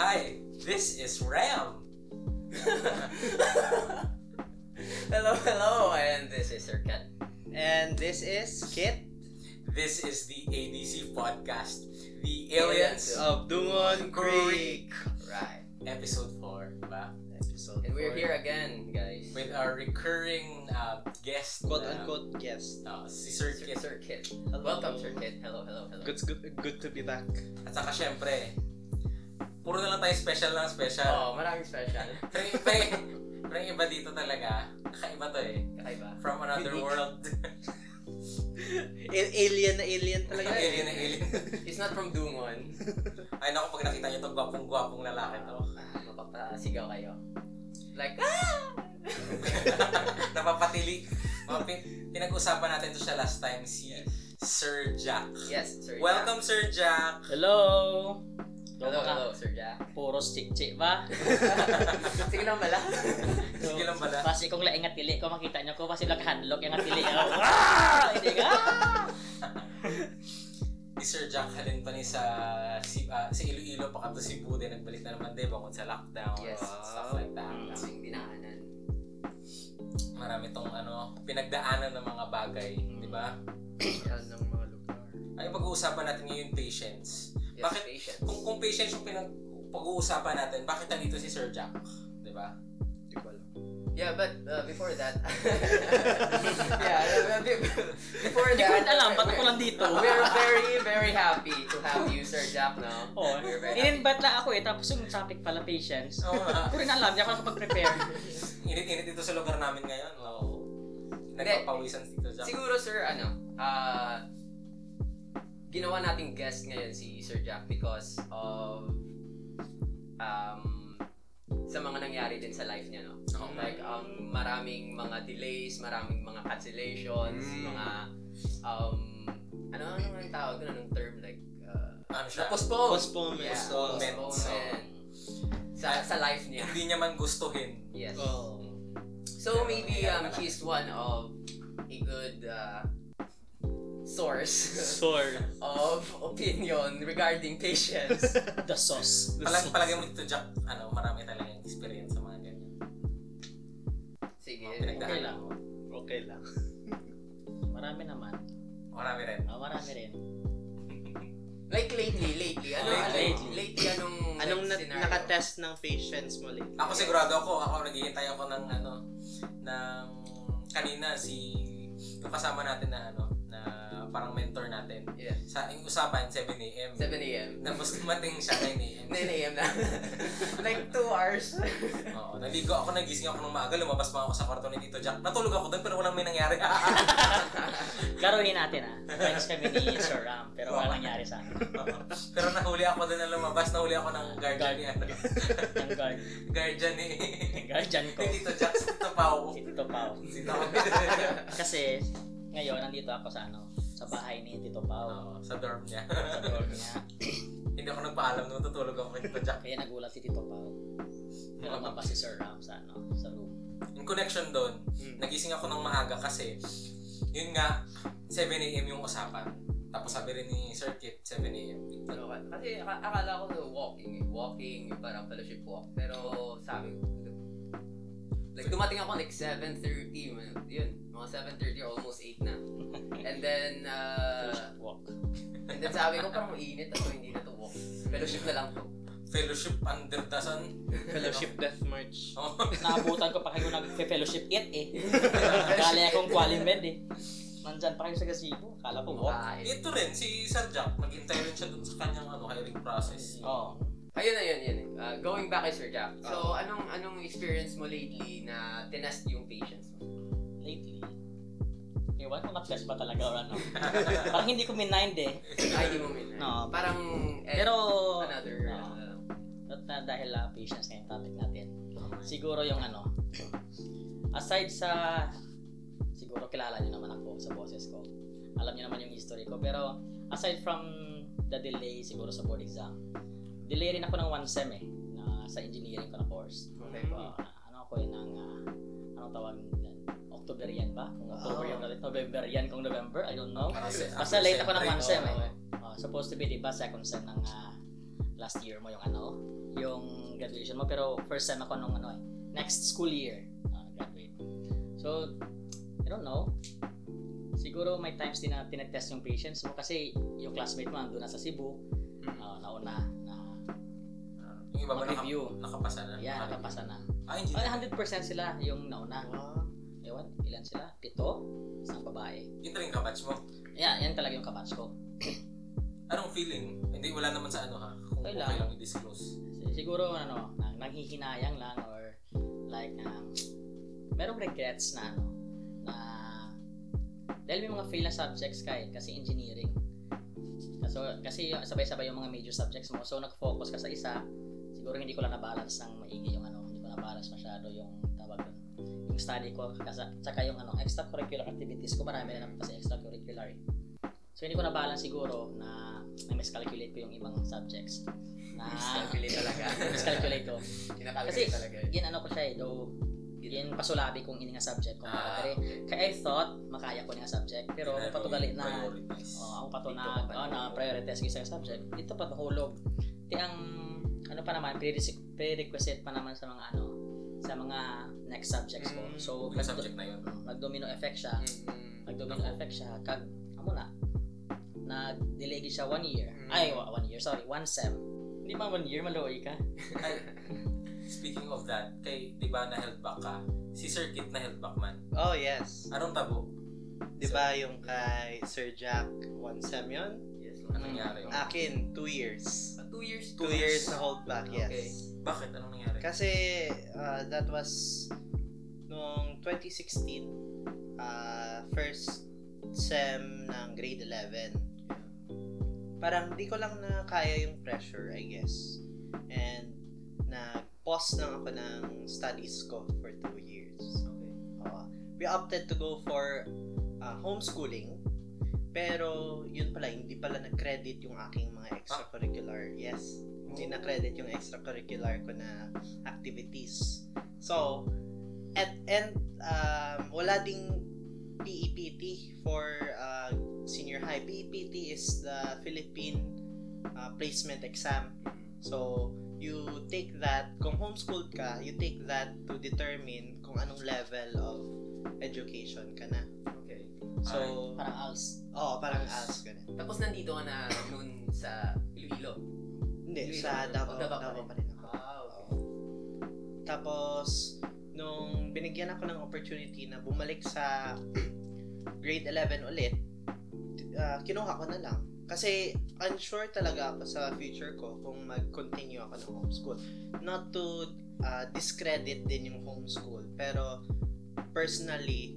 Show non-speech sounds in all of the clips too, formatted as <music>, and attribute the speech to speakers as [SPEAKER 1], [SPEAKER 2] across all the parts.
[SPEAKER 1] Hi, this is Ram.
[SPEAKER 2] <laughs> Hello, hello, and this is Sir Kat. And this is Kit
[SPEAKER 1] This is the ADC podcast, The Aliens,
[SPEAKER 2] of Dungon
[SPEAKER 1] Creek.
[SPEAKER 2] Creek. Right.
[SPEAKER 1] episode 4, ba?
[SPEAKER 3] episode.
[SPEAKER 2] And we're
[SPEAKER 3] four.
[SPEAKER 2] here again, guys.
[SPEAKER 1] With our recurring uh, guest,
[SPEAKER 3] quote
[SPEAKER 1] na,
[SPEAKER 3] unquote guest.
[SPEAKER 1] uh, si Sir
[SPEAKER 2] Sir,
[SPEAKER 1] Kit.
[SPEAKER 2] Sir Kit.
[SPEAKER 3] Hello.
[SPEAKER 2] Welcome, Sir Kit. Hello, hello, hello.
[SPEAKER 3] Good, good, good to be <laughs> back.
[SPEAKER 1] At saka syempre, puro na lang tayo special lang special.
[SPEAKER 2] Oh, maraming special.
[SPEAKER 1] Pero, yung- pero, yung- pero yung iba dito talaga, kakaiba to eh. <laughs>
[SPEAKER 2] Kakaiba.
[SPEAKER 1] From another
[SPEAKER 3] Unique.
[SPEAKER 1] world.
[SPEAKER 3] A- alien na alien talaga. eh.
[SPEAKER 1] <laughs> alien na alien.
[SPEAKER 2] He's not from Dungon.
[SPEAKER 1] Ay naku, pag nakita niyo to, gwapong-gwapong lalaki to.
[SPEAKER 2] Ah, mapapasigaw kayo. Like, ah!
[SPEAKER 1] <laughs> Napapatili. Mga pin- Pinag-usapan natin to siya last time, si Sir Jack.
[SPEAKER 2] Yes, Sir Jack.
[SPEAKER 1] Welcome, Sir <laughs> Jack!
[SPEAKER 4] Hello!
[SPEAKER 2] Hello, hello, Sir Jack.
[SPEAKER 4] Puro chik ba?
[SPEAKER 2] Sige lang bala.
[SPEAKER 1] Sige lang bala.
[SPEAKER 4] Kasi kung laing at tili ko, makita niyo ko, kasi lang handlock yung at tili.
[SPEAKER 3] <laughs>
[SPEAKER 4] Ah! Hindi ka!
[SPEAKER 1] Si Sir Jack halin pa ni sa, si, ah, sa Iloilo, pa kato Cebu din. Nagbalik na naman, di ba? Kung sa lockdown, oh,
[SPEAKER 2] Yes.
[SPEAKER 1] stuff like that.
[SPEAKER 4] Mm.
[SPEAKER 2] Daming dinaanan.
[SPEAKER 1] Marami tong ano, pinagdaanan ng mga bagay, di ba?
[SPEAKER 3] Yan ang mga lugar.
[SPEAKER 1] Ay, pag-uusapan natin ngayon patience.
[SPEAKER 2] Yes,
[SPEAKER 1] Bakit-
[SPEAKER 2] patience.
[SPEAKER 1] Kung, kung patience yung pinag, pag-uusapan natin, bakit nandito si Sir Jack? Di <laughs> ba?
[SPEAKER 3] Hindi ko alam.
[SPEAKER 2] Yeah, but uh, before that, <laughs> yeah, but be- before that,
[SPEAKER 4] Hindi ko rin alam, ba't ako lang dito?
[SPEAKER 2] We're very, very happy to have you, Sir Jack. Now,
[SPEAKER 4] Oh,
[SPEAKER 2] we're very happy.
[SPEAKER 4] in-invite lang ako eh, tapos yung topic pala, patience.
[SPEAKER 1] Oo nga.
[SPEAKER 4] Hindi ko rin alam, hindi ako nakapag-prepare.
[SPEAKER 1] Init-init dito sa lugar namin ngayon. Oo. Nagpapawisan si Tito Jack.
[SPEAKER 2] Siguro, Sir, ano, uh, ginawa nating guest ngayon si Sir Jack because of um, sa mga nangyari din sa life niya, no?
[SPEAKER 1] Oo.
[SPEAKER 2] Like, um, maraming mga delays, maraming mga cancellations,
[SPEAKER 3] Mm.
[SPEAKER 2] mga, um, ano, ano ang tawag doon, anong term, like, uh,
[SPEAKER 1] Ano siya?
[SPEAKER 2] na-postpone.
[SPEAKER 3] Postponement.
[SPEAKER 2] Yeah,
[SPEAKER 1] Postponement.
[SPEAKER 2] postponement. Sa, sa life niya.
[SPEAKER 1] Hindi niya man gustuhin.
[SPEAKER 2] Yes.
[SPEAKER 3] Oh.
[SPEAKER 2] So maybe um, he's one of a good uh, source <laughs>
[SPEAKER 3] Sore.
[SPEAKER 2] of opinion regarding patients.
[SPEAKER 4] The sauce.
[SPEAKER 1] Palag, palagay mo Tito Jack, ano, marami talaga yung experience sa mga ganyan.
[SPEAKER 2] Sige.
[SPEAKER 1] Mga pinagdaanan
[SPEAKER 4] Okay lang.
[SPEAKER 1] mo.
[SPEAKER 3] Okay lang.
[SPEAKER 4] Marami naman.
[SPEAKER 1] Marami rin.
[SPEAKER 4] Ah, marami rin.
[SPEAKER 2] Like lately, lately. Ano, ano,
[SPEAKER 1] Lately.
[SPEAKER 2] lately. anong
[SPEAKER 3] Anong na-
[SPEAKER 2] like, scenario?
[SPEAKER 3] nakatest ng patience mo lately?
[SPEAKER 1] Ako sigurado ako, ako naghihintay ako ng ano, ng kanina si yung kasama natin na ano, na parang mentor natin.
[SPEAKER 2] Yeah.
[SPEAKER 1] Sa yung usapan 7 AM.
[SPEAKER 2] 7 a.m.
[SPEAKER 1] Tapos dumating siya
[SPEAKER 2] <laughs>
[SPEAKER 1] 9 AM.
[SPEAKER 2] 9 a.m. na. like 2 hours.
[SPEAKER 1] Oo, naligo ako, nagising ako nung maaga, lumabas pa ako sa kwarto ni Tito Jack. Natulog ako doon pero walang may nangyari. <laughs>
[SPEAKER 4] Laruin natin ah. Friends kami ni Sir Ram, pero wala nangyari sa akin.
[SPEAKER 1] pero nahuli ako doon na lumabas, nahuli ako ng guardian ni ano,
[SPEAKER 4] Ang guard.
[SPEAKER 1] guardian
[SPEAKER 4] <laughs>
[SPEAKER 1] ni
[SPEAKER 4] Ang guardian ko.
[SPEAKER 1] ni Tito Jack sa Tapaw.
[SPEAKER 4] Si Tito Pao.
[SPEAKER 1] Si Tapaw.
[SPEAKER 4] Kasi, ngayon, nandito ako sa ano, sa bahay ni Tito Pao.
[SPEAKER 1] Oo, sa dorm niya.
[SPEAKER 4] Sa door niya.
[SPEAKER 1] Hindi ako nagpaalam nung tutulog ako kay Tito Jack.
[SPEAKER 4] Kaya nagulat si Tito Pao. Lumabas si Sir Ram sa, ano, sa room.
[SPEAKER 1] Yung connection doon,
[SPEAKER 3] Mm.
[SPEAKER 1] nagising ako ng maaga kasi yun nga, 7 a.m. yung usapan. Tapos sabi rin ni Sir Kit, 7 a.m.
[SPEAKER 2] Ano ka- Kasi ak- akala ko no, walking eh. Walking, yung parang fellowship walk. Pero sabi ko, like dumating ako like 7.30, man. yun, mga 7.30 or almost 8 na. And then, uh,
[SPEAKER 4] Walk.
[SPEAKER 2] and then sabi ko parang init ako, hindi na to walk. Fellowship na lang to.
[SPEAKER 1] Fellowship under the sun.
[SPEAKER 3] Fellowship Death March.
[SPEAKER 1] Oo. <laughs>
[SPEAKER 4] Naabutan ko pa kayo nag-fellowship it eh. <laughs> Galing akong Qualimed eh. Nandyan pa kayo sa gazebo. Kala ko <laughs> oh. walk.
[SPEAKER 2] Kain.
[SPEAKER 1] Ito rin, si Sir Jack, naghintay rin siya doon sa kanyang ano, hiring
[SPEAKER 4] <laughs>
[SPEAKER 1] process.
[SPEAKER 4] Oo.
[SPEAKER 2] Ayun na yun, yun. Uh, going back kay Sir Jack.
[SPEAKER 4] Ah.
[SPEAKER 2] So, anong anong experience mo lately na tinest yung patience mo?
[SPEAKER 4] Lately. Ewan ko na-test ba talaga or ano. Parang hindi ko minind eh.
[SPEAKER 2] Ay, di mo minay.
[SPEAKER 4] No.
[SPEAKER 2] Parang, eh,
[SPEAKER 4] Ah, Pero, ah.
[SPEAKER 2] another,
[SPEAKER 4] No.
[SPEAKER 2] uh,
[SPEAKER 4] At na dahil uh, patience na yung topic natin. Siguro yung ano, aside sa, siguro kilala niyo naman ako sa boses ko. Alam niyo naman yung history ko. Pero aside from the delay siguro sa board exam, delay rin ako ng one sem eh, na, sa engineering ko na course.
[SPEAKER 2] okay.
[SPEAKER 4] Uh, ano, ako eh, ng, ah, anong tawag nila? October yan ba? Kung October yan, November yan, kung November, I don't know.
[SPEAKER 1] Parang se-
[SPEAKER 4] Basta late ako ng
[SPEAKER 1] September,
[SPEAKER 4] one sem
[SPEAKER 1] no?
[SPEAKER 4] eh. Oh, supposed to be, di ba, second sem ng ah, last year mo yung ano, yung graduation mo. Pero first sem ako nung ano eh, next school year ah, graduate. So, I don't know. Siguro may times din na tinetest yung patience mo kasi yung classmate mo andun na sa Cebu, ah, nauna na
[SPEAKER 1] Ah, Yung iba ba naka,
[SPEAKER 4] mag-review.
[SPEAKER 1] nakapasa na?
[SPEAKER 4] Yan, nakapasa na. Oh,
[SPEAKER 1] Ah,
[SPEAKER 4] Ay,
[SPEAKER 1] engineer.
[SPEAKER 4] 100% sila yung nauna. Ewan, ilan sila? Pito? Isang babae.
[SPEAKER 1] Yun talaga yung kabatch mo.
[SPEAKER 4] Yan, yan talaga yung kabatch ko.
[SPEAKER 1] Anong feeling? Hindi, wala naman sa ano ha. Kung okay
[SPEAKER 4] Ay, lang.
[SPEAKER 1] lang i-disclose.
[SPEAKER 4] Si- Siguro ano, na- nanghihinayang lang or like um, merong regrets na ano na dahil may mga fail na subjects ka eh, kasi engineering. Kaso, kasi yung- sabay-sabay yung mga major subjects mo. So nag-focus ka sa isa, siguro hindi ko lang na-balance ng maigi yung ano, hindi ko na-balance masyado yung tawag doon. Yung study ko, kasa, tsaka yung ano, extracurricular activities ko, marami na naman kasi extracurricular eh. So hindi ko na-balance siguro na na-miscalculate ko yung ibang subjects. Na,
[SPEAKER 2] Calculate talaga.
[SPEAKER 4] miscalculate oh. ko. Kasi,
[SPEAKER 2] Kinakalculate talaga. yun.
[SPEAKER 4] yun ano ko siya eh, though, yun pasulabi kong ini nga subject ko.
[SPEAKER 1] Ah,
[SPEAKER 4] Kaya I thought, makaya ko ni nga subject, pero
[SPEAKER 1] Hindi
[SPEAKER 4] ang patugali na,
[SPEAKER 1] prioritize.
[SPEAKER 4] oh, ang pato
[SPEAKER 2] Dito
[SPEAKER 4] na,
[SPEAKER 2] ka pa
[SPEAKER 4] oh, na prioritize ko sa subject, dito pa nahulog. Di ang, ano pa naman, prerequisite, prerequisite pa naman sa mga ano, sa mga next subjects ko.
[SPEAKER 3] Mm,
[SPEAKER 4] So,
[SPEAKER 1] Yung
[SPEAKER 4] nagdo,
[SPEAKER 1] subject na yun.
[SPEAKER 4] nagdomino effect siya.
[SPEAKER 2] Mm,
[SPEAKER 4] Nagdomino effect siya. Kag, amo na, nag-delay gid siya one year.
[SPEAKER 3] Mm.
[SPEAKER 4] Ay, wa- one year, sorry, one sem. Hindi man one year, maluoy ka.
[SPEAKER 1] Ay, speaking of that, kay, di ba na held back ka? Si Sir Kit na held back man.
[SPEAKER 3] Oh, yes.
[SPEAKER 1] Anong tabo?
[SPEAKER 3] Di ba yung kay Sir Jack, one sem yun?
[SPEAKER 2] Yes.
[SPEAKER 1] Anong nangyari?
[SPEAKER 3] Ah. Akin, two years.
[SPEAKER 2] Ah, Two years.
[SPEAKER 3] Two years na hold back, yes.
[SPEAKER 2] Okay.
[SPEAKER 1] Bakit? Anong nangyari?
[SPEAKER 3] Kasi uh, that was noong 2016, uh, first sem ng grade 11. Parang di ko lang na kaya yung pressure, I guess. And nag-pause lang ako ng studies ko for two years.
[SPEAKER 2] Okay.
[SPEAKER 3] Oo. we opted to go for uh, homeschooling. Pero yun pala, hindi pala nag-credit yung aking mga extracurricular. Yes, hindi na-credit yung extracurricular ko na activities. So, at and um, wala ding PEPT for uh, senior high. PEPT is the Philippine uh, placement exam. So, you take that, kung homeschooled ka, you take that to determine kung anong level of education ka na.
[SPEAKER 2] Okay.
[SPEAKER 3] So,
[SPEAKER 4] Parang als.
[SPEAKER 3] oo, parang ALS ka na.
[SPEAKER 2] Tapos nandito ka na noon sa Iloilo.
[SPEAKER 3] Hindi,
[SPEAKER 2] Iloilo.
[SPEAKER 3] sa Davao,
[SPEAKER 2] Oh, Davao pa rin.
[SPEAKER 3] Davao pa rin ako.
[SPEAKER 2] Ah, okay.
[SPEAKER 3] Tapos, nung binigyan ako ng opportunity na bumalik sa grade 11 ulit, ah, kinuha ko na lang. Kasi unsure talaga ako sa future ko kung mag-continue ako ng homeschool. Not to ah, discredit din yung homeschool, pero personally,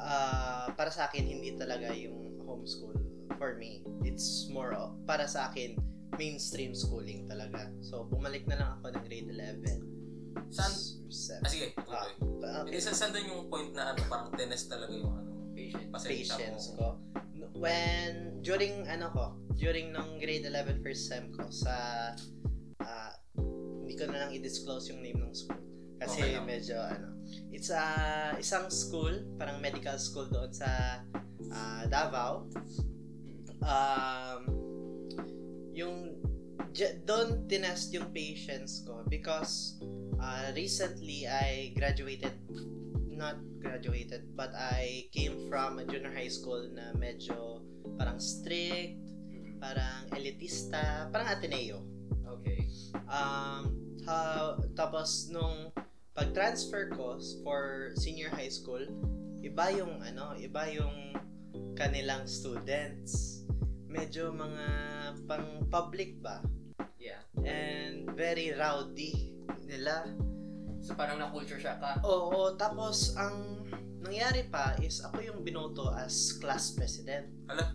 [SPEAKER 3] ah, para sa akin, hindi talaga yung homeschool for me. It's more of, para sa akin, mainstream schooling talaga. So, bumalik na lang ako ng grade 11.
[SPEAKER 1] Saan?
[SPEAKER 3] Or seven.
[SPEAKER 1] Ah, sige. tuloy.
[SPEAKER 3] Ah,
[SPEAKER 1] Hindi, sa saan doon yung point na ano, parang tennis talaga yung ano,
[SPEAKER 2] Patient.
[SPEAKER 1] pasensya
[SPEAKER 3] patience
[SPEAKER 1] mo.
[SPEAKER 3] ko. When, during ano ko, during nung grade 11 first sem ko sa, ah, hindi ko na lang i-disclose yung name ng school. Kasi
[SPEAKER 1] Okay lang.
[SPEAKER 3] medyo ano, it's a, isang school, parang medical school doon sa ah, Davao. Um, yung, j- doon tinest yung patience ko because ah, recently I graduated not graduated, but I came from a junior high school na medyo parang strict,
[SPEAKER 2] Mm.
[SPEAKER 3] parang elitista, parang Ateneo.
[SPEAKER 2] Okay.
[SPEAKER 3] Um, ha- tapos nung pag-transfer ko for senior high school, iba yung ano, iba yung kanilang students. Medyo mga pang public ba?
[SPEAKER 2] Yeah.
[SPEAKER 3] And very rowdy nila.
[SPEAKER 2] So parang na-culture siya ka.
[SPEAKER 3] Oo, tapos ang nangyari pa is ako yung binoto as class president.
[SPEAKER 1] Ala?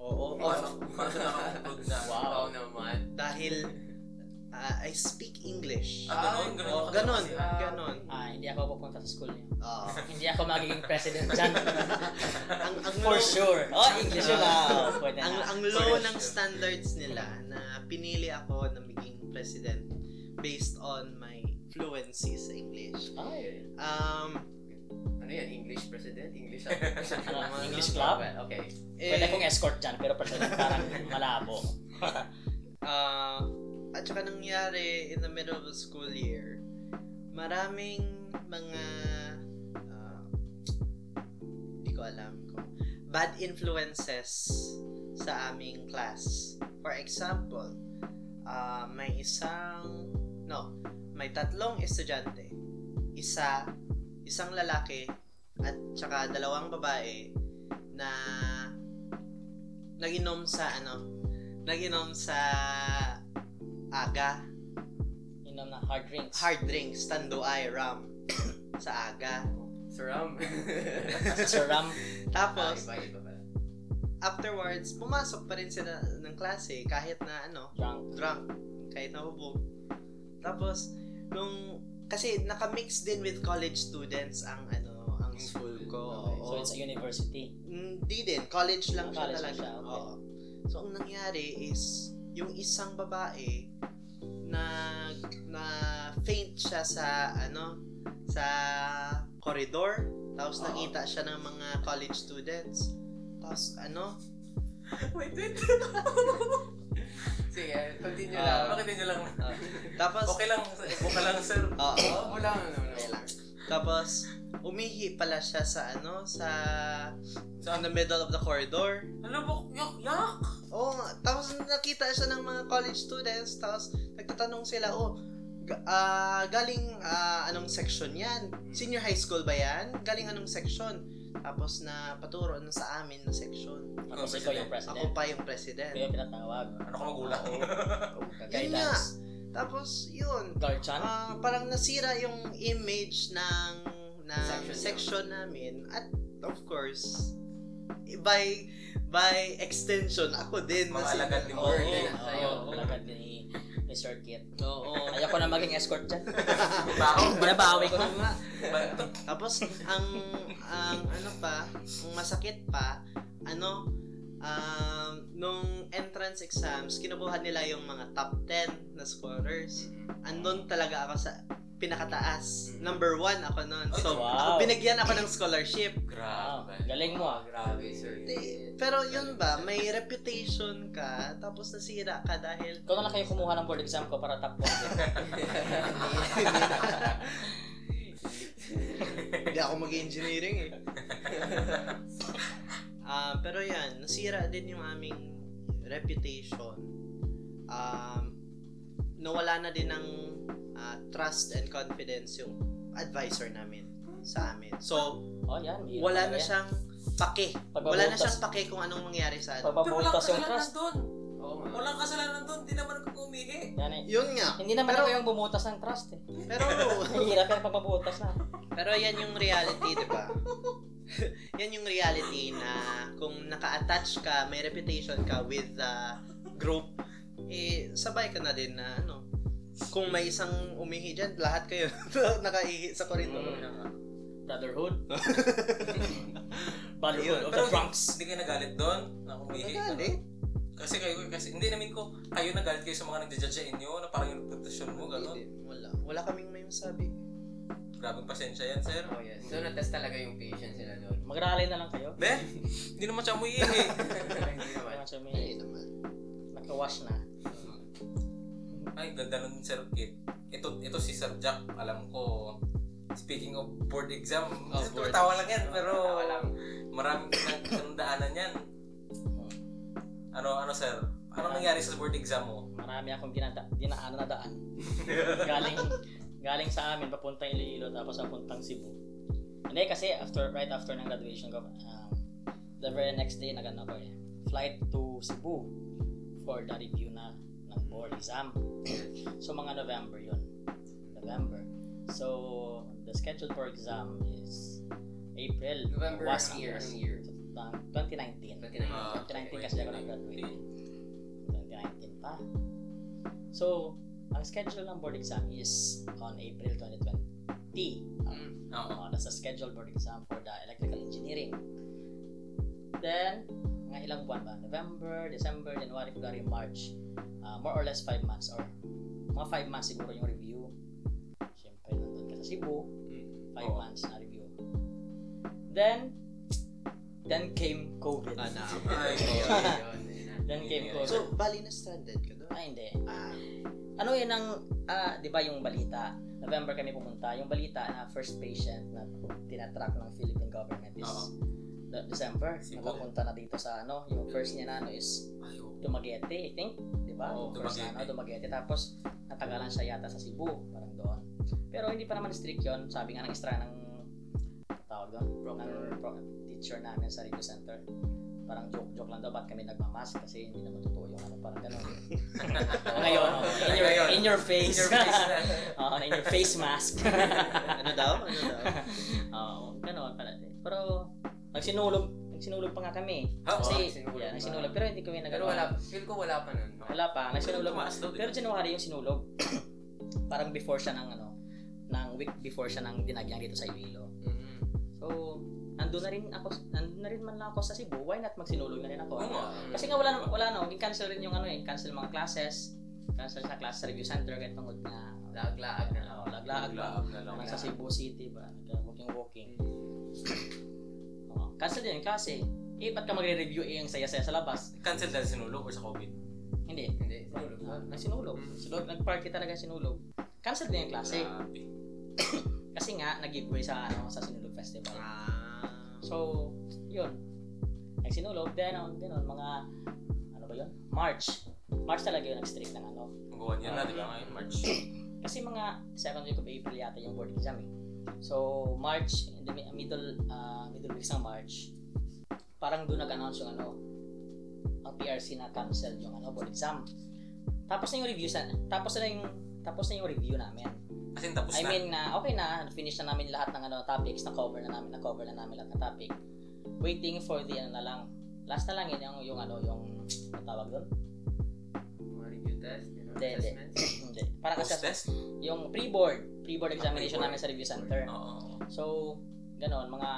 [SPEAKER 3] Oo,
[SPEAKER 1] Oh, ano?
[SPEAKER 3] oo.
[SPEAKER 1] Paano nakakonclude na?
[SPEAKER 4] Wow.
[SPEAKER 2] Wow naman.
[SPEAKER 3] dahil ah, I speak English.
[SPEAKER 1] Ah, ganun, ganun.
[SPEAKER 3] Oo, ganon,
[SPEAKER 1] Kasi,
[SPEAKER 2] ah,
[SPEAKER 3] ganon.
[SPEAKER 4] Ah, hindi ako pupunta sa school niyo.
[SPEAKER 3] Oo.
[SPEAKER 4] Hindi ako magiging
[SPEAKER 3] <laughs>
[SPEAKER 4] president dyan.
[SPEAKER 3] ang, ang
[SPEAKER 4] For
[SPEAKER 3] low-
[SPEAKER 4] sure. Oh, English yun ah. Pwede
[SPEAKER 3] Oh, Ang,
[SPEAKER 4] na.
[SPEAKER 3] ang low ng standards nila na pinili ako na maging president based on my fluency sa English.
[SPEAKER 4] Ay.
[SPEAKER 3] Um,
[SPEAKER 2] Ano yan? English president? English ano? Ano, ano?
[SPEAKER 4] English club?
[SPEAKER 2] Well, okay.
[SPEAKER 3] eh,
[SPEAKER 4] Pwede kong escort dyan, pero personal parang malabo.
[SPEAKER 3] Ah, at saka nangyari in the middle of the school year, maraming mga ah, hindi ko alam ko bad influences sa aming class. For example, ah, may isang no, may tatlong estudyante. Isa, isang lalaki at saka dalawang babae na naginom sa ano, naginom sa aga,
[SPEAKER 4] Inom ng hard drinks.
[SPEAKER 3] hard drinks, tanduay, rum, <coughs> sa aga.
[SPEAKER 2] Saram.
[SPEAKER 4] Sir Ram.
[SPEAKER 2] Ah,
[SPEAKER 3] Tapos,
[SPEAKER 2] iba, iba pala.
[SPEAKER 3] afterwards, pumasok pa rin sila ng klase kahit na ano,
[SPEAKER 4] Drunk.
[SPEAKER 3] drunk, kahit na hubog. Tapos, nung, kasi nakamix din with college students ang ano, ang
[SPEAKER 2] Yung
[SPEAKER 3] school
[SPEAKER 2] school.
[SPEAKER 3] ko.
[SPEAKER 2] Okay.
[SPEAKER 3] oo.
[SPEAKER 4] Mm. So it's a university.
[SPEAKER 3] Hindi din. College lang siya
[SPEAKER 4] College lang
[SPEAKER 3] talaga.
[SPEAKER 4] siya, okay.
[SPEAKER 3] Oo. So, ang nangyari is, yung isang babae na na faint siya sa ano sa corridor tapos
[SPEAKER 2] Oo.
[SPEAKER 3] nakita siya ng mga college students tapos ano
[SPEAKER 1] Wait, wait.
[SPEAKER 2] Sige, continue lang.
[SPEAKER 3] Ah,
[SPEAKER 1] Bakit nyo lang?
[SPEAKER 3] tapos
[SPEAKER 1] Okay lang, buka lang sir.
[SPEAKER 3] Oo.
[SPEAKER 2] Oo, Oh, wala na naman.
[SPEAKER 3] Okay lang. tapos umihi pala siya sa ano sa
[SPEAKER 1] Sa-
[SPEAKER 3] in the middle of the corridor
[SPEAKER 1] Ano ba? Yak, yak!
[SPEAKER 3] Oo nga. Tapos nakita siya ng mga college students. Tapos nagtatanong sila, oh, ga- ah, galing ah, anong section yan?
[SPEAKER 1] Mm.
[SPEAKER 3] Senior high school ba yan? Galing anong section? Tapos na paturo na sa amin na section.
[SPEAKER 4] Tapos ikaw yung
[SPEAKER 3] Oh, Ako
[SPEAKER 4] president.
[SPEAKER 3] pa yung
[SPEAKER 4] Ako
[SPEAKER 3] president.
[SPEAKER 4] yung pinatawag.
[SPEAKER 1] Ano ka magulang?
[SPEAKER 3] Yun nga.
[SPEAKER 4] Guidance.
[SPEAKER 3] Tapos yun,
[SPEAKER 4] Garchan.
[SPEAKER 3] ah, parang nasira yung image ng, ng
[SPEAKER 2] Section
[SPEAKER 3] section,
[SPEAKER 2] niya. namin.
[SPEAKER 3] namin. At of course, by by extension, ako din.
[SPEAKER 1] Mga
[SPEAKER 3] nasira.
[SPEAKER 1] alagad ni
[SPEAKER 3] Oo.
[SPEAKER 1] Morgan.
[SPEAKER 2] Sa'yo.
[SPEAKER 4] Oo, alagad ni ni Sir Kit.
[SPEAKER 3] Oo.
[SPEAKER 4] Ayoko na maging escort dyan.
[SPEAKER 1] Tao.
[SPEAKER 4] Binabawi ko na.
[SPEAKER 1] Ba-
[SPEAKER 3] Tapos ang ang ano pa, ang masakit pa, ano um, nung entrance exams, kinukuha nila yung mga top 10 na scorers. Andun talaga ako sa pinakataas. Number one ako nun.
[SPEAKER 1] Ay,
[SPEAKER 3] So,
[SPEAKER 4] Oh, wow.
[SPEAKER 3] ako, binigyan ako ng scholarship.
[SPEAKER 4] Wow,
[SPEAKER 1] Grabe.
[SPEAKER 4] galing mo ah.
[SPEAKER 2] Grabe, sir.
[SPEAKER 3] Di- Pero yun ba, may reputation ka, tapos nasira ka dahil...
[SPEAKER 4] Ikaw na lang kayo kumuha ng board exam ko para top
[SPEAKER 3] <laughs>
[SPEAKER 4] 1.
[SPEAKER 3] Hindi ako mag-engineering eh. Ah, pero yan, nasira din yung aming reputation. Um, nawala na din ng ah, trust and confidence yung advisor namin sa amin. So,
[SPEAKER 4] oh, yan. Bihira
[SPEAKER 3] wala na
[SPEAKER 4] talaga yan.
[SPEAKER 3] siyang pake. Wala na siyang pake kung anong mangyari sa atin.
[SPEAKER 1] Pero walang
[SPEAKER 4] Pagbabutas yung
[SPEAKER 1] kasalanan
[SPEAKER 4] trust.
[SPEAKER 1] doon.
[SPEAKER 2] <laughs> Oo nga.
[SPEAKER 1] Walang kasalanan doon. Di naman ako umihi.
[SPEAKER 4] Yan eh.
[SPEAKER 3] Yun nga.
[SPEAKER 4] Hindi naman
[SPEAKER 3] Pero-
[SPEAKER 4] ako yung bumutas ng trust eh.
[SPEAKER 3] Pero,
[SPEAKER 4] Ang hirap yan pagbabutas na.
[SPEAKER 3] pero yan yung reality, di ba? <laughs> yan yung reality na kung naka-attach ka, may reputation ka with the group, eh, sabay ka na din na ano. Kung may isang umihi dyan, lahat kayo <laughs> nakaihi sa
[SPEAKER 2] Mm.
[SPEAKER 3] corridor.
[SPEAKER 4] <laughs> Brotherhood. Brotherhood of the drunks.
[SPEAKER 1] Hindi kayo nagalit doon. Na umihi.
[SPEAKER 3] Nagalit.
[SPEAKER 1] Kasi kayo, kasi hindi namin ko, kayo nagalit kayo sa mga nagja-judge sa inyo na parang yung reputasyon mo, gano'n.
[SPEAKER 3] Wala. Wala kaming may masabi.
[SPEAKER 1] Grabe pasensya yan, sir.
[SPEAKER 2] Oh, yes. So, natest talaga yung patience nila doon. <laughs>
[SPEAKER 4] Mag-rally na lang kayo.
[SPEAKER 1] Be, hindi naman siya umihi.
[SPEAKER 2] Hindi naman.
[SPEAKER 4] Mga sumi,
[SPEAKER 3] naman.
[SPEAKER 4] nagka-wash na.
[SPEAKER 1] Ay, ganda nun, Sir Kit. Ito, ito si Sir Jack, alam ko, speaking of board exam,
[SPEAKER 2] Oh,
[SPEAKER 1] oh,
[SPEAKER 2] board.
[SPEAKER 1] lang yan, pero
[SPEAKER 2] Tawa lang.
[SPEAKER 1] maraming pinagdaanan yan. Ano, ano, sir? Ano nangyari sa board exam mo?
[SPEAKER 4] Marami akong dinada, dinaan
[SPEAKER 2] <laughs>
[SPEAKER 4] na daan. galing galing sa amin papuntang Iloilo tapos papuntang Cebu. Hindi kasi after right after ng graduation ko um, the very next day nagano ko eh flight to Cebu for the review na ng board exam. so mga November yun. November. So the schedule for exam is April
[SPEAKER 2] November
[SPEAKER 4] was
[SPEAKER 2] ng
[SPEAKER 4] ang
[SPEAKER 2] year,
[SPEAKER 4] year,
[SPEAKER 2] ng year.
[SPEAKER 4] 2019.
[SPEAKER 2] 29.
[SPEAKER 1] Ah,
[SPEAKER 4] 2019 kasi ako nag-graduate. 2019 pa. So, ang schedule ng board exam is on April 2020. Um,
[SPEAKER 2] Mm.
[SPEAKER 1] Oo.
[SPEAKER 4] uh, that's the scheduled board exam for the electrical engineering. Then, mga ilang buwan ba? November, December, January, February, Ah, March. Uh, more or less 5 months or mga 5 months siguro yung review. So, sa Cebu.
[SPEAKER 2] Mm.
[SPEAKER 4] Five
[SPEAKER 1] Oo.
[SPEAKER 4] months na review. Then, then came COVID.
[SPEAKER 2] Ah, na.
[SPEAKER 1] Ay,
[SPEAKER 2] Ayun, ayun, ayun.
[SPEAKER 4] Then came
[SPEAKER 1] Yeah.
[SPEAKER 4] COVID.
[SPEAKER 3] So, bali na stranded ka
[SPEAKER 4] <laughs>
[SPEAKER 3] doon.
[SPEAKER 4] ah, hindi.
[SPEAKER 3] Ah,
[SPEAKER 4] Ano yun ang, ah, di ba yung balita? November kami pumunta. Yung balita na first patient na tinatrack ng Philippine government is
[SPEAKER 1] Oo.
[SPEAKER 4] De- December.
[SPEAKER 1] Cebu.
[SPEAKER 4] Nakapunta na dito sa ano. Yung first niya na ano is
[SPEAKER 1] Ayaw.
[SPEAKER 4] Dumaguete, I think. Di ba?
[SPEAKER 2] Oo,
[SPEAKER 4] First
[SPEAKER 1] Dumaguete.
[SPEAKER 4] ano, Dumaguete. Tapos, natagalan siya yata sa Cebu. Parang doon. Pero hindi pa naman strict yun. Sabi nga ng extra ng tawag doon.
[SPEAKER 2] Proper.
[SPEAKER 4] Ng pro- teacher namin sa review center. Parang joke-joke lang daw. Ba't kami nagmamask? Kasi hindi naman totoo yung ano. Parang ganun. Ngayon, oh, in, your,
[SPEAKER 1] Ngayon.
[SPEAKER 4] in your
[SPEAKER 1] In
[SPEAKER 4] face.
[SPEAKER 1] your face na.
[SPEAKER 4] <laughs> Oo, in your face mask.
[SPEAKER 3] ano daw? Ano daw?
[SPEAKER 4] Oo, ganun pala. Pero, nagsinulog, nagsinulog pa nga kami.
[SPEAKER 1] Oo,
[SPEAKER 4] Kasi,
[SPEAKER 2] nagsinulog
[SPEAKER 4] yeah,
[SPEAKER 2] pa.
[SPEAKER 4] nagsinulog. Pero hindi kami nagagawa.
[SPEAKER 2] Pero wala, feel ko wala pa nun.
[SPEAKER 4] Wala pa, nagsinulog.
[SPEAKER 1] Tumaas daw, di ba?
[SPEAKER 4] Pero January yung sinulog. <coughs> Parang before siya ng ano, ng week before siya ng dinagyang dito sa Iloilo.
[SPEAKER 2] Mm.
[SPEAKER 4] So, nandun na rin ako, nandun na rin man lang ako sa Cebu, why not magsinulog na rin ako?
[SPEAKER 1] Oo nga.
[SPEAKER 4] Kasi nga wala, wala na, naging cancel rin yung ano eh, cancel mga classes, cancel sa class sa review center, ganit tungod na
[SPEAKER 2] Laag-laag na lang.
[SPEAKER 4] Oo, laglaag lang.
[SPEAKER 1] Laag na lang.
[SPEAKER 4] Parang Ano, sa Cebu City ba, walking-walking. Oo, Cancel din yung klase. Eh, ba't ka magre-review eh, ang saya-saya sa labas?
[SPEAKER 1] Cancel dahil sinulog or sa COVID?
[SPEAKER 4] Hindi,
[SPEAKER 2] Hindi, sinulog ka.
[SPEAKER 4] Ah, Nagsinulog.
[SPEAKER 2] Mm.
[SPEAKER 4] Sinulog. Nag-party talaga sinulog. Cancel din yung klase.
[SPEAKER 1] Grabe.
[SPEAKER 4] Kasi nga, nag-giveaway sa, ano, sa Sinulog Festival.
[SPEAKER 3] Ah,
[SPEAKER 4] So, yun. Nagsinulog. Then, on, then on, mga, ano ba yun? March. March talaga yun nag-strict ng ano.
[SPEAKER 1] Ang gawa niya na, di ba ngayon? March.
[SPEAKER 4] Kasi mga second week of April yata yung board exam eh. So, March, in the mi- middle, ah, middle weeks ng March, parang doon nag-announce yung ano, ang PRC na cancel yung ano, board exam. Tapos na yung review sa, tapos na yung, tapos na yung review namin.
[SPEAKER 1] As in, tapos
[SPEAKER 4] I
[SPEAKER 1] na.
[SPEAKER 4] mean na okay na finish na namin lahat ng ano topics na cover na namin na cover na namin lahat ng topic. Waiting for the ano na lang. Last na lang yun yung yung ano yung ang tawag doon.
[SPEAKER 2] Mga review test, you know,
[SPEAKER 4] Hindi, hindi.
[SPEAKER 2] assessments.
[SPEAKER 4] Hindi. Parang
[SPEAKER 1] Post
[SPEAKER 4] kasi
[SPEAKER 1] test?
[SPEAKER 4] yung pre-board, pre-board examination
[SPEAKER 2] pre-board.
[SPEAKER 4] namin sa review center.
[SPEAKER 1] Oo.
[SPEAKER 4] So, ganon mga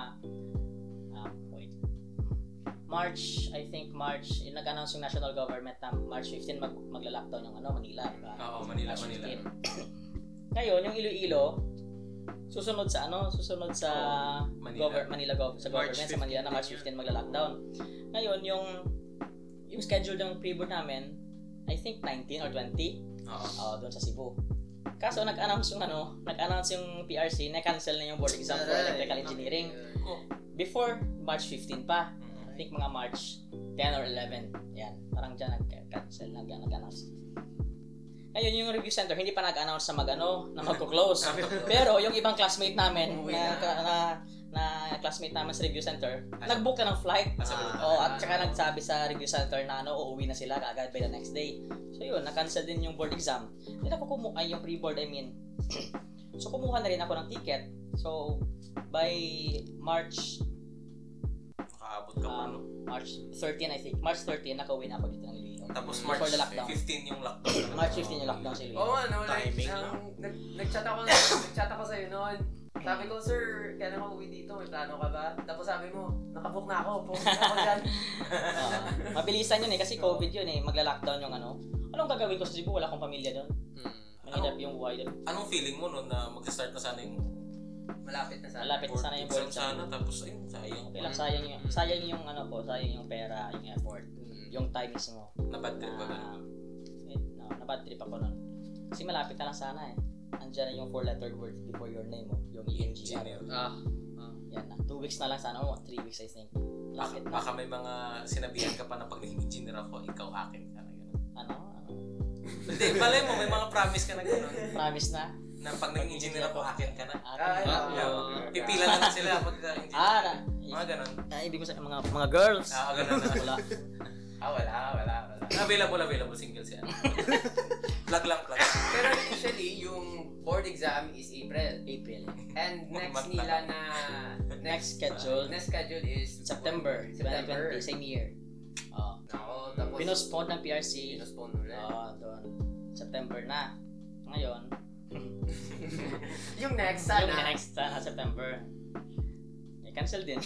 [SPEAKER 4] ah, wait. March, I think March, yung nag-announce yung national government na March 15 mag magla-lockdown yung ano Manila, di ba?
[SPEAKER 1] Oo, Ah, oh, Manila,
[SPEAKER 4] March
[SPEAKER 1] Manila.
[SPEAKER 4] 15. <clears throat> Ngayon, yung Iloilo, susunod sa ano, susunod sa
[SPEAKER 1] Manila.
[SPEAKER 4] Gover- Manila gov sa
[SPEAKER 3] March
[SPEAKER 4] government sa Manila
[SPEAKER 3] 15
[SPEAKER 4] na March 15 magla-lockdown. Ngayon, yung yung schedule ng pre-board namin, I think 19 or 20
[SPEAKER 1] Oo.
[SPEAKER 4] oh, doon sa Cebu. Kaso nag-announce yung ano, nag-announce yung PRC na cancel na yung board exam for
[SPEAKER 3] Aray,
[SPEAKER 4] electrical engineering
[SPEAKER 1] Ko.
[SPEAKER 4] before March 15 pa.
[SPEAKER 1] Mm.
[SPEAKER 4] I think mga March 10 or 11. Yan. Parang dyan nag-cancel, nag- nag-announce. Ngayon, yung review center, hindi pa nag-announce na mag-ano, na magko-close. Pero yung ibang classmate namin,
[SPEAKER 2] Umuwi na.
[SPEAKER 4] na, na, na, classmate namin sa review center,
[SPEAKER 1] Ah,
[SPEAKER 4] nag-book na ng flight.
[SPEAKER 1] Ah, sa
[SPEAKER 2] Ah,
[SPEAKER 4] Oh, at
[SPEAKER 2] ah,
[SPEAKER 4] saka nagsabi sa review center na ano, uuwi na sila kaagad by the next day. So yun, na-cancel din yung board exam. Then ako kumuha, ay yung pre-board I mean. <clears throat> so kumuha na rin ako ng ticket. So, by March
[SPEAKER 1] Nakaabot ka pa, no?
[SPEAKER 4] um, March 13 I think. March 13 nakauwi na ako dito ng Iloilo.
[SPEAKER 1] Tapos
[SPEAKER 4] mm, before
[SPEAKER 1] March
[SPEAKER 4] the lockdown.
[SPEAKER 1] 15 yung lockdown.
[SPEAKER 4] March 15 yung lockdown sa Iloilo. <laughs>
[SPEAKER 2] Oo, ano, like,
[SPEAKER 3] Timing
[SPEAKER 2] ang, nag, nag-chat ako, nag-chat ako sa'yo noon. Sabi ko, sir, kailan ka uwi dito? May plano ka ba? Tapos sabi mo, nakabook na ako, book na ako dyan.
[SPEAKER 4] Oo. mabilisan yun eh kasi COVID yun eh. Magla-lockdown yung ano. Anong gagawin ko sa Cebu? Wala akong pamilya doon.
[SPEAKER 3] Hmm.
[SPEAKER 4] Mahirap yung buhay doon.
[SPEAKER 1] Anong feeling mo nun na magsa-start na sana yung
[SPEAKER 2] Malapit na sana.
[SPEAKER 4] Malapit sana yung board
[SPEAKER 1] exam
[SPEAKER 4] exam.
[SPEAKER 1] sana? Tapos, ayun, sayang.
[SPEAKER 4] Okay lang, sayang yung, sayang yung ano ko, sayang yung pera, yung effort, yung time mismo.
[SPEAKER 1] Nabad trip ba ganun?
[SPEAKER 4] Ah, eh, no, na-bad trip ako nun. Kasi malapit ka lang sana eh. Andiyan na yung four-letter word before your name mo, yung E
[SPEAKER 1] Engineer.
[SPEAKER 4] ENGR.
[SPEAKER 2] Ah,
[SPEAKER 4] Yan na. Two weeks na lang sana, o three weeks I think.
[SPEAKER 1] Baka,
[SPEAKER 4] Lapit na.
[SPEAKER 1] baka may mga sinabihan ka pa na pag naging engineer ako, ikaw akin. Sana ganun.
[SPEAKER 4] Ano? ano?
[SPEAKER 1] Hindi, malay mo, may mga promise ka na gano'n.
[SPEAKER 4] Promise na.
[SPEAKER 1] Na pag naging engineer ako, akin ka na.
[SPEAKER 4] Akin
[SPEAKER 2] Ay,
[SPEAKER 4] na.
[SPEAKER 2] ah,
[SPEAKER 1] Yeah. Pipila na lang sila pag engineer.
[SPEAKER 4] Ah, na.
[SPEAKER 1] Mga ganun.
[SPEAKER 4] Ah, ibig ko sa mga mga girls.
[SPEAKER 1] Ah, ganun na.
[SPEAKER 4] Wala.
[SPEAKER 2] ah, wala, wala, wala.
[SPEAKER 1] Available, available, single
[SPEAKER 4] <laughs>
[SPEAKER 1] siya. plug lang, plug.
[SPEAKER 2] Pero initially, yung board exam is April.
[SPEAKER 4] April.
[SPEAKER 2] And next
[SPEAKER 1] Magta-
[SPEAKER 2] nila na, next,
[SPEAKER 4] Next schedule,
[SPEAKER 2] next schedule is
[SPEAKER 4] September
[SPEAKER 2] September.
[SPEAKER 4] 2020, same year. Oh.
[SPEAKER 2] Ako, tapos
[SPEAKER 4] Pinospond ng PRC.
[SPEAKER 2] pinospon ulit.
[SPEAKER 4] Oh, doon. September na. Ngayon,
[SPEAKER 2] <laughs> yung next
[SPEAKER 4] yung
[SPEAKER 2] sana.
[SPEAKER 4] next sana September. Eh, cancel din.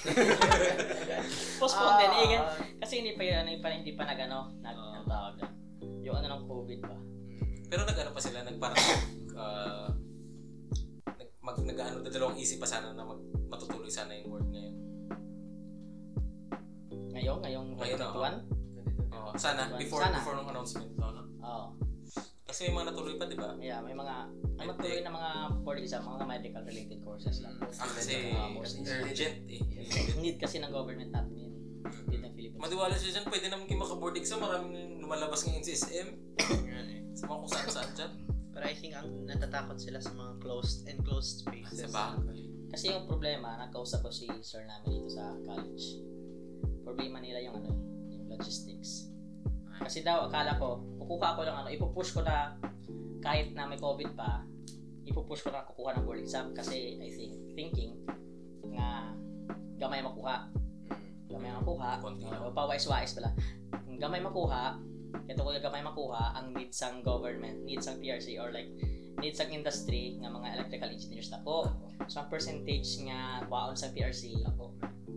[SPEAKER 4] Postpone din. Eh, gan- kasi hindi pa yun, hindi pa, hindi pa nag, ano, nag,
[SPEAKER 2] Oo.
[SPEAKER 4] ang tawag na. Yung ano ng COVID ba?
[SPEAKER 1] Pero nag-ano pa sila, ah, nag parang, uh, nag, mag, nag dal- dalawang isip pa sana na mag, matutuloy sana yung work ngayon.
[SPEAKER 4] Ngayon, ngayong
[SPEAKER 1] Ngayon, oo.
[SPEAKER 4] 2021?
[SPEAKER 1] Oo, sana,
[SPEAKER 4] Diba?
[SPEAKER 1] before,
[SPEAKER 4] Sana.
[SPEAKER 1] before ng announcement. Oo, no?
[SPEAKER 4] Oo.
[SPEAKER 1] Kasi may mga natuloy pa, di ba?
[SPEAKER 4] Yeah, may mga may
[SPEAKER 1] Med-
[SPEAKER 4] matuloy na mga for exam, mga medical related courses lang.
[SPEAKER 1] Ah, kasi
[SPEAKER 4] Ah, mostly.
[SPEAKER 1] urgent eh.
[SPEAKER 4] <laughs> Need kasi ng government natin yun. Need ng Philippines.
[SPEAKER 1] Madiwala siya dyan, pwede naman kayo makaboard exam. Maraming lumalabas ngayon sa SM. Sa mga kung saan saan dyan.
[SPEAKER 3] Pero I think ang natatakot sila sa mga closed enclosed
[SPEAKER 1] Sa
[SPEAKER 3] spaces.
[SPEAKER 1] bagay.
[SPEAKER 4] Kasi yung problema, nakausap ko si sir namin dito sa college. Problema nila yung ano, eh, yung logistics. Kasi daw, akala ko, kukuha ko ng ano, ipupush ko na kahit na may COVID pa, ipupush ko na kukuha ng board exam kasi I think, thinking na gamay makuha. gamay makuha.
[SPEAKER 1] Konti lang.
[SPEAKER 4] O, pawais-wais pala. Kung gamay makuha, ito ko yung gamay makuha, ang needs ang government, needs ang PRC, or like, needs ang industry ng mga electrical engineers na po. So, ang percentage nga kwaon sa PRC,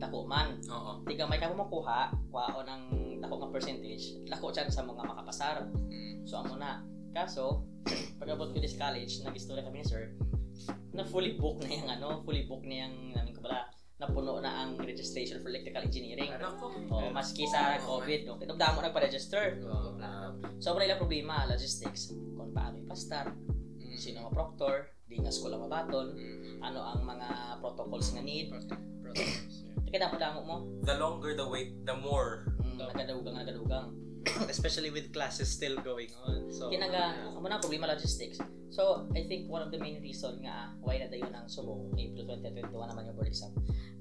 [SPEAKER 4] dako man.
[SPEAKER 1] Oo.
[SPEAKER 4] Di gamay ka mo makuha, kwaon ang dako nga percentage, lako dyan sa mga makapasar. So, amo na. Kaso, <clears throat> pag abot ko din sa college, nag-istorya kami ni sir, na fully book na yung ano, fully book na yung namin kabala, napuno na ang registration for electrical engineering.
[SPEAKER 1] Nako.
[SPEAKER 4] Oh, maski sa COVID, no? Kinabda mo nagpa-register.
[SPEAKER 2] Ah,
[SPEAKER 4] Sobrang ilang problema, logistics, kung paano ipastar,
[SPEAKER 3] Hmm.
[SPEAKER 4] sino ang proctor, di nga school ang mabaton, ano ang mga protocols nga need. Kaya damo-damo mo,
[SPEAKER 1] The longer the wait, the more.
[SPEAKER 4] mm, nagadugang, nagadugang.
[SPEAKER 3] Especially with classes still going on. So,
[SPEAKER 4] Kinaga, mo na problema logistics. So, I think one of the main reason nga why nadayon ang subong April 2021 naman yung board exam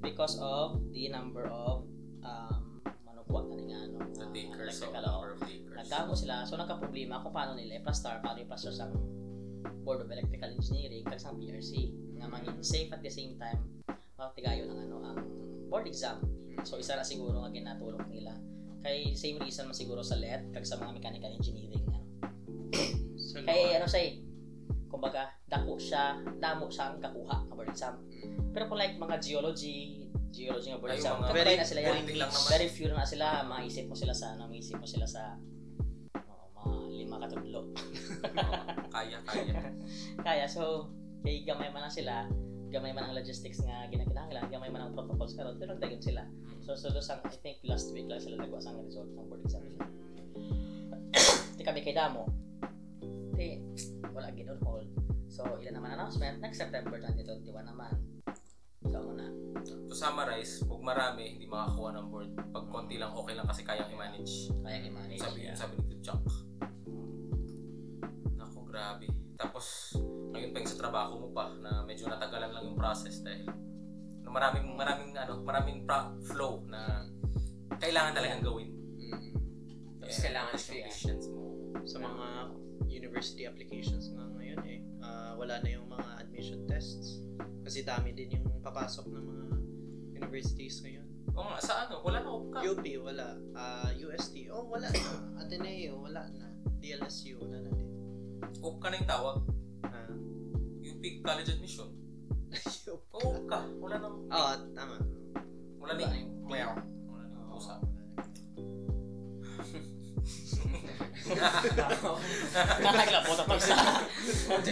[SPEAKER 4] because of the number of um, manugwa na nga ano,
[SPEAKER 1] The
[SPEAKER 4] uh,
[SPEAKER 1] takers of
[SPEAKER 4] electrical, oh.
[SPEAKER 1] number of takers.
[SPEAKER 4] Nagdamo sila, so nagka-problema kung paano nila i-plaster, paano i-plaster sa Board of Electrical Engineering kag sa BRC nga maging safe at the same time matigayo ng ano ang board exam.
[SPEAKER 1] Hmm.
[SPEAKER 4] So isa ra siguro nga ginatulog nila kay same reason man siguro sa LET kag sa mga mechanical engineering ano.
[SPEAKER 3] so
[SPEAKER 4] Kay ano siya eh, kumbaga dako siya, damo siya ang kakuha ng board exam. Pero kung like mga geology, geology nga board
[SPEAKER 1] Ay,
[SPEAKER 4] exam,
[SPEAKER 1] mga-
[SPEAKER 4] kapatay
[SPEAKER 3] Very-
[SPEAKER 4] na sila yan
[SPEAKER 1] Konti lang naman.
[SPEAKER 4] very few na sila, maisip mo sila sa ano, maisip mo sila sa oh, mga lima katudlo.
[SPEAKER 1] Mm. Kaya, kaya.
[SPEAKER 4] Kaya so, kay gamay man na sila, gamay man ang logistics nga ginakinahanglan, gamay man ang protocols karon, pero dayon sila.
[SPEAKER 1] Mm.
[SPEAKER 4] So, so dos ang, I think last week lang sila nagwas ang result ng board exam. Di kami kay Damo. Di, wala gid on hold. So, ilan naman announcement, next September 2021 naman. So, mo na.
[SPEAKER 1] To summarize, kung marami, hindi makakuha ng board. Pag konti lang, okay lang kasi kayang i-manage.
[SPEAKER 4] Kaya i-manage.
[SPEAKER 1] Sabi,
[SPEAKER 4] <laughs> yeah.
[SPEAKER 1] sabi ni Chunk. Nako, grabe. Tapos, ngayon pa yung sa trabaho mo pa, na medyo natagalan lang yung process dahil na maraming, maraming, ano, maraming pra- flow na kailangan talagang gawin.
[SPEAKER 2] Tapos kailangan
[SPEAKER 1] yung
[SPEAKER 2] siya.
[SPEAKER 1] patience mo.
[SPEAKER 3] Mm. sa mga university applications nga ngayon eh, ah, wala na yung mga admission tests. Kasi dami din yung papasok ng mga universities ngayon.
[SPEAKER 1] Oo nga, sa ano, wala na upcap.
[SPEAKER 3] UP, wala. Ah, UST, oh, wala na. Ateneo, wala na. DLSU, wala na din.
[SPEAKER 1] Upka na yung tawag.
[SPEAKER 3] Ah, <laughs>
[SPEAKER 1] UP College Admission.
[SPEAKER 3] UP.
[SPEAKER 1] Oo, oh, upka. Wala na,
[SPEAKER 3] Oo, Ah, tama.
[SPEAKER 1] wala na yung meron. Wala na yung
[SPEAKER 3] Oo,
[SPEAKER 1] usap. <laughs>
[SPEAKER 3] wala na.
[SPEAKER 4] Nakaglapot ang pagsa.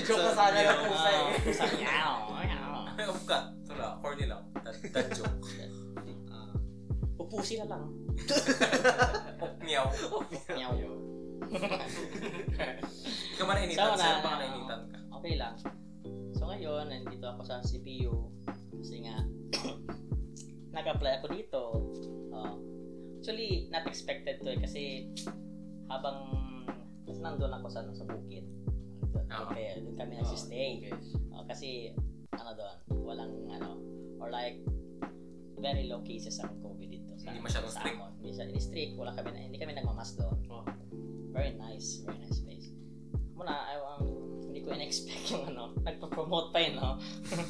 [SPEAKER 2] Joke na sana
[SPEAKER 3] Yung,
[SPEAKER 2] yung pusa
[SPEAKER 4] Oo,
[SPEAKER 2] eh.
[SPEAKER 4] pusa. Meow, meow.
[SPEAKER 1] upka. Wala, ah, corny lang. That, that joke.
[SPEAKER 3] Ah,
[SPEAKER 4] Pupusi na lang.
[SPEAKER 1] Meow.
[SPEAKER 4] <laughs> Meow.
[SPEAKER 1] Ikaw man nainitan,
[SPEAKER 4] Sama na.
[SPEAKER 1] sir, baka nainitan ka.
[SPEAKER 4] okay lang. So ngayon, nandito ako sa CPU kasi nga <coughs> nag-apply ako dito. Oh. Actually, not expected to eh kasi habang kasi nandun ako sa, sa bukid.
[SPEAKER 1] Oo.
[SPEAKER 4] Okay, doon kami nagsistay. <laughs> Oh, kasi ano doon, walang ano, or like very low cases ang COVID dito.
[SPEAKER 1] Hindi masyadong
[SPEAKER 4] sa
[SPEAKER 1] strict.
[SPEAKER 4] Amon. Hindi siya hindi strict, wala kami na, hindi kami nagmamas doon.
[SPEAKER 3] Oh.
[SPEAKER 4] Very nice, very nice place. Muna, I, um, hindi ko in-expect yung ano, nagpa-promote pa yun, no?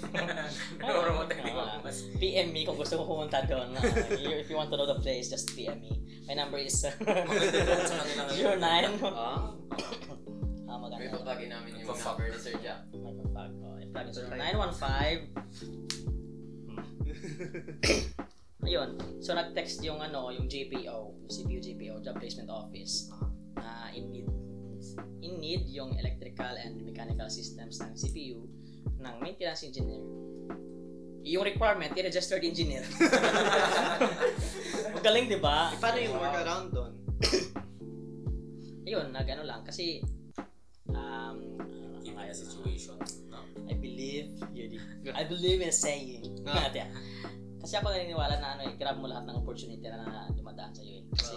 [SPEAKER 1] <laughs> Pero mo hindi ko
[SPEAKER 4] Ah.
[SPEAKER 1] mas.
[SPEAKER 4] PM me kung gusto mo pumunta doon. ah. You- if you want to know the place, just PM me. My number is
[SPEAKER 1] Maganda doon sa kanila
[SPEAKER 4] <laughs>
[SPEAKER 1] ngayon.
[SPEAKER 4] 09.
[SPEAKER 2] <laughs> Ah,
[SPEAKER 4] Ah, maganda.
[SPEAKER 2] may babagay namin yung
[SPEAKER 1] Nagpa-fuck.
[SPEAKER 2] number ni Sir Jack.
[SPEAKER 4] May pag Oh, yung plug is 915. Ayun. So, nag-text yung ano, yung JPO, yung CPU JPO, Job Placement Office, na in need, in need yung electrical and mechanical systems ng CPU ng maintenance engineer. Yung requirement, you're a registered engineer. Magaling, di ba?
[SPEAKER 3] Eh, paano yung workaround
[SPEAKER 4] <laughs>
[SPEAKER 3] doon?
[SPEAKER 4] Ayun, nag-ano lang. Kasi, um,
[SPEAKER 1] Given the situation. No?
[SPEAKER 4] I believe, yun eh. I believe in saying. Natin. Kasi ako naniniwala na ano eh, grab mo lahat ng opportunity na, na dumadaan sa'yo eh. Kasi,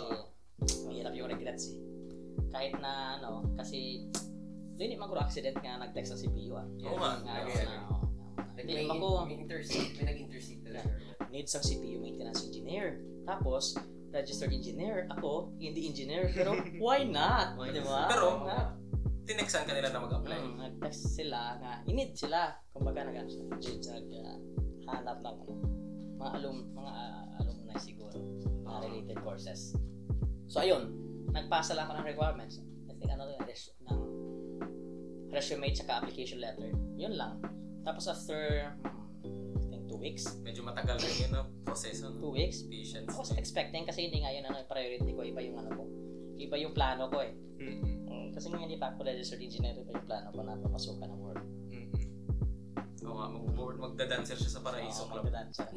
[SPEAKER 4] mahirap yung regrets eh. Kahit na ano, kasi, hindi magro accident nga nag-text sa CPU ah.
[SPEAKER 1] Oo nga.
[SPEAKER 4] Nga,
[SPEAKER 2] Okay,
[SPEAKER 4] ano,
[SPEAKER 2] okay.
[SPEAKER 4] na, oo, nga.
[SPEAKER 2] Like,
[SPEAKER 4] Hindi,
[SPEAKER 2] may,
[SPEAKER 4] ako,
[SPEAKER 2] may intercede, may nag-intercede talaga.
[SPEAKER 4] needs ang CPU maintenance engineer. Tapos, registered engineer. Ako, hindi engineer. Pero, why not?
[SPEAKER 3] Why
[SPEAKER 4] Di
[SPEAKER 3] not?
[SPEAKER 4] ba?
[SPEAKER 1] Pero,
[SPEAKER 4] Oo nga.
[SPEAKER 1] Tinexan ka nila na mag-apply.
[SPEAKER 4] Mm, nag-text sila na inid sila. Kumbaga nag nag uh, hanap ng ano, mga alum mga ah, alumni siguro na related courses. So ayun, nagpasa lang ako ng requirements. I think ano to, res- ng resume tsaka application letter. Yun lang. Tapos after hmm, I think two weeks,
[SPEAKER 1] Medyo matagal na yun ang proseso. No?
[SPEAKER 4] two weeks,
[SPEAKER 1] Patience.
[SPEAKER 4] I was expecting kasi hindi nga yun ano, priority ko, iba yung ano ko. Iba yung plano ko eh.
[SPEAKER 3] Mm-mm.
[SPEAKER 4] Mm, Kasi nga hindi pa ako registered engineer, iba yung plano ko na papasukan ng work.
[SPEAKER 3] Mm-mm.
[SPEAKER 1] Oo nga, mag-board, magda-dancer siya sa Paraiso
[SPEAKER 4] Oo,
[SPEAKER 1] Club.
[SPEAKER 4] magda-dancer.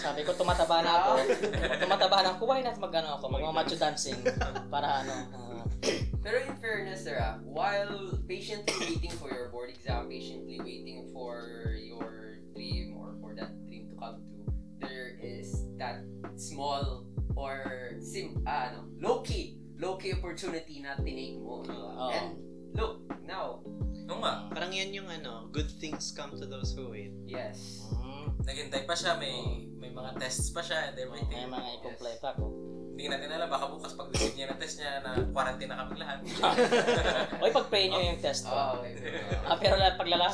[SPEAKER 4] Sabi ko, tumataba na ako. Kung tumataba na ako, why not mag-ano ako? Magmamacho dancing. Para ano. ah,
[SPEAKER 2] Pero in fairness, sir, ah, while
[SPEAKER 1] <coughs>
[SPEAKER 2] patiently waiting for your board exam, patiently waiting for your dream or for that dream to come true, there is that small or sim, ah, ano, low-key, low-key opportunity na tinake mo. di ba?
[SPEAKER 1] Oh.
[SPEAKER 4] oo.
[SPEAKER 2] And look, now,
[SPEAKER 1] <laughs> Oo nga,
[SPEAKER 3] Parang yan yung ano, good things come to those who wait.
[SPEAKER 2] yes.
[SPEAKER 4] Mm,
[SPEAKER 1] naghintay pa siya, may may mga tests pa siya and
[SPEAKER 4] May
[SPEAKER 1] everything.
[SPEAKER 4] mga i-comply pa ako.
[SPEAKER 1] Hindi natin alam, baka bukas pag-receive niya ng test niya na quarantine na
[SPEAKER 4] <laughs>
[SPEAKER 1] kaming lahat.
[SPEAKER 4] Oy, pag-pray nyo yung test
[SPEAKER 2] Oh,
[SPEAKER 4] ko.
[SPEAKER 2] okay.
[SPEAKER 4] Ah, pero la- paglala,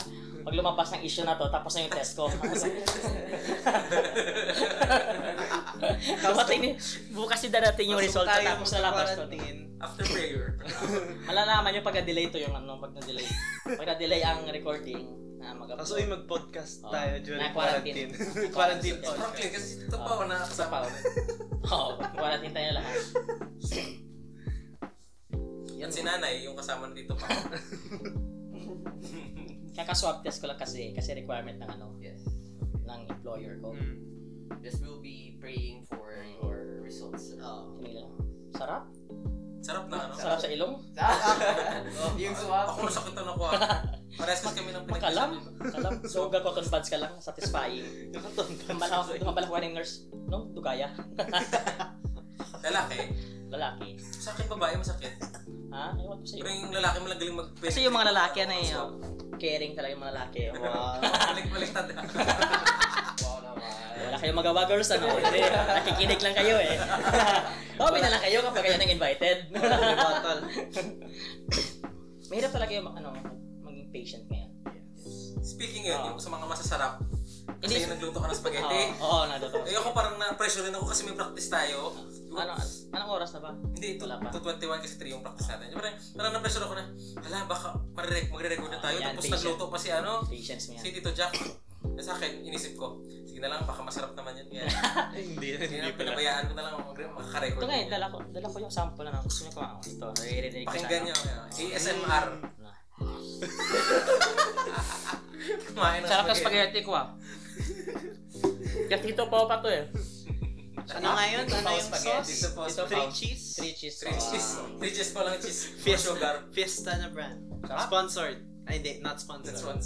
[SPEAKER 4] pag lumabas ng issue na to, tapos na yung test
[SPEAKER 1] <laughs>
[SPEAKER 4] ko. <laughs> Dumating ni, bukas din darating yung result
[SPEAKER 3] Pasok tayo
[SPEAKER 4] tapos na labas to.
[SPEAKER 3] magka-quarantine.
[SPEAKER 1] After
[SPEAKER 4] <laughs>
[SPEAKER 1] prayer.
[SPEAKER 4] Malalaman nyo pag na-delay to yung ano, pag na-delay. Pag na-delay ang recording, na
[SPEAKER 3] Tapos
[SPEAKER 4] mag-upload.
[SPEAKER 3] uy, mag-podcast
[SPEAKER 4] Oo.
[SPEAKER 3] tayo during
[SPEAKER 4] Na-quarantine.
[SPEAKER 3] quarantine. <laughs> quarantine
[SPEAKER 4] Yes.
[SPEAKER 1] Franklin,
[SPEAKER 3] podcast.
[SPEAKER 1] kasi ito pa ako na
[SPEAKER 4] Sa
[SPEAKER 1] kasama.
[SPEAKER 4] pao. Oo, quarantine tayo lahat.
[SPEAKER 1] Yan si nanay, yung kasama na dito pa.
[SPEAKER 4] Kakaswab test ko lang kasi, kasi requirement ng ano,
[SPEAKER 2] <laughs> Yes.
[SPEAKER 4] ng employer ko.
[SPEAKER 3] Mm.
[SPEAKER 2] Just will be praying for your results. <laughs> sir.
[SPEAKER 4] Oh. Sarap?
[SPEAKER 1] Sarap na ano?
[SPEAKER 4] Sarap sa ilong?
[SPEAKER 1] Oh,
[SPEAKER 2] yung
[SPEAKER 1] Ako
[SPEAKER 2] swab.
[SPEAKER 1] nasakitan ako
[SPEAKER 4] <laughs>
[SPEAKER 1] ah. Parehas kasi kami ng
[SPEAKER 4] Makalam? Kalam? Soga cotton buds ka lang, satisfying. Dumalaw, dumalakuha ng nurse, no? Dugaya.
[SPEAKER 1] Lalaki.
[SPEAKER 4] Lalaki.
[SPEAKER 1] Sa akin babae masakit.
[SPEAKER 4] Ha? Ewan ko
[SPEAKER 1] Pero
[SPEAKER 4] sa'yo.
[SPEAKER 1] yung lalaki malagaling mag
[SPEAKER 4] Kasi yung mga lalaki ano eh,
[SPEAKER 1] <laughs>
[SPEAKER 4] oh, caring talaga yung mga lalaki. oh.
[SPEAKER 3] Wow. <laughs>
[SPEAKER 1] Balik-balik tanda.
[SPEAKER 2] Wow naman.
[SPEAKER 4] Wala kayong magawa girls ano, hindi. Nakikinig lang kayo eh. <laughs> Hobby na lang kayo kapag kayo nang invited.
[SPEAKER 3] Batal.
[SPEAKER 4] Mahirap talaga yung ano, maging patient ngayon.
[SPEAKER 1] <laughs> Speaking yun,
[SPEAKER 4] Oo.
[SPEAKER 1] yung sa mga masasarap. Kasi
[SPEAKER 4] Hindi-
[SPEAKER 1] yung nagluto ka ng
[SPEAKER 4] <laughs>
[SPEAKER 1] spaghetti.
[SPEAKER 4] Oo, oh, nagtotoo.
[SPEAKER 1] Eh ako parang na-pressure rin ako kasi may practice tayo.
[SPEAKER 4] Ano, anong oras na ba?
[SPEAKER 1] Hindi, to,
[SPEAKER 4] Wala pa.
[SPEAKER 1] to 21 kasi 3 yung practice natin. Parang, parang na-pressure ako na, hala, baka marirec- magre-record na tayo.
[SPEAKER 4] Ah, yan,
[SPEAKER 1] tapos
[SPEAKER 4] patient.
[SPEAKER 1] nagluto pa si ano,
[SPEAKER 4] Patience mo
[SPEAKER 1] si
[SPEAKER 4] yan.
[SPEAKER 1] Tito Jack. Eh, Sa akin, inisip ko, sige na lang, baka masarap naman yun.
[SPEAKER 4] <laughs>
[SPEAKER 1] Kaya,
[SPEAKER 3] Hindi,
[SPEAKER 1] Hindi
[SPEAKER 3] hindi
[SPEAKER 1] na,
[SPEAKER 3] pala.
[SPEAKER 1] pinabayaan ko na lang mag- makaka-record.
[SPEAKER 4] Ito nga, eh,
[SPEAKER 1] yun.
[SPEAKER 4] dala ko, dala ko yung sample na gusto niyo kumain. Ito, naririnig ko
[SPEAKER 1] Pakinggan
[SPEAKER 4] ano.
[SPEAKER 1] niyo. Ano eh, ASMR. Kumain ng
[SPEAKER 4] Sarap ng
[SPEAKER 1] spaghetti.
[SPEAKER 4] spaghetti ko ah. Gatito po pa to eh.
[SPEAKER 3] Ano nga yun? Ano yung
[SPEAKER 1] Spaghetti.
[SPEAKER 3] sauce?
[SPEAKER 1] Dito po,
[SPEAKER 3] It's
[SPEAKER 1] dito po.
[SPEAKER 3] three cheese?
[SPEAKER 4] Three cheese. Ah.
[SPEAKER 1] Three cheese. Three cheese pa lang cheese.
[SPEAKER 4] <laughs>
[SPEAKER 1] Fish
[SPEAKER 3] Fiesta.
[SPEAKER 1] sugar.
[SPEAKER 3] Fiesta na brand.
[SPEAKER 4] Sarap.
[SPEAKER 3] Sponsored. Ay, hindi. Not sponsored.
[SPEAKER 1] That's one.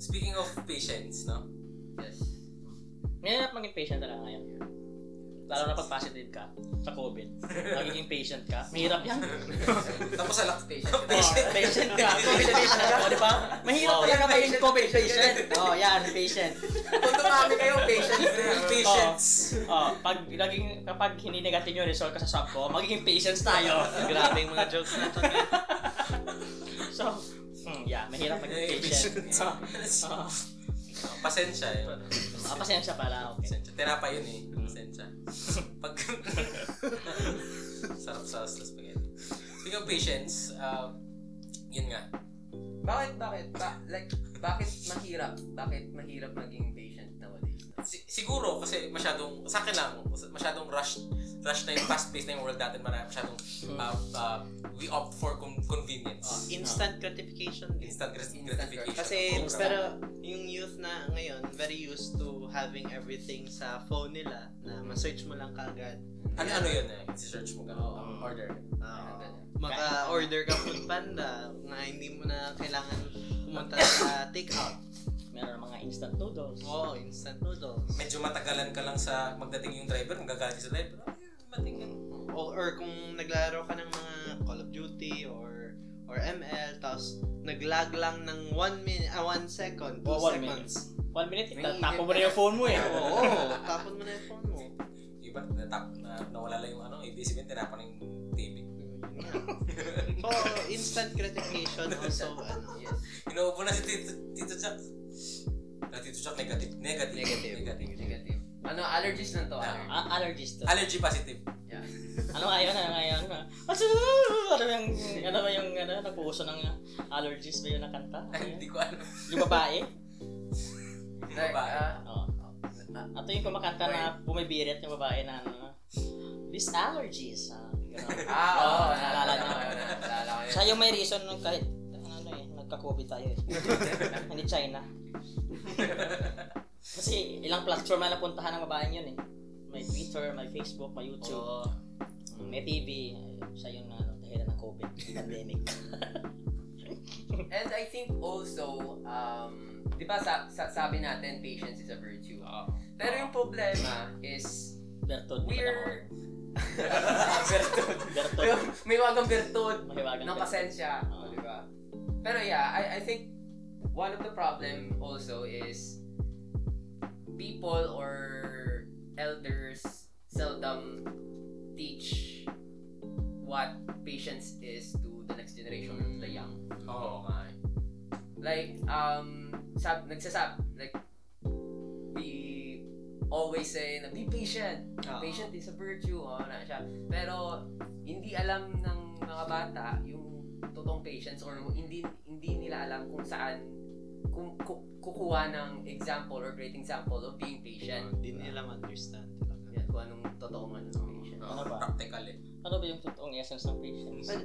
[SPEAKER 1] Speaking of patience, no?
[SPEAKER 2] Yes.
[SPEAKER 4] Mahirap maging patient talaga ngayon. Lalo na pag positive ka sa COVID. Magiging patient ka. Mahirap
[SPEAKER 1] <laughs>
[SPEAKER 4] yan. Oh,
[SPEAKER 1] Tapos sa <laughs>
[SPEAKER 2] Patient.
[SPEAKER 1] lactation. Patient.
[SPEAKER 4] patient ka. COVID patient ka. O, di ba? Mahirap
[SPEAKER 1] Wow.
[SPEAKER 4] talaga maging
[SPEAKER 1] Oh, Patient,
[SPEAKER 4] COVID
[SPEAKER 1] patient.
[SPEAKER 4] patient. Oh, yan. Patient.
[SPEAKER 1] Kung tumami kayo,
[SPEAKER 2] Ah.
[SPEAKER 1] patience. Patience.
[SPEAKER 4] Oh, pag laging kapag hindi negative yung result ko sa swab ko, magiging patience tayo.
[SPEAKER 3] <laughs> Grabe yung mga jokes na to. guys.
[SPEAKER 4] <laughs> So, hmm, yeah, mahirap maging
[SPEAKER 1] Eh,
[SPEAKER 4] patient.
[SPEAKER 1] patience.
[SPEAKER 4] Oh, oh.
[SPEAKER 1] Pasensya yun.
[SPEAKER 4] Ah, pasensya pala. Okay.
[SPEAKER 1] Pasensya. Tinapa yun eh.
[SPEAKER 4] Mm.
[SPEAKER 1] Pasensya. Pag... <laughs> Sarap sa sa spaghetti. Speaking of patience, uh, yun nga.
[SPEAKER 2] Bakit, bakit? Ba- like, bakit mahirap? Bakit mahirap maging patient nowadays?
[SPEAKER 1] Si- siguro kasi masyadong sa akin lang masyadong rush rush na yung fast pace na yung world natin marami masyadong
[SPEAKER 4] Mm.
[SPEAKER 1] uh, uh, we opt for con- convenience
[SPEAKER 3] <laughs>
[SPEAKER 4] Ah,
[SPEAKER 3] Instant gratification. din.
[SPEAKER 1] instant grat- gratification
[SPEAKER 3] Kasi,
[SPEAKER 1] Sobra.
[SPEAKER 3] pero yung youth ngayon, very used to having everything sa phone nila na ma-search mo lang kagad.
[SPEAKER 1] Ano ano yun eh? I-search mo ka.
[SPEAKER 2] Oo.
[SPEAKER 3] Um,
[SPEAKER 1] Order.
[SPEAKER 3] ah, maka-order ka food panda na hindi mo na kailangan pumunta sa takeout.
[SPEAKER 4] Meron mga instant noodles.
[SPEAKER 3] Oo, instant noodles.
[SPEAKER 1] Medyo matagalan ka lang sa magdating yung driver, magagalit sa driver. Ay, mating ka.
[SPEAKER 3] O, or kung naglaro ka ng mga Call of Duty or or ML, tapos naglag lang ng 1 minute, ah, 1 second, 2
[SPEAKER 4] Oh, one
[SPEAKER 3] seconds.
[SPEAKER 4] One minute,
[SPEAKER 2] May event
[SPEAKER 4] tapo mo na yung phone mo eh.
[SPEAKER 3] Oo, tapon mo na yung phone mo.
[SPEAKER 1] Iba, natap, na, nawala lang yung ano, ibig sabihin, tinapan yung TV.
[SPEAKER 3] Yun nga. So, instant gratification also, ano,
[SPEAKER 2] Yes.
[SPEAKER 1] Inuupo na si Tito, Tito Jack. Ah, Tito Jack, negative. Negative.
[SPEAKER 2] Negative.
[SPEAKER 1] Negative.
[SPEAKER 2] Negative. Ano, allergies lang to.
[SPEAKER 1] Ah.
[SPEAKER 2] allergies.
[SPEAKER 4] Ah, allergies to.
[SPEAKER 1] Allergy positive. <laughs>
[SPEAKER 2] Yeah.
[SPEAKER 4] ano nga yun, ano nga yun? Asu! Ano ba yung, ano ba yung, ano, nagpuuso ng allergies ba yun na kanta? Ano
[SPEAKER 1] Ay,
[SPEAKER 4] yun?
[SPEAKER 1] Hindi ko ano.
[SPEAKER 4] Yung babae?
[SPEAKER 1] Yung
[SPEAKER 2] Like,
[SPEAKER 1] babae.
[SPEAKER 2] ah,
[SPEAKER 4] Oo.
[SPEAKER 2] ah,
[SPEAKER 4] Ato yung kumakanta na bumibirit yung babae na, ano, these allergies. Ah, gano'n.
[SPEAKER 2] ah, oo.
[SPEAKER 4] Oo,
[SPEAKER 2] Naalala
[SPEAKER 4] naalala
[SPEAKER 2] ko.
[SPEAKER 4] ko.
[SPEAKER 2] yun, Naalala ko. <laughs> yun.
[SPEAKER 4] Siya yung may reason nung kahit, ano, ano eh, nagka-COVID tayo eh. Hindi China. Kasi ilang platform na napuntahan ng babaeng yun eh. May Twitter, may Facebook, may YouTube.
[SPEAKER 2] Oo.
[SPEAKER 4] May TV, siya yung ano, dahilan ng COVID, pandemic.
[SPEAKER 2] And I think also, um, di ba sa, sa, sabi natin, patience is a virtue. Pero yung problema is,
[SPEAKER 4] Bertod,
[SPEAKER 2] <laughs> we're...
[SPEAKER 1] Bertod.
[SPEAKER 4] Bertod,
[SPEAKER 2] Pero <laughs> may wagang bertod
[SPEAKER 4] mahiwagang
[SPEAKER 2] ng pasensya.
[SPEAKER 4] Oo.
[SPEAKER 2] di ba? Pero yeah, I, I think one of the problem also is people or elders seldom teach what patience is to the next generation, the young.
[SPEAKER 1] <laughs> Oo, nga. eh.
[SPEAKER 2] like um sab nagsasab like we always say na be patient
[SPEAKER 3] Oo.
[SPEAKER 2] Ah. patient is a virtue oh na siya pero hindi alam ng mga bata yung totoong patience or hindi hindi nila alam kung saan kung ku- kukuha ng example or great example of being patient
[SPEAKER 3] hindi nila ma-understand talaga.
[SPEAKER 2] yeah, kung anong totoong ano ng patient
[SPEAKER 1] Oo,
[SPEAKER 4] Ano ba?
[SPEAKER 1] Practical eh.
[SPEAKER 4] Ano ba yung totoong essence ng patience?
[SPEAKER 3] Well,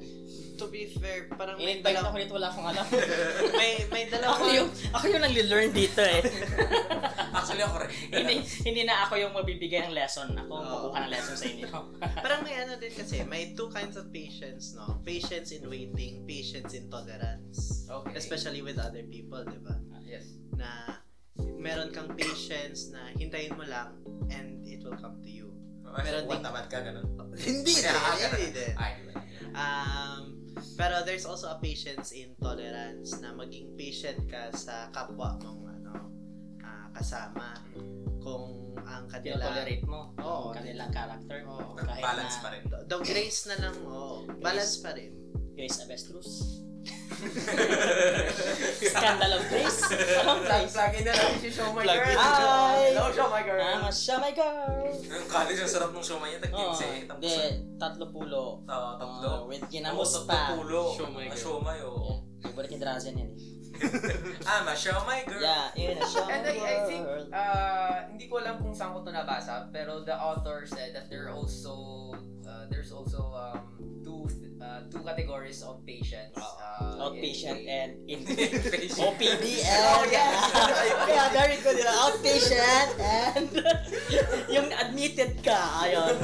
[SPEAKER 3] to be fair, parang may
[SPEAKER 4] In-invite ako
[SPEAKER 3] dalawa,
[SPEAKER 4] dito, wala akong alam. <laughs>
[SPEAKER 3] may, may dalawa,
[SPEAKER 4] ako yung, ako yung nag-learn dito eh.
[SPEAKER 1] Actually, ako rin.
[SPEAKER 4] hindi, hindi na ako yung mabibigay ng lesson. Ako,
[SPEAKER 3] Oo.
[SPEAKER 4] kukuha ng lesson sa inyo.
[SPEAKER 3] parang may ano din kasi, may two kinds of patience, no? Patience in waiting, patience in tolerance.
[SPEAKER 2] okay
[SPEAKER 3] Especially with other people, di ba?
[SPEAKER 2] yes
[SPEAKER 3] Na meron kang patience na hintayin mo lang and it will come to you. Meron
[SPEAKER 1] Meron
[SPEAKER 3] ding-
[SPEAKER 1] ding tamad ka, ganun.
[SPEAKER 3] hindi <laughs> din, hindi din.
[SPEAKER 1] Ay, di ba?
[SPEAKER 3] Um, pero there's also a patience in tolerance na maging patient ka sa kapwa mong ano, ah, kasama. Kung ang kanila
[SPEAKER 4] Tinotolerate mo.
[SPEAKER 3] Oo.
[SPEAKER 4] Ang kanilang character.
[SPEAKER 3] Oo.
[SPEAKER 4] Kahit
[SPEAKER 1] Balance
[SPEAKER 4] na-
[SPEAKER 1] pa rin. <laughs>
[SPEAKER 3] The grace na lang, oo. Balance pa rin.
[SPEAKER 4] Grace Avestruz. Scandal of Grace. Anong
[SPEAKER 2] plug, <laughs>
[SPEAKER 4] Grace?
[SPEAKER 2] plug in na lang si show my
[SPEAKER 4] Plug
[SPEAKER 2] girl
[SPEAKER 4] in. Hi!
[SPEAKER 2] hello show my girl
[SPEAKER 4] I'm a shamay girl.
[SPEAKER 1] Yung college, ang sarap ng siomay niya.
[SPEAKER 4] Oo.
[SPEAKER 1] Tag-15 eh. Tapos,
[SPEAKER 4] Hindi, tatlo pulo.
[SPEAKER 1] ah, tatlo.
[SPEAKER 4] Uh, with
[SPEAKER 1] Oo,
[SPEAKER 4] ginamos
[SPEAKER 1] tatlo
[SPEAKER 4] pa.
[SPEAKER 1] pulo.
[SPEAKER 2] Siomay
[SPEAKER 1] Ah,
[SPEAKER 2] girl.
[SPEAKER 1] Siomay, oo. Ah,
[SPEAKER 4] Favorite ni Drazen yan eh.
[SPEAKER 1] I'm a siomay girl. <laughs>
[SPEAKER 4] Yeah, in a shamay
[SPEAKER 2] And I, I think,
[SPEAKER 4] world.
[SPEAKER 2] uh, hindi ko alam kung saan ko ito nabasa, pero the author said that there are also, uh, there's also um, two uh, two categories of patients. Uh,
[SPEAKER 4] Outpatient
[SPEAKER 2] in-
[SPEAKER 4] and
[SPEAKER 1] <laughs>
[SPEAKER 4] in
[SPEAKER 1] Patient.
[SPEAKER 4] OPD
[SPEAKER 1] <laughs>
[SPEAKER 2] Oh,
[SPEAKER 4] and
[SPEAKER 2] yeah.
[SPEAKER 4] <laughs>
[SPEAKER 2] <laughs>
[SPEAKER 4] yeah, very good. Yun. Outpatient and <laughs> yung admitted ka, ayun.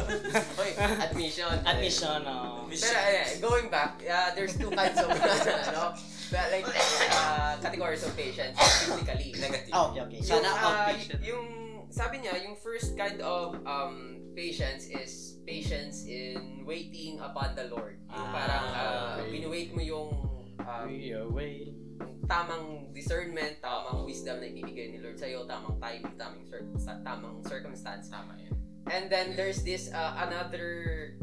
[SPEAKER 2] Oy, admission.
[SPEAKER 4] Admission, oh.
[SPEAKER 2] Pero eh, going back, uh, there's two kinds of, <laughs> ano, but like, uh, categories of patients physically.
[SPEAKER 1] Negative.
[SPEAKER 4] Oh, okay, okay.
[SPEAKER 3] Sana
[SPEAKER 2] yung, ah,
[SPEAKER 3] outpatient.
[SPEAKER 2] yung sabi niya, yung first kind of um, patience is patience in waiting upon the Lord. Yung
[SPEAKER 4] Ah,
[SPEAKER 2] parang uh,
[SPEAKER 4] okay.
[SPEAKER 2] wini-wait mo yung um,
[SPEAKER 4] are waiting.
[SPEAKER 2] tamang discernment, tamang wisdom na ibibigay ni Lord sa'yo, tamang timing, tamang, cir- sa- tamang circumstance.
[SPEAKER 1] Tama yan.
[SPEAKER 2] And then there's this uh, another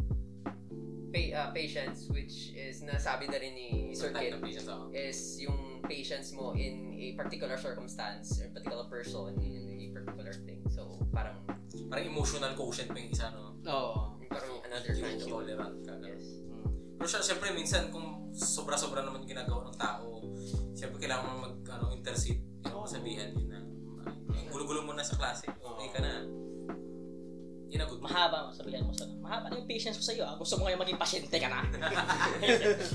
[SPEAKER 2] pa- uh, patience which is nasabi na rin ni Sir
[SPEAKER 1] Isang type
[SPEAKER 2] Kit
[SPEAKER 1] ng patience ako.
[SPEAKER 2] is yung patience mo in a particular circumstance or particular person in a particular thing. So, parang,
[SPEAKER 1] Parang emotional quotient mo yung isa, no?
[SPEAKER 3] Oo.
[SPEAKER 2] parang another kind of
[SPEAKER 1] tolerant ka. ganun.
[SPEAKER 2] Yes.
[SPEAKER 1] Pero siya, siyempre, minsan kung sobra-sobra naman yung ginagawa ng tao, siyempre kailangan mo mag, ano, intercede, you know, sabihan yun na, "Ay, gulo-gulo mo na sa klase, okay ka na. Yun ang good mo.
[SPEAKER 4] Mahaba mo, sabihan mo sana. Mahaba na yung patience ko sa'yo. Ah. Gusto mo ngayon maging pasyente ka na.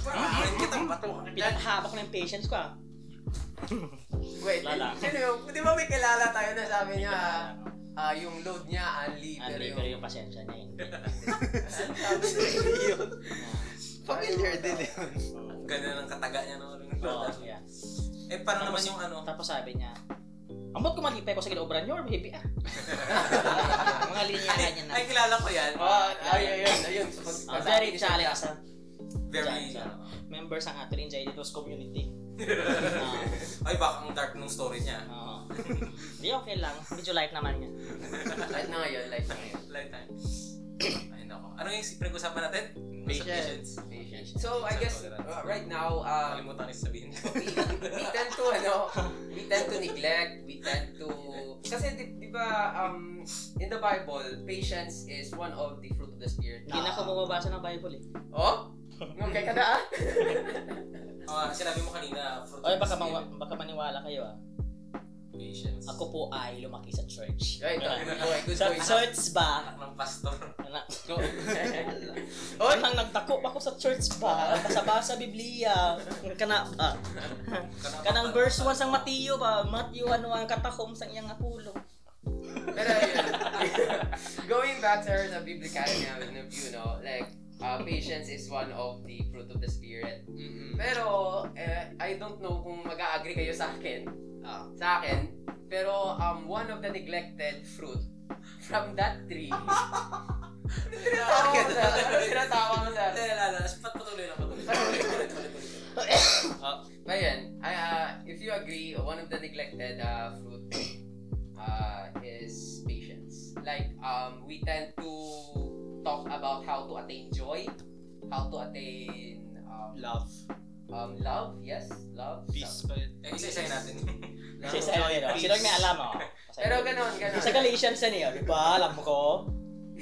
[SPEAKER 1] Parang, "Ay, kitang bato.
[SPEAKER 4] Pinapahaba ko na yung patience ko ah.
[SPEAKER 2] Wait,
[SPEAKER 4] Lala.
[SPEAKER 2] sino yung, di ba may kilala tayo na sabi niya, ah, yung load niya, unli,
[SPEAKER 4] Ang
[SPEAKER 2] pero
[SPEAKER 4] liver
[SPEAKER 2] yung... Ano
[SPEAKER 4] yung pasensya niya. <laughs> Hindi. <laughs>
[SPEAKER 2] Sabi niya,
[SPEAKER 3] yun. Familiar din yun.
[SPEAKER 1] Ganun ang kataga niya no.
[SPEAKER 4] Oo, Oh, yeah.
[SPEAKER 1] Eh, para naman yung ano.
[SPEAKER 4] Tapos sabi niya, Ambot ko malipay ko sa kilobran niyo or baby ah. <laughs> Mga linya na niya na.
[SPEAKER 1] Ay, kilala ko yan.
[SPEAKER 2] <laughs> Ah, ayun, ayun, ayun. So, pag-
[SPEAKER 4] Ah, very challenge. ah.
[SPEAKER 1] Very,
[SPEAKER 4] Diyan,
[SPEAKER 1] ano.
[SPEAKER 4] Members ang atin sa Editors <laughs> Community.
[SPEAKER 1] Ay, baka ang dark nung story niya.
[SPEAKER 4] Oo. Hindi okay lang. Medyo light naman niya.
[SPEAKER 2] Light na ngayon, light na ngayon.
[SPEAKER 4] <coughs>
[SPEAKER 1] Lifetime. Ay, nako. Ano yung pinag-usapan natin? Sa
[SPEAKER 3] Patience.
[SPEAKER 1] Patience.
[SPEAKER 2] So, I guess, uh, right now, um,
[SPEAKER 1] Nakalimutan ko yung sabihin
[SPEAKER 4] <laughs>
[SPEAKER 1] ko.
[SPEAKER 2] we, we tend to ano, we tend to neglect, we tend to kasi di, di ba um in the Bible, patience is one of the fruit of the spirit.
[SPEAKER 4] Hindi na ako bumabasa ng Bible eh.
[SPEAKER 2] Oh? Okay ka na ah.
[SPEAKER 1] Ah, sinabi mo kanina, fruit of the
[SPEAKER 4] Oy, baka,
[SPEAKER 1] spirit.
[SPEAKER 4] mawa- baka maniwala kayo ah.
[SPEAKER 1] Patience.
[SPEAKER 4] Ako po ay lumaki sa church.
[SPEAKER 2] Right, ito, good boy, good boy.
[SPEAKER 4] Sa church ba?
[SPEAKER 1] Anak ng
[SPEAKER 4] <laughs>
[SPEAKER 1] pastor.
[SPEAKER 4] Na,
[SPEAKER 2] Oy!
[SPEAKER 4] Ang nagtako ako sa church ba? Basa-basa Biblia. Kana ah, ba? Kanang verse 1 sang Mateo ba? Matthew ano ang katakom sa iyang apulo.
[SPEAKER 2] <laughs> Pero yun, <laughs> going back to her sa biblical namin of you know, like uh, patience is one of the fruit of the spirit.
[SPEAKER 1] Mm-mm.
[SPEAKER 2] Pero eh, I don't know kung mag-agree kayo sa akin.
[SPEAKER 3] Ah.
[SPEAKER 2] Sa akin, pero um one of the neglected fruit from that tree. Tinatawa mo sa, ano <laughs> tinatawa mo sa?
[SPEAKER 1] Lalala, patuloy lang, patuloy.
[SPEAKER 4] <laughs>
[SPEAKER 1] Patuloy, patuloy, patuloy.
[SPEAKER 2] But yun, I, uh, if you agree, one of the neglected uh, fruit <clears throat> uh, is patience. Like, um, we tend to talk about how to attain joy, how to attain um,
[SPEAKER 3] Love.
[SPEAKER 2] um, love, yes, love.
[SPEAKER 5] Peace pa yun.
[SPEAKER 1] Eh, isa-isayin
[SPEAKER 4] <laughs>
[SPEAKER 1] natin.
[SPEAKER 2] Love.
[SPEAKER 4] Kasi sa ano, sino yung may alam oh.
[SPEAKER 2] Pero ganon, ganon.
[SPEAKER 4] Sa Galatians yan eh, oh. di ba? Alam mo ko.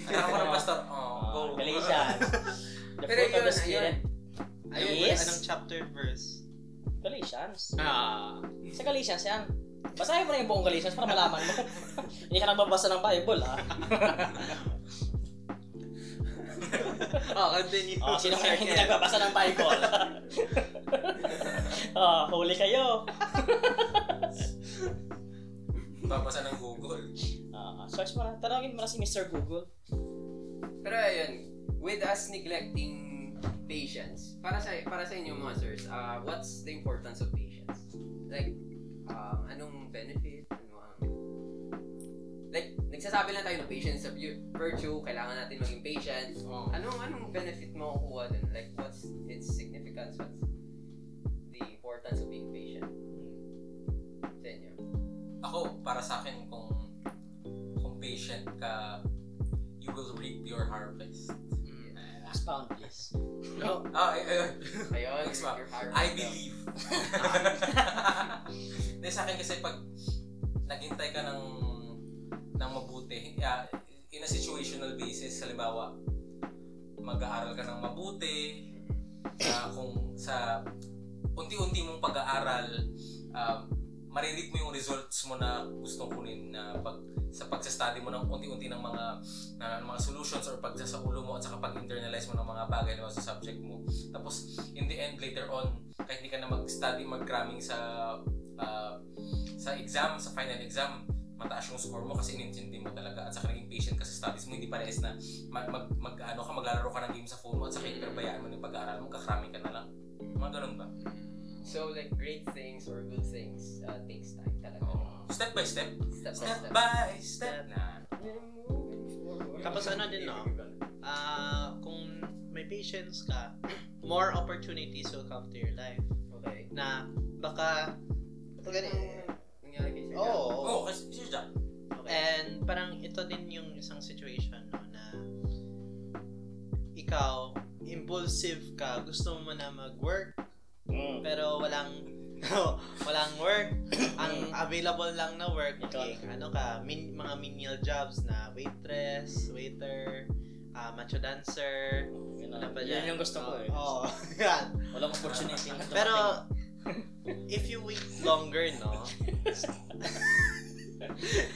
[SPEAKER 1] Anak ako ng pastor. Oh, go.
[SPEAKER 4] Ah, Galatians. The
[SPEAKER 2] Pero
[SPEAKER 4] fruit of
[SPEAKER 2] yun,
[SPEAKER 4] the Spirit.
[SPEAKER 5] Ayun,
[SPEAKER 4] Yes.
[SPEAKER 5] anong chapter verse?
[SPEAKER 4] Galatians.
[SPEAKER 5] Ah.
[SPEAKER 4] Sa Galatians yan. Basahin mo na yung buong Galatians para malaman mo. <laughs> Hindi ka nagbabasa ng Bible ah.
[SPEAKER 5] Oh, continue.
[SPEAKER 4] Oh, sino kayo hindi nagbabasa ng Bible? <laughs> oh, huli kayo.
[SPEAKER 1] <laughs> Babasa ng Google.
[SPEAKER 4] Ah, search mo na. Tanawin mo na si Mr. Google.
[SPEAKER 2] Pero ayun, with us neglecting patience, para sa para sa inyo mga sirs, uh, what's the importance of patience? Like, um, anong benefit? Ano ang... Like, nagsasabi lang tayo ng patience sa bu- virtue, kailangan natin maging patient.
[SPEAKER 1] Oh.
[SPEAKER 4] Ano
[SPEAKER 2] Anong anong benefit mo kukuha dun? Like, what's its significance? What's the importance of being patient? Sa inyo.
[SPEAKER 1] Ako, para sa akin, kung kung patient ka, you will reap your harvest. Mm.
[SPEAKER 4] Expound please.
[SPEAKER 1] Ah, eh, eh,
[SPEAKER 2] Ayun,
[SPEAKER 1] Next one.
[SPEAKER 2] your harvest
[SPEAKER 1] I
[SPEAKER 2] daw.
[SPEAKER 1] believe. <laughs> Hindi, sa akin kasi pag naghintay ka ng, ng mabuti, ah, in a situational basis, halimbawa, mag-aaral ka ng mabuti, na kung sa unti-unti mong pag-aaral, um, maririt mo yung results mo na gusto kunin na pag sa pagsa-study mo ng unti-unti ng mga na, ng mga solutions or pagsasaulo mo at saka pag-internalize mo ng mga bagay na sa subject mo. Tapos in the end later on, kahit hindi ka na mag-study, mag-cramming sa ah, sa exam, sa final exam, mataas yung score mo kasi inintindi mo talaga at saka naging patient ka sa studies mo, hindi parehas na mag, mag, mag ano ka, maglalaro ka ng game sa phone mo at saka iperbayaan mo yung pag-aaral mo, kakraming ka na lang. Mga ganun ba?
[SPEAKER 2] So, like, great things or good things uh, takes time talaga.
[SPEAKER 1] Oo. Step by step.
[SPEAKER 2] Step by
[SPEAKER 1] Step
[SPEAKER 2] step.
[SPEAKER 1] by step. Na.
[SPEAKER 3] Tapos ano din, no? Ah, kung may patience ka, more opportunities will come to your life.
[SPEAKER 2] Okay.
[SPEAKER 3] Na baka
[SPEAKER 2] Ito ganun nangyari kay Sir Jack.
[SPEAKER 1] Oo, oh, kasi Sir Jack.
[SPEAKER 2] Okay.
[SPEAKER 3] And parang ito din yung isang situation no, na ikaw, impulsive ka, gusto mo na mag-work,
[SPEAKER 4] Mm.
[SPEAKER 3] pero walang <laughs> walang work. Ang available lang na work,
[SPEAKER 4] Ikaw.
[SPEAKER 3] yung ano ka, min, mga menial jobs na waitress, waiter, ah, macho dancer, ano
[SPEAKER 4] Ano
[SPEAKER 3] ba
[SPEAKER 4] Yun
[SPEAKER 3] dyan?
[SPEAKER 4] yung gusto ko eh.
[SPEAKER 3] Oo, <laughs> yan.
[SPEAKER 4] Walang opportunity. na
[SPEAKER 3] Pero, if you wait longer, no?
[SPEAKER 4] dumating.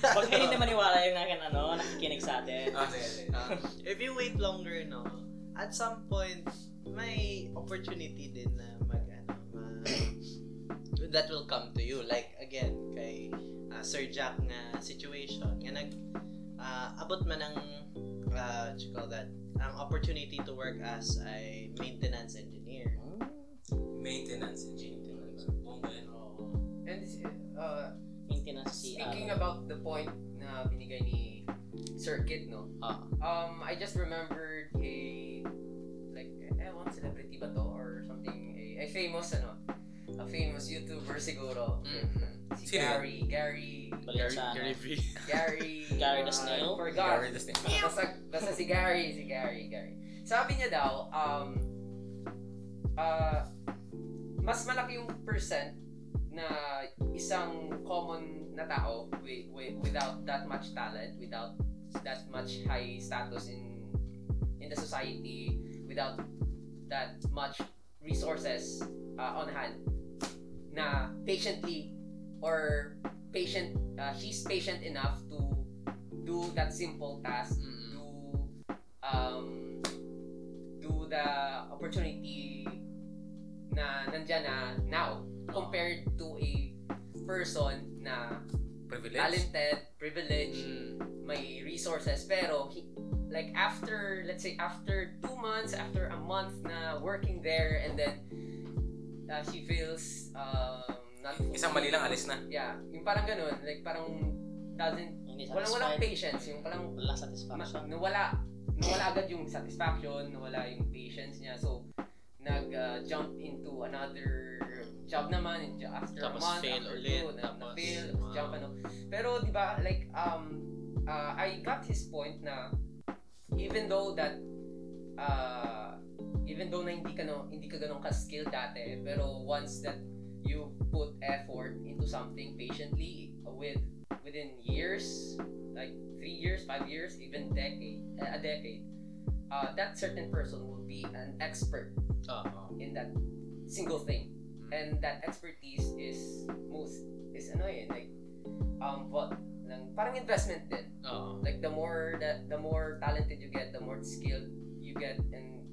[SPEAKER 4] <laughs> Huwag kayo hindi maniwala yung akin ano, nakikinig sa atin.
[SPEAKER 1] Ah, sige, sige.
[SPEAKER 3] Ah, if you wait longer, no? At some point, may opportunity din na mag, ano, ma, that will come to you. Like, again, kay ah, Sir Jack na situation, nga nag, ah, abot man ang, uh, what you call that, ang opportunity to work as a maintenance engineer.
[SPEAKER 1] Maintenance engineer. Bongga yan.
[SPEAKER 2] And uh,
[SPEAKER 4] Maintenance si ah,
[SPEAKER 2] speaking about the point na binigay ni Sir Kit, no?
[SPEAKER 4] Ah.
[SPEAKER 2] Um, I just remembered a like ewan celebrity ba to or something a, a famous ano a famous YouTuber siguro si
[SPEAKER 1] Sino yun?
[SPEAKER 2] Gary Gary
[SPEAKER 4] Balinsana.
[SPEAKER 2] Gary
[SPEAKER 4] Gary
[SPEAKER 2] uh,
[SPEAKER 4] the Snail?
[SPEAKER 2] forgot
[SPEAKER 1] Gary the Snail.
[SPEAKER 2] basta, basta si Gary, si Gary, Gary. Sabi niya daw, um, ah, mas malaki yung percent na isang common na tao wi- wi- without that much talent, without that much high status in in the society, without that much resources uh, on hand na patiently or patient uh, he's patient enough to do that simple task do um do the opportunity na nandyan na now compared to a person na
[SPEAKER 1] Privilege.
[SPEAKER 2] talented, privileged, mm, may resources pero he, like after let's say after two months after a month na working there and then uh, he feels um not
[SPEAKER 1] Isang mali lang, alis na.
[SPEAKER 2] yeah yung parang ganun like parang doesn't
[SPEAKER 4] Hindi
[SPEAKER 2] walang walang
[SPEAKER 4] satisfied.
[SPEAKER 2] patience yung parang
[SPEAKER 4] Walang
[SPEAKER 2] ma-
[SPEAKER 4] satisfaction.
[SPEAKER 2] nawala nawala agad yung satisfaction, nawala yung patience niya. So nag uh, jump into another job naman in- after
[SPEAKER 5] Tapos
[SPEAKER 2] a month,
[SPEAKER 5] fail
[SPEAKER 2] after
[SPEAKER 5] ulit,
[SPEAKER 2] two, na,
[SPEAKER 5] tapos,
[SPEAKER 2] na fail,
[SPEAKER 5] wow.
[SPEAKER 2] jump ano. Pero di ba like um uh, I got his point na even though that uh, even though na hindi ka no, hindi ka ganun ka-skill dati, pero once that you put effort into something patiently with within years, like three years, five years, even decade, a decade, uh, that certain person will be an expert in that single thing, and that expertise is most is ano yun, like um what lang parang investment din like the more that the more talented you get the more skilled you get in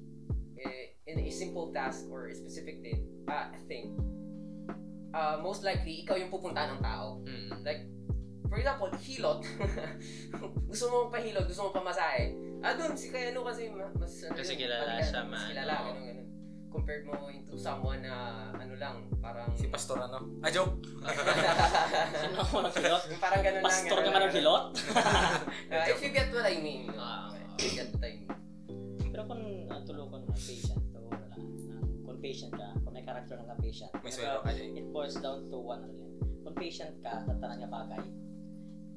[SPEAKER 2] eh, in a simple task or a specific thing uh, thing uh, most likely ikaw yung pupunta ng tao for example hilot <laughs> gusto mo pahilot gusto mo pamasahe ah dun si kaya ano kasi ma- mas ano
[SPEAKER 5] Kasi
[SPEAKER 2] yun,
[SPEAKER 5] kilala
[SPEAKER 2] mas
[SPEAKER 5] siya,
[SPEAKER 2] mas
[SPEAKER 5] man.
[SPEAKER 2] kilala
[SPEAKER 5] Oo.
[SPEAKER 2] ganun ganun compared mo into someone na ano lang parang
[SPEAKER 1] Si Pastor ano? Ah, joke.
[SPEAKER 4] Sino ako ng hilot?
[SPEAKER 2] <laughs> parang ganun lang
[SPEAKER 4] Pastor
[SPEAKER 2] ganun
[SPEAKER 4] naman
[SPEAKER 2] lang,
[SPEAKER 4] ng hilot?
[SPEAKER 2] ganun. Uh, if you get what I mean
[SPEAKER 5] Ah.
[SPEAKER 2] if you get what I mean
[SPEAKER 4] Pero kung uh, tulungan mo, patient, to wala. Nang- Kung patient ka, kung may character ng patient,
[SPEAKER 1] May Ah, swero ka dyan.
[SPEAKER 4] it boils down to one ano lang. Kung patient ka, tatanan nga bagay,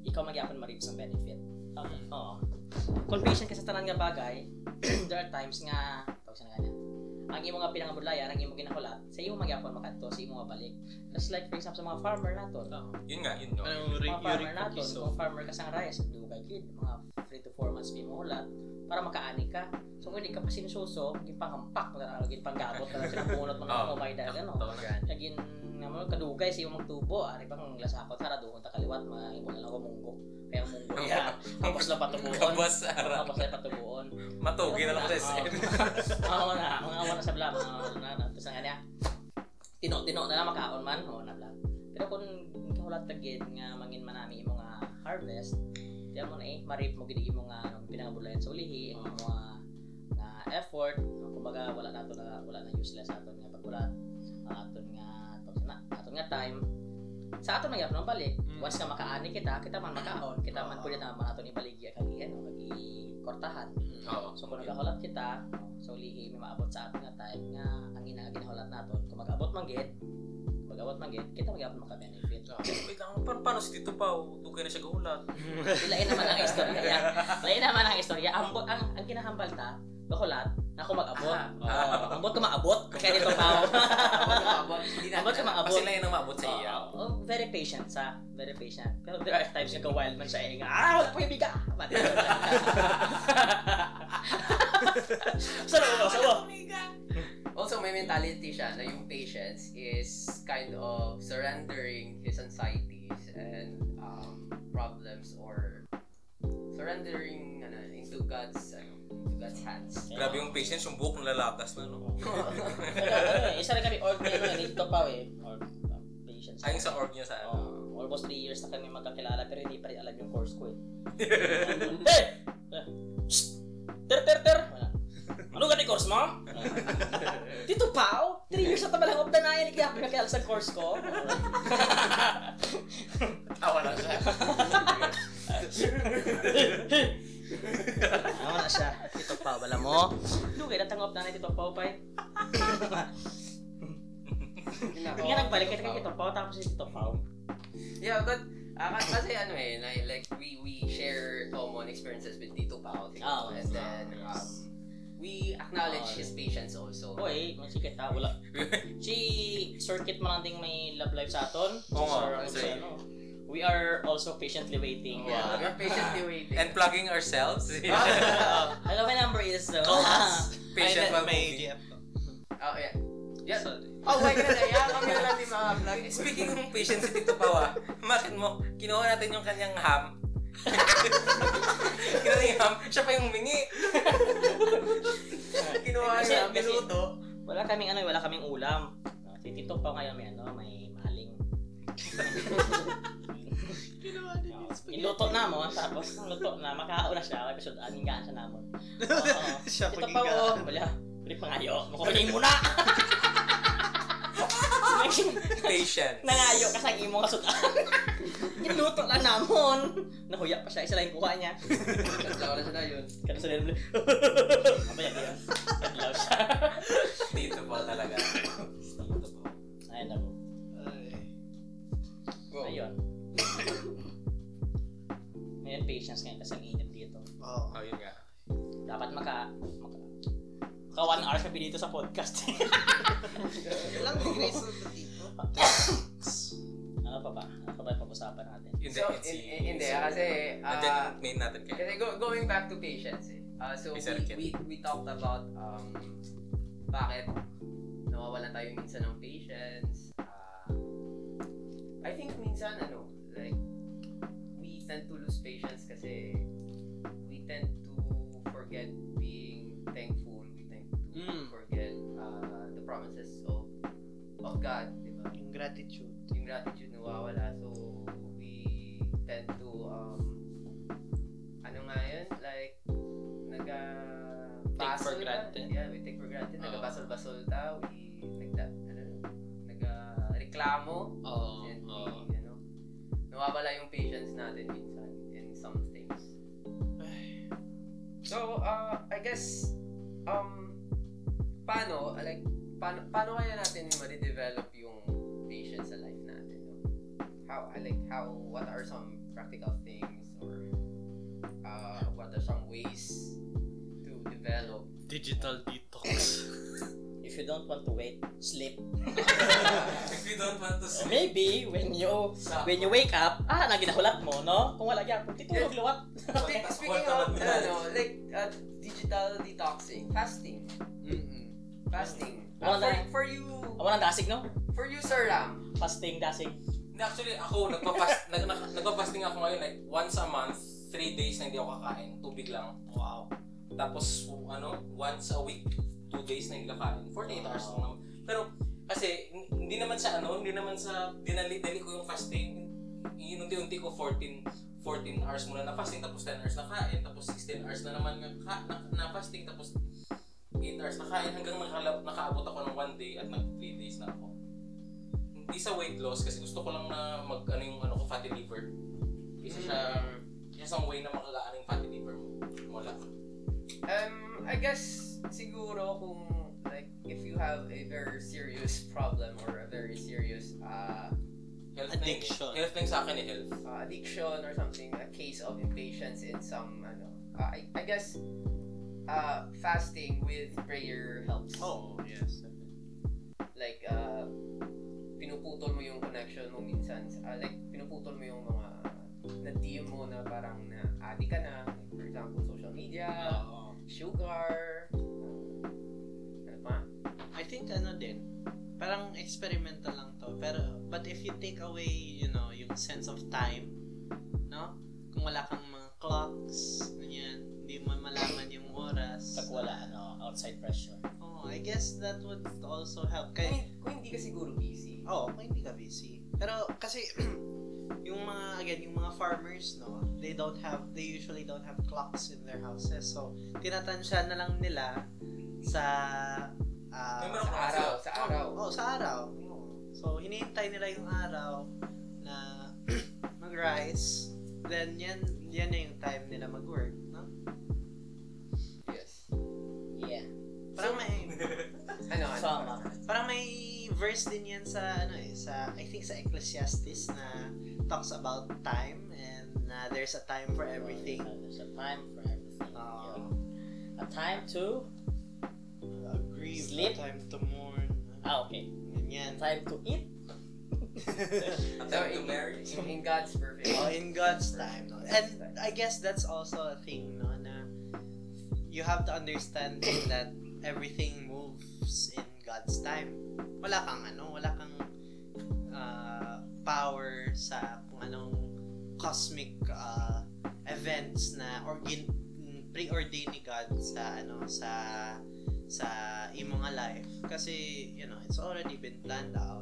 [SPEAKER 4] ikaw magyapon ma-reap ng benefit. Tama?
[SPEAKER 5] Mm.
[SPEAKER 4] Oo. Kung patient ka sa tanan nga bagay, <clears throat> there are times nga, tawag sa nga niya, ang imo nga pinangabudlayan, ang imo ginakulat, sa imo magyapon makadto, sa imo mabalik. Just like for example sa mga farmer nato,
[SPEAKER 1] Yun nga, yun. no?
[SPEAKER 5] Anong
[SPEAKER 4] mga
[SPEAKER 5] rig-rig
[SPEAKER 4] farmer nato, kung farmer ka sa rice, di mo kay kid, mga 3 to 4 months pimo ulat, para makaani ka. So kung hindi ka pa sinususo, gipangampak na lang, gipanggamot na lang sila punot mga
[SPEAKER 1] <laughs> Oo.
[SPEAKER 4] kamay dahil ano
[SPEAKER 1] Totoo na.
[SPEAKER 4] kagin naman ano, kadugay sa imong tubo ah. ari pang lasakot hara doon ta kaliwat mga imo na lang munggo kaya munggo ya tapos lang patubuon
[SPEAKER 1] Kabas, ara.
[SPEAKER 4] tapos lang patubuon
[SPEAKER 1] Matugi na lang sa SM.
[SPEAKER 4] Oo na <laughs> mga wala sa blam mga na na tapos nga niya tino tino na lang makaon man oo na blam pero kung kahulat ta gid nga mangin man nami imo nga harvest diyan mo na eh marip mo gid imo nga anong pinangabulayan sa ulihi imo mga nga effort kumbaga wala na to na wala na useless aton nga pagkulat aton nga tapos na aton nga time sa aton nga no balik
[SPEAKER 1] Hmm.
[SPEAKER 5] Mm.
[SPEAKER 4] once ka makaani kita kita man makaon kita man pud na man aton ibaligya kag ano kag kortahan
[SPEAKER 3] Mm.
[SPEAKER 4] <laughs>
[SPEAKER 1] Oo.
[SPEAKER 4] So kung nagahulat kita, so lihi may maabot sa atin nga time nga ang ina ginahulat naton. Kung mag-abot man gid, mag-abot man gid, kita mag-abot maka-benefit.
[SPEAKER 1] Wait lang, pa- paano si Tito Pao? Dugay na siya gaulat.
[SPEAKER 4] Lain naman ang istorya ya. Lain naman ang istorya. Ang bo- ang, ang ginahambal ta, nahulat na ako mag-abot.
[SPEAKER 1] ah.
[SPEAKER 4] Oh, ang bot ko maabot kaya dito
[SPEAKER 2] <laughs>
[SPEAKER 4] pa.
[SPEAKER 2] Hindi
[SPEAKER 4] Ang bot ko maabot.
[SPEAKER 1] Kasi lang yan Ah, ang maabot sa iya.
[SPEAKER 4] Oo, oo. very patient sa, very patient. Pero there are times nga wild man siya eh, nga, ah, wala po yung biga! Pati yun. Sarap ba? Sarap
[SPEAKER 2] Also, may mentality siya na yung patience is kind of surrendering his anxieties and um, problems or surrendering ano, into God's ano, into God's hands.
[SPEAKER 1] Grabe
[SPEAKER 2] <laughs>
[SPEAKER 1] yung patience, yung buhok nalalagas na, no?
[SPEAKER 4] Iya, Kaya, ano eh, isa rin kami org na ano, eh, dito pa eh. Org, um,
[SPEAKER 1] Ayun sa org niya sa ano.
[SPEAKER 4] Oh, almost 3 years na kami magkakilala pero hindi pa rin alam yung course ko eh. hey! Eh, shh! Ter, ter, ter! Wala. Ano ganit course mo? Dito pa, oh! 3 years na tabalang of denial, kaya ako nakakilala sa course ko.
[SPEAKER 1] Tawa lang Ah, siya.
[SPEAKER 4] Ano na siya? Tito Pao, wala
[SPEAKER 3] <laughs>
[SPEAKER 4] mo? Lugay, natanggap na na Tito Pao pa eh.
[SPEAKER 2] Oh,
[SPEAKER 4] Hindi nga nagbalik, kita kay Tito Pao, tapos si Tito Pao.
[SPEAKER 2] Yeah, but ah, ka- kasi ano eh, like, like we we share common experiences with Tito Pao.
[SPEAKER 4] Oh,
[SPEAKER 2] and then um, we acknowledge
[SPEAKER 4] Oh.
[SPEAKER 2] his patience also.
[SPEAKER 4] Ako eh, kung si kita, wala. Si Circuit Mananding may love life sa aton. Si
[SPEAKER 1] Oo nga,
[SPEAKER 4] Sir Ron,
[SPEAKER 1] kasi-
[SPEAKER 4] si ano. We are also patiently waiting.
[SPEAKER 2] Yeah,
[SPEAKER 1] Wow.
[SPEAKER 2] we're patiently waiting.
[SPEAKER 1] <laughs> And plugging ourselves.
[SPEAKER 4] Ah, Hello, my number is... Uh, <laughs>
[SPEAKER 1] Patient while
[SPEAKER 5] May
[SPEAKER 1] moving.
[SPEAKER 5] AGF ka.
[SPEAKER 2] oh, yeah. Yeah.
[SPEAKER 5] Sorry.
[SPEAKER 2] Oh my God,
[SPEAKER 1] <laughs>
[SPEAKER 2] yeah, kami na lang ni mga vlog.
[SPEAKER 1] Speaking ng patient si Tito Pawa, bakit mo, kinuha natin yung kanyang
[SPEAKER 4] <laughs>
[SPEAKER 1] ham. kinuha niya yung ham, siya pa yung humingi. kinuha
[SPEAKER 4] Kasi-
[SPEAKER 1] niya, ah,
[SPEAKER 4] kasi-
[SPEAKER 1] minuto.
[SPEAKER 4] wala kaming ano, wala kaming ulam. Ah, Si Tito Pao ngayon may ano, may maling.
[SPEAKER 5] Ginawa din yung spaghetti.
[SPEAKER 4] Ah, Niluto na mo,
[SPEAKER 3] <laughs>
[SPEAKER 4] tapos luto na, makauna siya, kaya pasod aning gaan siya namon. Oo.
[SPEAKER 5] Siya
[SPEAKER 4] Ito pa
[SPEAKER 5] pagigaan.
[SPEAKER 4] oh, wala. Hindi pa ngayo, makunin mo na! <laughs>
[SPEAKER 1] Patient.
[SPEAKER 4] Nangayo ka sa imong kasutan. <laughs> Niluto lang namon. Nahuya pa siya, isa lang yung kuha niya.
[SPEAKER 2] Wala sila yun.
[SPEAKER 4] Kaya sa nila, Apa yan yan? Naglaw siya.
[SPEAKER 1] Tito Pawa talaga.
[SPEAKER 4] Ayun ako.
[SPEAKER 5] Ay.
[SPEAKER 2] Go.
[SPEAKER 4] Ayun. Ngayon patience ngayon kasi ang init dito.
[SPEAKER 5] Oo.
[SPEAKER 1] Oh, yun nga.
[SPEAKER 4] Dapat maka... maka Maka one hour kami dito sa podcast. <laughs>
[SPEAKER 5] Ilang degrees na ba dito?
[SPEAKER 4] ano pa ba? Ano pa ba yung pag-usapan natin?
[SPEAKER 1] Hindi,
[SPEAKER 2] So,
[SPEAKER 1] it's
[SPEAKER 2] in-
[SPEAKER 1] si-
[SPEAKER 2] in- hindi, ah, kasi...
[SPEAKER 4] uh,
[SPEAKER 2] ah,
[SPEAKER 1] Nandiyan yung main natin
[SPEAKER 4] <laughs>
[SPEAKER 1] kayo.
[SPEAKER 2] Kasi go, going back to patience eh. Uh, so
[SPEAKER 1] May
[SPEAKER 2] we,
[SPEAKER 1] circuit.
[SPEAKER 2] we, we talked about um, bakit nawawalan tayo minsan ng patience. Uh, I think minsan ano, like we tend to lose patience kasi we tend to forget being thankful. We tend to
[SPEAKER 4] Hmm.
[SPEAKER 5] Mm.
[SPEAKER 2] forget uh, the promises of of God, di ba?
[SPEAKER 3] Yung gratitude.
[SPEAKER 2] yung gratitude nawawala. So, we tend to, um, ano nga yun? Like, naga...
[SPEAKER 5] Take for
[SPEAKER 2] basol ba?
[SPEAKER 5] granted.
[SPEAKER 2] Yeah, we take for granted.
[SPEAKER 5] Oo.
[SPEAKER 2] Naga-basol-basol ta. We, nagda, ano, uh, naga-reklamo.
[SPEAKER 5] Oo.
[SPEAKER 2] And we,
[SPEAKER 5] oo.
[SPEAKER 2] ano, nawawala yung patience natin minsan in some things. So, uh, I guess, um, paano, like, paano, paano kaya natin ma-develop yung patience sa life natin? No? How, uh, like, how, what are some practical things or uh, what are some ways to develop?
[SPEAKER 5] Digital detox.
[SPEAKER 4] If you don't want to wait, sleep.
[SPEAKER 1] If you don't want to
[SPEAKER 4] Or
[SPEAKER 1] sleep,
[SPEAKER 4] maybe, when you
[SPEAKER 1] sa...
[SPEAKER 4] when you wake up, ah, na ginahulat mo, no? Kung wala yan, kung titulog luwak.
[SPEAKER 2] Speaking speaking of, ano, like, uh, digital detoxing, fasting.
[SPEAKER 5] Mm-mm.
[SPEAKER 2] Fasting. Uh,
[SPEAKER 4] Wala
[SPEAKER 2] for,
[SPEAKER 4] na.
[SPEAKER 2] for you,
[SPEAKER 4] <laughs> Awan ang dasig, no?
[SPEAKER 2] for you, Sir Ram.
[SPEAKER 4] Fasting, dasig.
[SPEAKER 1] Actually, ako, nagpa-fast, nag, nag, nagpa-fasting ako ngayon like once a month, three days na hindi ako kakain, tubig lang.
[SPEAKER 4] Wow.
[SPEAKER 1] Tapos, ano, once a week, two days na hindi kakain. 48 hours lang naman. Pero, kasi, n- hindi naman sa ano, hindi naman sa dinali-dali ko yung fasting. Inunti-unti ko 14, 14 hours muna na fasting, tapos 10 hours na kain, tapos 16 hours na naman na, ka- na, na fasting, tapos 8 hours na kain, hanggang nakala, nakaabot ako ng 1 day at nag 3 days na ako. Hindi sa weight loss, kasi gusto ko lang na mag, ano yung ano ko, fatty liver. Isa siya, isang way na makagaan yung fatty liver mo. Wala.
[SPEAKER 2] Um, I guess, siguro kung, like, if you have a very serious problem or a very serious uh,
[SPEAKER 1] Health
[SPEAKER 5] Addiction.
[SPEAKER 1] Na, yun eh. health na yung sa akin eh, health.
[SPEAKER 2] uh, addiction or something, a case of impatience in some, ano, uh, I, I guess, uh, fasting with prayer helps.
[SPEAKER 5] Oh, yes.
[SPEAKER 2] Like, uh, pinuputol mo yung connection mo minsan. Uh, like, pinuputol mo yung mga na-DM mo na parang na-addict ka na. Like, for example, social media,
[SPEAKER 5] Oo.
[SPEAKER 2] sugar, uh, ano pa?
[SPEAKER 3] I think ano din, parang experimental lang to. Pero, but if you take away, you know, yung sense of time, no? Kung wala kang mga clocks, ganyan, hindi mo malaman yung oras.
[SPEAKER 4] Pag wala, ano, outside pressure.
[SPEAKER 3] Oh, I guess that would also help.
[SPEAKER 2] Kung,
[SPEAKER 3] Kay,
[SPEAKER 2] kung hindi ka siguro busy.
[SPEAKER 3] oo, oh, kung hindi ka busy. Pero kasi <clears throat> yung mga again, yung mga farmers, no, they don't have they usually don't have clocks in their houses. So, tinatansya na lang nila sa ah,
[SPEAKER 1] May
[SPEAKER 2] Sa
[SPEAKER 1] meron
[SPEAKER 2] araw, sa araw.
[SPEAKER 3] Oh, sa araw. So, hinihintay nila yung araw na <clears throat> mag-rise. Then, yan, yan na yung time nila mag-work. No?
[SPEAKER 2] Yes.
[SPEAKER 4] Yeah.
[SPEAKER 3] Parang
[SPEAKER 1] <laughs>
[SPEAKER 3] may,
[SPEAKER 2] Ano, ano?
[SPEAKER 4] Sama.
[SPEAKER 3] parang may verse din yan sa, ano eh, sa, I think sa Ecclesiastes na talks about time and uh, there's a time for everything.
[SPEAKER 4] There's a time for everything.
[SPEAKER 3] Ah.
[SPEAKER 4] Yun. A time to...
[SPEAKER 3] Uh, grieve,
[SPEAKER 4] Sleep?
[SPEAKER 3] a time to mourn.
[SPEAKER 4] Ah, okay. A
[SPEAKER 3] Ganyan. <laughs>
[SPEAKER 4] time to eat.
[SPEAKER 1] At
[SPEAKER 2] So,
[SPEAKER 1] time to
[SPEAKER 2] in,
[SPEAKER 1] marry.
[SPEAKER 2] in, in God's perfect.
[SPEAKER 3] Oh, in God's time. no? And I guess that's also a thing, no, na you have to understand that everything moves in God's time. Wala kang ano, wala kang uh, power sa kung anong cosmic uh, events na orgin preordained ni God sa ano sa sa imong nga life kasi you know it's already been planned out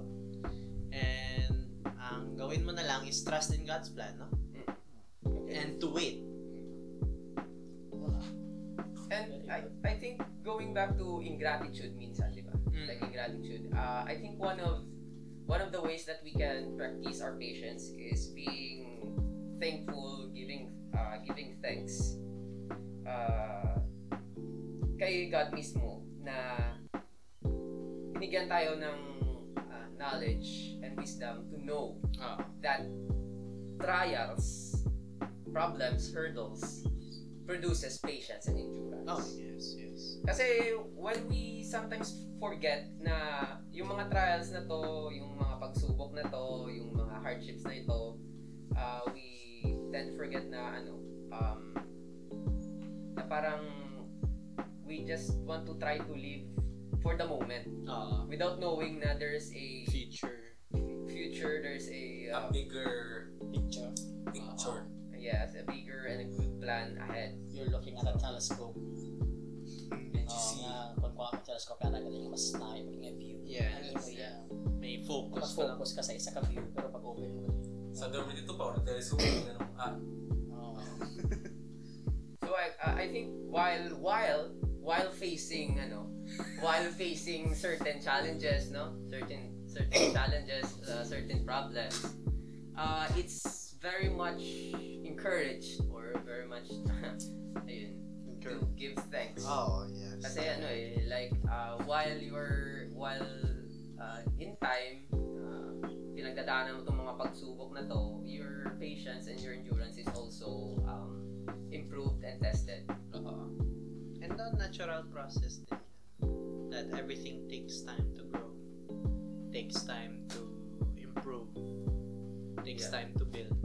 [SPEAKER 3] and ang gawin mo na lang is trust in God's plan no and to wait
[SPEAKER 2] And I, I think going back to ingratitude minsan, di ba? Like ingratitude. Uh, I think one of one of the ways that we can practice our patience is being thankful, giving uh, giving thanks uh, kay God mismo na binigyan tayo ng uh, knowledge and wisdom to know
[SPEAKER 5] Ah.
[SPEAKER 2] that trials, problems, hurdles produces patience and endurance.
[SPEAKER 3] oh
[SPEAKER 5] Yes, yes.
[SPEAKER 2] Kasi when we sometimes forget na yung mga trials na to, yung mga pagsubok na to, yung mga hardships na ito, uh, we tend to forget na ano, um, na parang we just want to try to live for the moment
[SPEAKER 3] uh,
[SPEAKER 2] without knowing na there's a
[SPEAKER 3] future
[SPEAKER 2] future, there's a
[SPEAKER 1] A
[SPEAKER 2] uh,
[SPEAKER 1] bigger
[SPEAKER 4] Picture.
[SPEAKER 1] picture.
[SPEAKER 2] yes, a bigger and a good plan ahead.
[SPEAKER 4] You're looking at a telescope.
[SPEAKER 1] And you
[SPEAKER 4] Oh,
[SPEAKER 1] see.
[SPEAKER 4] na kung kuha ka ng telescope, kaya galing mas na yung mga view.
[SPEAKER 3] Yes,
[SPEAKER 4] Ano yun, yeah.
[SPEAKER 5] May focus
[SPEAKER 4] Mas
[SPEAKER 5] ka lang.
[SPEAKER 4] focus ka sa isa ka view, pero pag open mo.
[SPEAKER 1] Sa dorm dito pa, there is huling na nung, ah,
[SPEAKER 4] Oh.
[SPEAKER 2] So I I I think while while while facing ano, while facing certain challenges, no, certain certain challenges, uh, certain problems, uh, it's very much encouraged or very much <laughs> ayun, to give thanks.
[SPEAKER 3] oh yes
[SPEAKER 2] Kasi ano eh, like uh, while you're while uh, in time, uh, pinagdadaanan mo itong mga pagsubok na to, your patience and your endurance is also um, improved and tested.
[SPEAKER 3] and the natural process din yan. that everything takes time to grow takes time to improve takes
[SPEAKER 2] Yeah.
[SPEAKER 3] time to build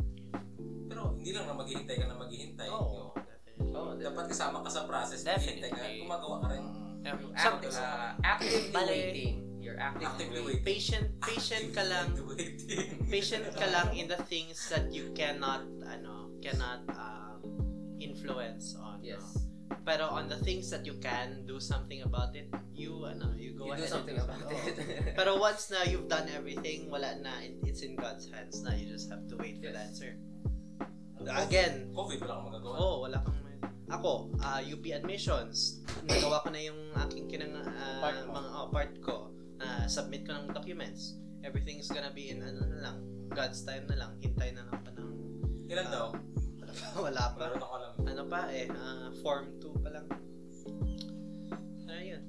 [SPEAKER 1] pero hindi lang na maghihintay ka na maghihintay.
[SPEAKER 3] oh
[SPEAKER 1] Yo,
[SPEAKER 3] definitely
[SPEAKER 2] Oo, di ba?
[SPEAKER 1] Dapat kasama ka sa process,
[SPEAKER 5] Definitely.
[SPEAKER 1] maghihintay ka, gumagawa ka rin.
[SPEAKER 2] Yung
[SPEAKER 3] Some-
[SPEAKER 2] act- uh, actively
[SPEAKER 3] Bale.
[SPEAKER 2] waiting. You're actively,
[SPEAKER 1] Actively waiting.
[SPEAKER 2] waiting.
[SPEAKER 3] ah, patient patient ka lang
[SPEAKER 1] Actively waiting.
[SPEAKER 3] <laughs> patient ka lang in the things that you cannot ano cannot um, influence on no?
[SPEAKER 2] Yes.
[SPEAKER 3] pero on the things that you can do something about it you ano you go
[SPEAKER 2] you do
[SPEAKER 3] ahead and
[SPEAKER 2] something about
[SPEAKER 3] <laughs> oh.
[SPEAKER 2] it. <laughs>
[SPEAKER 3] pero once na you've done everything wala na it- it's in God's hands na you just have to wait for the
[SPEAKER 2] Yes.
[SPEAKER 3] answer again
[SPEAKER 1] COVID, wala kang magagawa.
[SPEAKER 3] oh wala kang may- ako ah, UP admissions nagawa ko na yung aking kinang ah,
[SPEAKER 4] Part mo.
[SPEAKER 3] mga oh, part ko Ah, submit ko ng documents everything's gonna be in ano na lang God's time na lang hintay na lang pa ng
[SPEAKER 1] Ilan
[SPEAKER 2] Ano?
[SPEAKER 1] daw?
[SPEAKER 3] wala pa, <laughs> wala
[SPEAKER 2] Ah.
[SPEAKER 3] pa.
[SPEAKER 1] Meron ako alam.
[SPEAKER 3] ano pa eh, ah, form 2 pa lang. Ayun.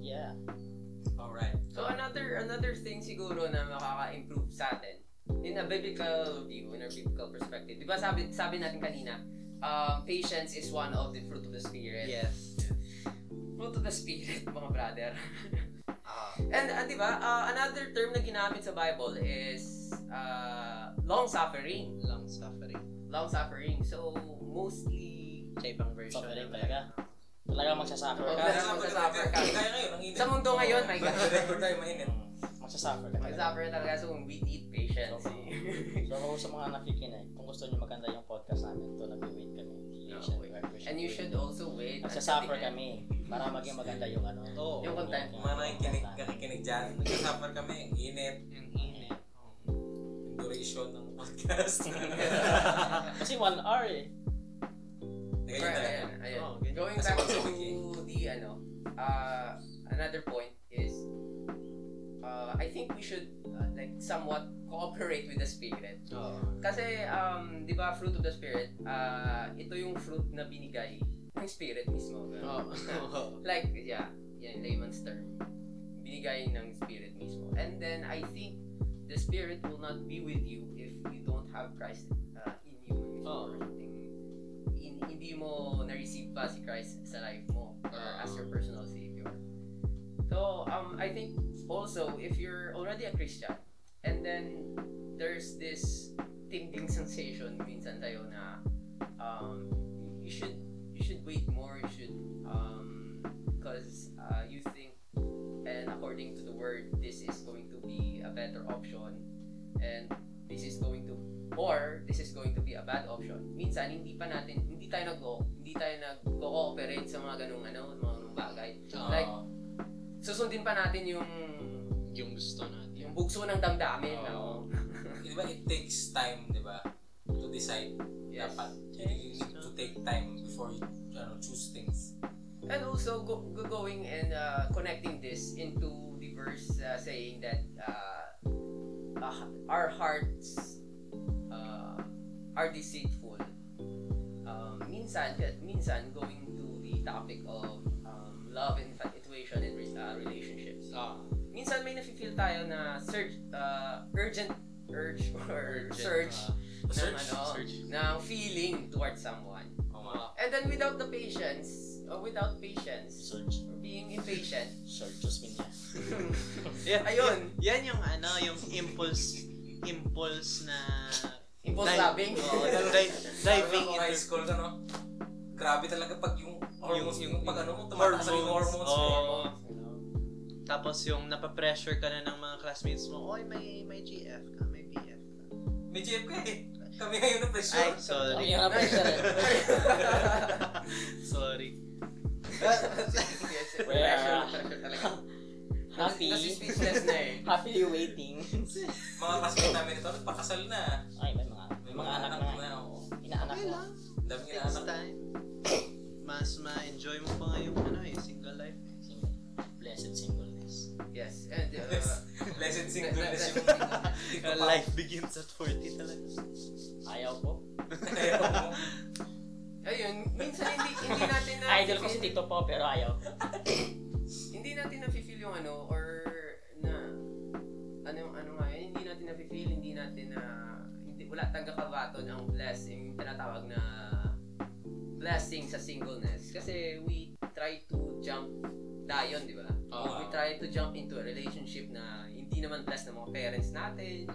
[SPEAKER 4] Yeah.
[SPEAKER 1] Alright.
[SPEAKER 2] so another another thing siguro na makaka-improve sa atin in a biblical view, in a biblical perspective. Di ba sabi, sabi natin kanina, um, patience is one of the fruit of the spirit.
[SPEAKER 3] Yes.
[SPEAKER 2] Fruit of the spirit, <laughs> mga brother.
[SPEAKER 3] Ah,
[SPEAKER 2] And uh, di ba, uh, another term na ginamit sa Bible is uh, long-suffering.
[SPEAKER 3] long suffering.
[SPEAKER 2] Long-suffering. So, mostly
[SPEAKER 3] Sa ibang version.
[SPEAKER 4] Suffering
[SPEAKER 3] naman.
[SPEAKER 4] talaga. Talaga magsasuffer ka.
[SPEAKER 2] Okay. magsasuffer ka.
[SPEAKER 1] Kaya ngayon, ang init.
[SPEAKER 2] Sa mundo ngayon, my God.
[SPEAKER 1] Record tayo, mainit.
[SPEAKER 4] Mm, Magsasuffer ka. talaga.
[SPEAKER 2] Magsuffer talaga so we need patience.
[SPEAKER 4] So sa mga nakikinig, kung gusto niyo maganda yung podcast namin, to nag-wait kami. You
[SPEAKER 2] No,
[SPEAKER 4] should-
[SPEAKER 2] wait.
[SPEAKER 4] we
[SPEAKER 2] <laughs>
[SPEAKER 4] should
[SPEAKER 2] And you
[SPEAKER 4] wait.
[SPEAKER 2] should also wait. until
[SPEAKER 4] Nagsasuffer
[SPEAKER 2] the end.
[SPEAKER 4] kami para maging maganda yung ano.
[SPEAKER 3] Oo.
[SPEAKER 2] Yung content.
[SPEAKER 1] ano Kung mga nakikinig, nakikinig dyan, nagsasuffer kami, ang init.
[SPEAKER 3] Yung init.
[SPEAKER 1] duration ng podcast.
[SPEAKER 4] Kasi one hour eh.
[SPEAKER 1] Nagayun
[SPEAKER 2] Right,
[SPEAKER 1] talaga.
[SPEAKER 2] ayan, Oh, ayan.
[SPEAKER 3] Oo, ganyan.
[SPEAKER 2] Going back to the ano, uh, another point is, uh, I think we should uh, like somewhat cooperate with the spirit. Kasi um, 'di ba fruit of the spirit, uh, ito yung fruit na binigay ng spirit mismo. <laughs>
[SPEAKER 3] Oo. <laughs>
[SPEAKER 2] Like yeah, yan layman's term. Binigay ng spirit mismo. And then I think the spirit will not be with you if you don't have Christ uh, in you
[SPEAKER 4] Oo.
[SPEAKER 2] or something. In, hindi mo na-receive pa si Christ sa life mo or
[SPEAKER 4] Oo.
[SPEAKER 2] as your personal savior. So, um, I think also if you're already a Christian and then there's this tingling sensation minsan tayo na um, you should you should wait more you should um, because uh, you think and according to the word this is going to be a better option and this is going to or this is going to be a bad option minsan hindi pa natin hindi tayo nag hindi tayo nag-cooperate sa mga ganung ano mga ganung bagay Like, susundin pa natin yung
[SPEAKER 5] Yung gusto natin.
[SPEAKER 2] yung bugso ng damdamin
[SPEAKER 5] Oo.
[SPEAKER 2] no?
[SPEAKER 1] Di ba, it takes time, di ba? To decide.
[SPEAKER 2] Yes.
[SPEAKER 1] Dapat. You need to take time before you ano, choose things.
[SPEAKER 2] And also go, go going and uh, connecting this into the verse uh, saying that uh, uh, our hearts uh, are deceitful. Um, minsan, minsan going to the topic of um, love, infatuation, and re- uh, relationships.
[SPEAKER 5] Ah,
[SPEAKER 2] Minsan may nafe-feel tayo na surge, uh, urgent urge <laughs> or
[SPEAKER 5] urgent,
[SPEAKER 2] surge
[SPEAKER 5] ah,
[SPEAKER 2] ng
[SPEAKER 1] Search.
[SPEAKER 2] ano,
[SPEAKER 5] surge.
[SPEAKER 2] ng feeling towards someone.
[SPEAKER 1] Oo nga.
[SPEAKER 2] And then without the patience, or without patience,
[SPEAKER 4] Search.
[SPEAKER 2] or being impatient,
[SPEAKER 4] Search just niya.
[SPEAKER 3] Yeah,
[SPEAKER 2] Ayun.
[SPEAKER 3] Yan yung ano, yung impulse impulse na
[SPEAKER 2] impulse loving.
[SPEAKER 3] Oo,
[SPEAKER 4] oh,
[SPEAKER 2] <laughs>
[SPEAKER 3] di- diving
[SPEAKER 1] Sabi ko, high
[SPEAKER 3] into
[SPEAKER 1] school ka, no? Grabe talaga pag yung hormones, yung,
[SPEAKER 3] Yung-
[SPEAKER 1] pag ano mo, tumataas yung hormones.
[SPEAKER 3] hormones. Oo.
[SPEAKER 4] oh.
[SPEAKER 1] hormones.
[SPEAKER 3] tapos yung napapressure ka na ng mga classmates mo, oy may may GF ka, may BF ka.
[SPEAKER 1] May GF ka eh. Kami ngayon na pressure.
[SPEAKER 3] Ay, sorry.
[SPEAKER 4] Ang hirap pressure eh.
[SPEAKER 3] <laughs> sorry.
[SPEAKER 2] Yes,
[SPEAKER 4] Where?
[SPEAKER 2] pressure, pressure talaga.
[SPEAKER 4] Happy.
[SPEAKER 2] Nasi speechless na eh.
[SPEAKER 4] Happy waiting.
[SPEAKER 1] Mga classmate namin ito, nagpakasal na.
[SPEAKER 4] Ay, may mga, may mga anak na. nga.
[SPEAKER 1] oo.
[SPEAKER 4] Inaanak
[SPEAKER 3] Okay
[SPEAKER 4] mo.
[SPEAKER 3] lang.
[SPEAKER 1] Ang Dami na
[SPEAKER 3] Next
[SPEAKER 1] anak.
[SPEAKER 3] time. Mas ma-enjoy mo pa ngayong ano, yung single
[SPEAKER 5] <laughs>
[SPEAKER 3] life.
[SPEAKER 4] Single. Blessed singleness.
[SPEAKER 2] Yes, and uh,
[SPEAKER 1] Blessed- Blessed singleness yung
[SPEAKER 3] <laughs> Your life begins at 40 talaga.
[SPEAKER 5] <laughs>
[SPEAKER 4] Ayaw ko.
[SPEAKER 1] Ayaw mo.
[SPEAKER 2] ayun, minsan hindi, hindi natin na
[SPEAKER 4] Idol ko si Tito po, pero ayaw ko.
[SPEAKER 2] hindi natin nafe-feel yung ano, or na, ano, ano nga yun, hindi natin nafe-feel, hindi natin na, hindi, wala tanga kabaton ang blessing, yung tinatawag na blessing sa singleness. Kasi we try to jump dayon, di ba?
[SPEAKER 1] Oo.
[SPEAKER 2] we try to jump into a relationship na hindi naman blessed ng mga parents natin,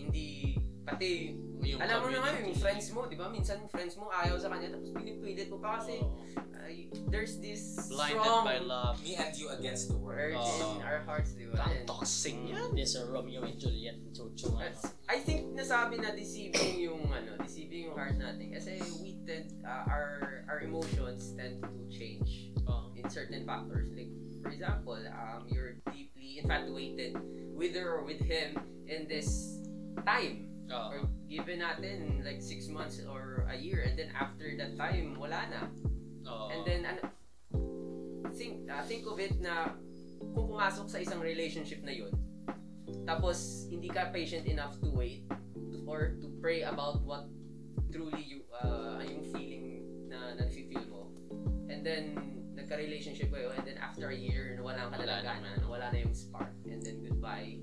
[SPEAKER 2] hindi, pati,
[SPEAKER 5] Yung
[SPEAKER 2] alam mo naman
[SPEAKER 5] community.
[SPEAKER 2] yung friends mo, di ba? Minsan yung friends mo ayaw sa kanya, tapos pinipilit mo pa kasi
[SPEAKER 4] Oo.
[SPEAKER 2] ay, there's this
[SPEAKER 5] Oh. Blinded
[SPEAKER 2] strong
[SPEAKER 5] by love.
[SPEAKER 1] Me and you against the world.
[SPEAKER 2] words
[SPEAKER 5] Oo.
[SPEAKER 2] in our hearts, di ba?
[SPEAKER 5] Ang
[SPEAKER 2] And
[SPEAKER 5] toxic yan.
[SPEAKER 4] Hmm, This is Romeo and Juliet. Chuchu. Ano.
[SPEAKER 2] that's- I think nasabi na deceiving yung ano, deceiving yung heart natin kasi we tend uh, our our emotions tend to change
[SPEAKER 5] Oh.
[SPEAKER 2] in certain factors. Like for example, um you're deeply infatuated with her or with him in this time
[SPEAKER 5] Ah,
[SPEAKER 2] or given natin like six months or a year and then after that time wala na
[SPEAKER 5] ah.
[SPEAKER 2] And then, ano, think, ah, think of it na kung pumasok sa isang relationship na yun, tapos hindi ka patient enough to wait to- or to pray about what truly you, ah, yung feeling na nafe-feel mo. And then, nagka-relationship kayo and then after a year, wala ka
[SPEAKER 5] Wala
[SPEAKER 2] talaga na,
[SPEAKER 5] naman.
[SPEAKER 2] wala na yung spark. And then, goodbye.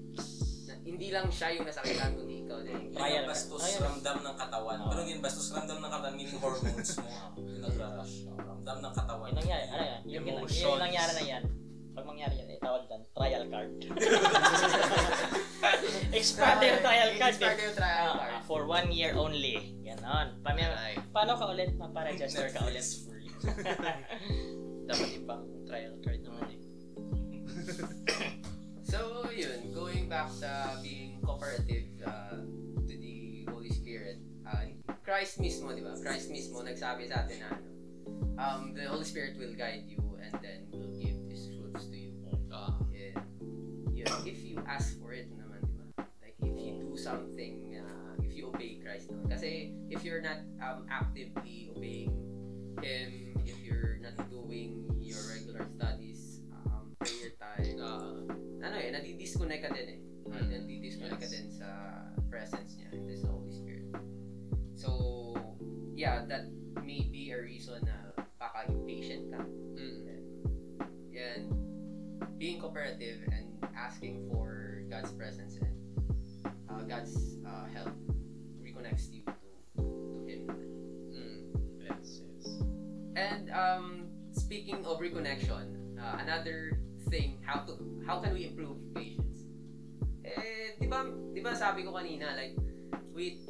[SPEAKER 2] Na, hindi lang siya yung nasakitan, kundi ikaw din.
[SPEAKER 1] Yun
[SPEAKER 4] Trial.
[SPEAKER 1] ang bastos
[SPEAKER 4] Trial.
[SPEAKER 1] ramdam ng katawan.
[SPEAKER 4] Oo.
[SPEAKER 1] Ano yun, bastos ramdam ng katawan, meaning hormones mo. Yung nagra-rush. Ramdam ng katawan.
[SPEAKER 4] Yung nangyari, ano yan? Yung, yung,
[SPEAKER 5] Emotions.
[SPEAKER 4] yung nangyari na yan. Pag mangyari yan, itawag dyan, eh, kan? trial card. Expand your trial card.
[SPEAKER 2] Expand
[SPEAKER 4] eh.
[SPEAKER 2] your trial
[SPEAKER 4] Ah,
[SPEAKER 2] card.
[SPEAKER 4] ah, for one year only. Ganon. Pa paano ka ulit maparegister ka ulit?
[SPEAKER 1] Netflix free.
[SPEAKER 4] <laughs> Dapat ibang trial card naman eh.
[SPEAKER 2] So, yun, going back sa being cooperative uh, to the Holy Spirit, uh, Christ mismo, di ba? Christ mismo nagsabi sa atin na ano, um, the Holy Spirit will guide you and then will give His fruits to you.
[SPEAKER 5] Ah.
[SPEAKER 2] Yeah. Yun, if you ask for it naman, di ba? Like, if you do something na Christ naman. Kasi if you're not um, actively obeying Him, if you're not doing your regular studies, um, prayer time,
[SPEAKER 5] Ah,
[SPEAKER 2] ano eh, nadidisconnect ka din eh.
[SPEAKER 5] Mm.
[SPEAKER 2] Nadidisconnect ka
[SPEAKER 5] Yes.
[SPEAKER 2] din sa presence niya, it is the Holy Spirit. So, yeah, that may be a reason na baka impatient ka.
[SPEAKER 5] mm.
[SPEAKER 2] Yan, being cooperative and asking for God's presence and uh, God's uh, help reconnects you to, to Him.
[SPEAKER 5] Mm. Yes, yes.
[SPEAKER 2] And um, speaking of reconnection, uh, another thing, how to how can we improve patience? Eh, di ba, di ba sabi ko kanina, like, we,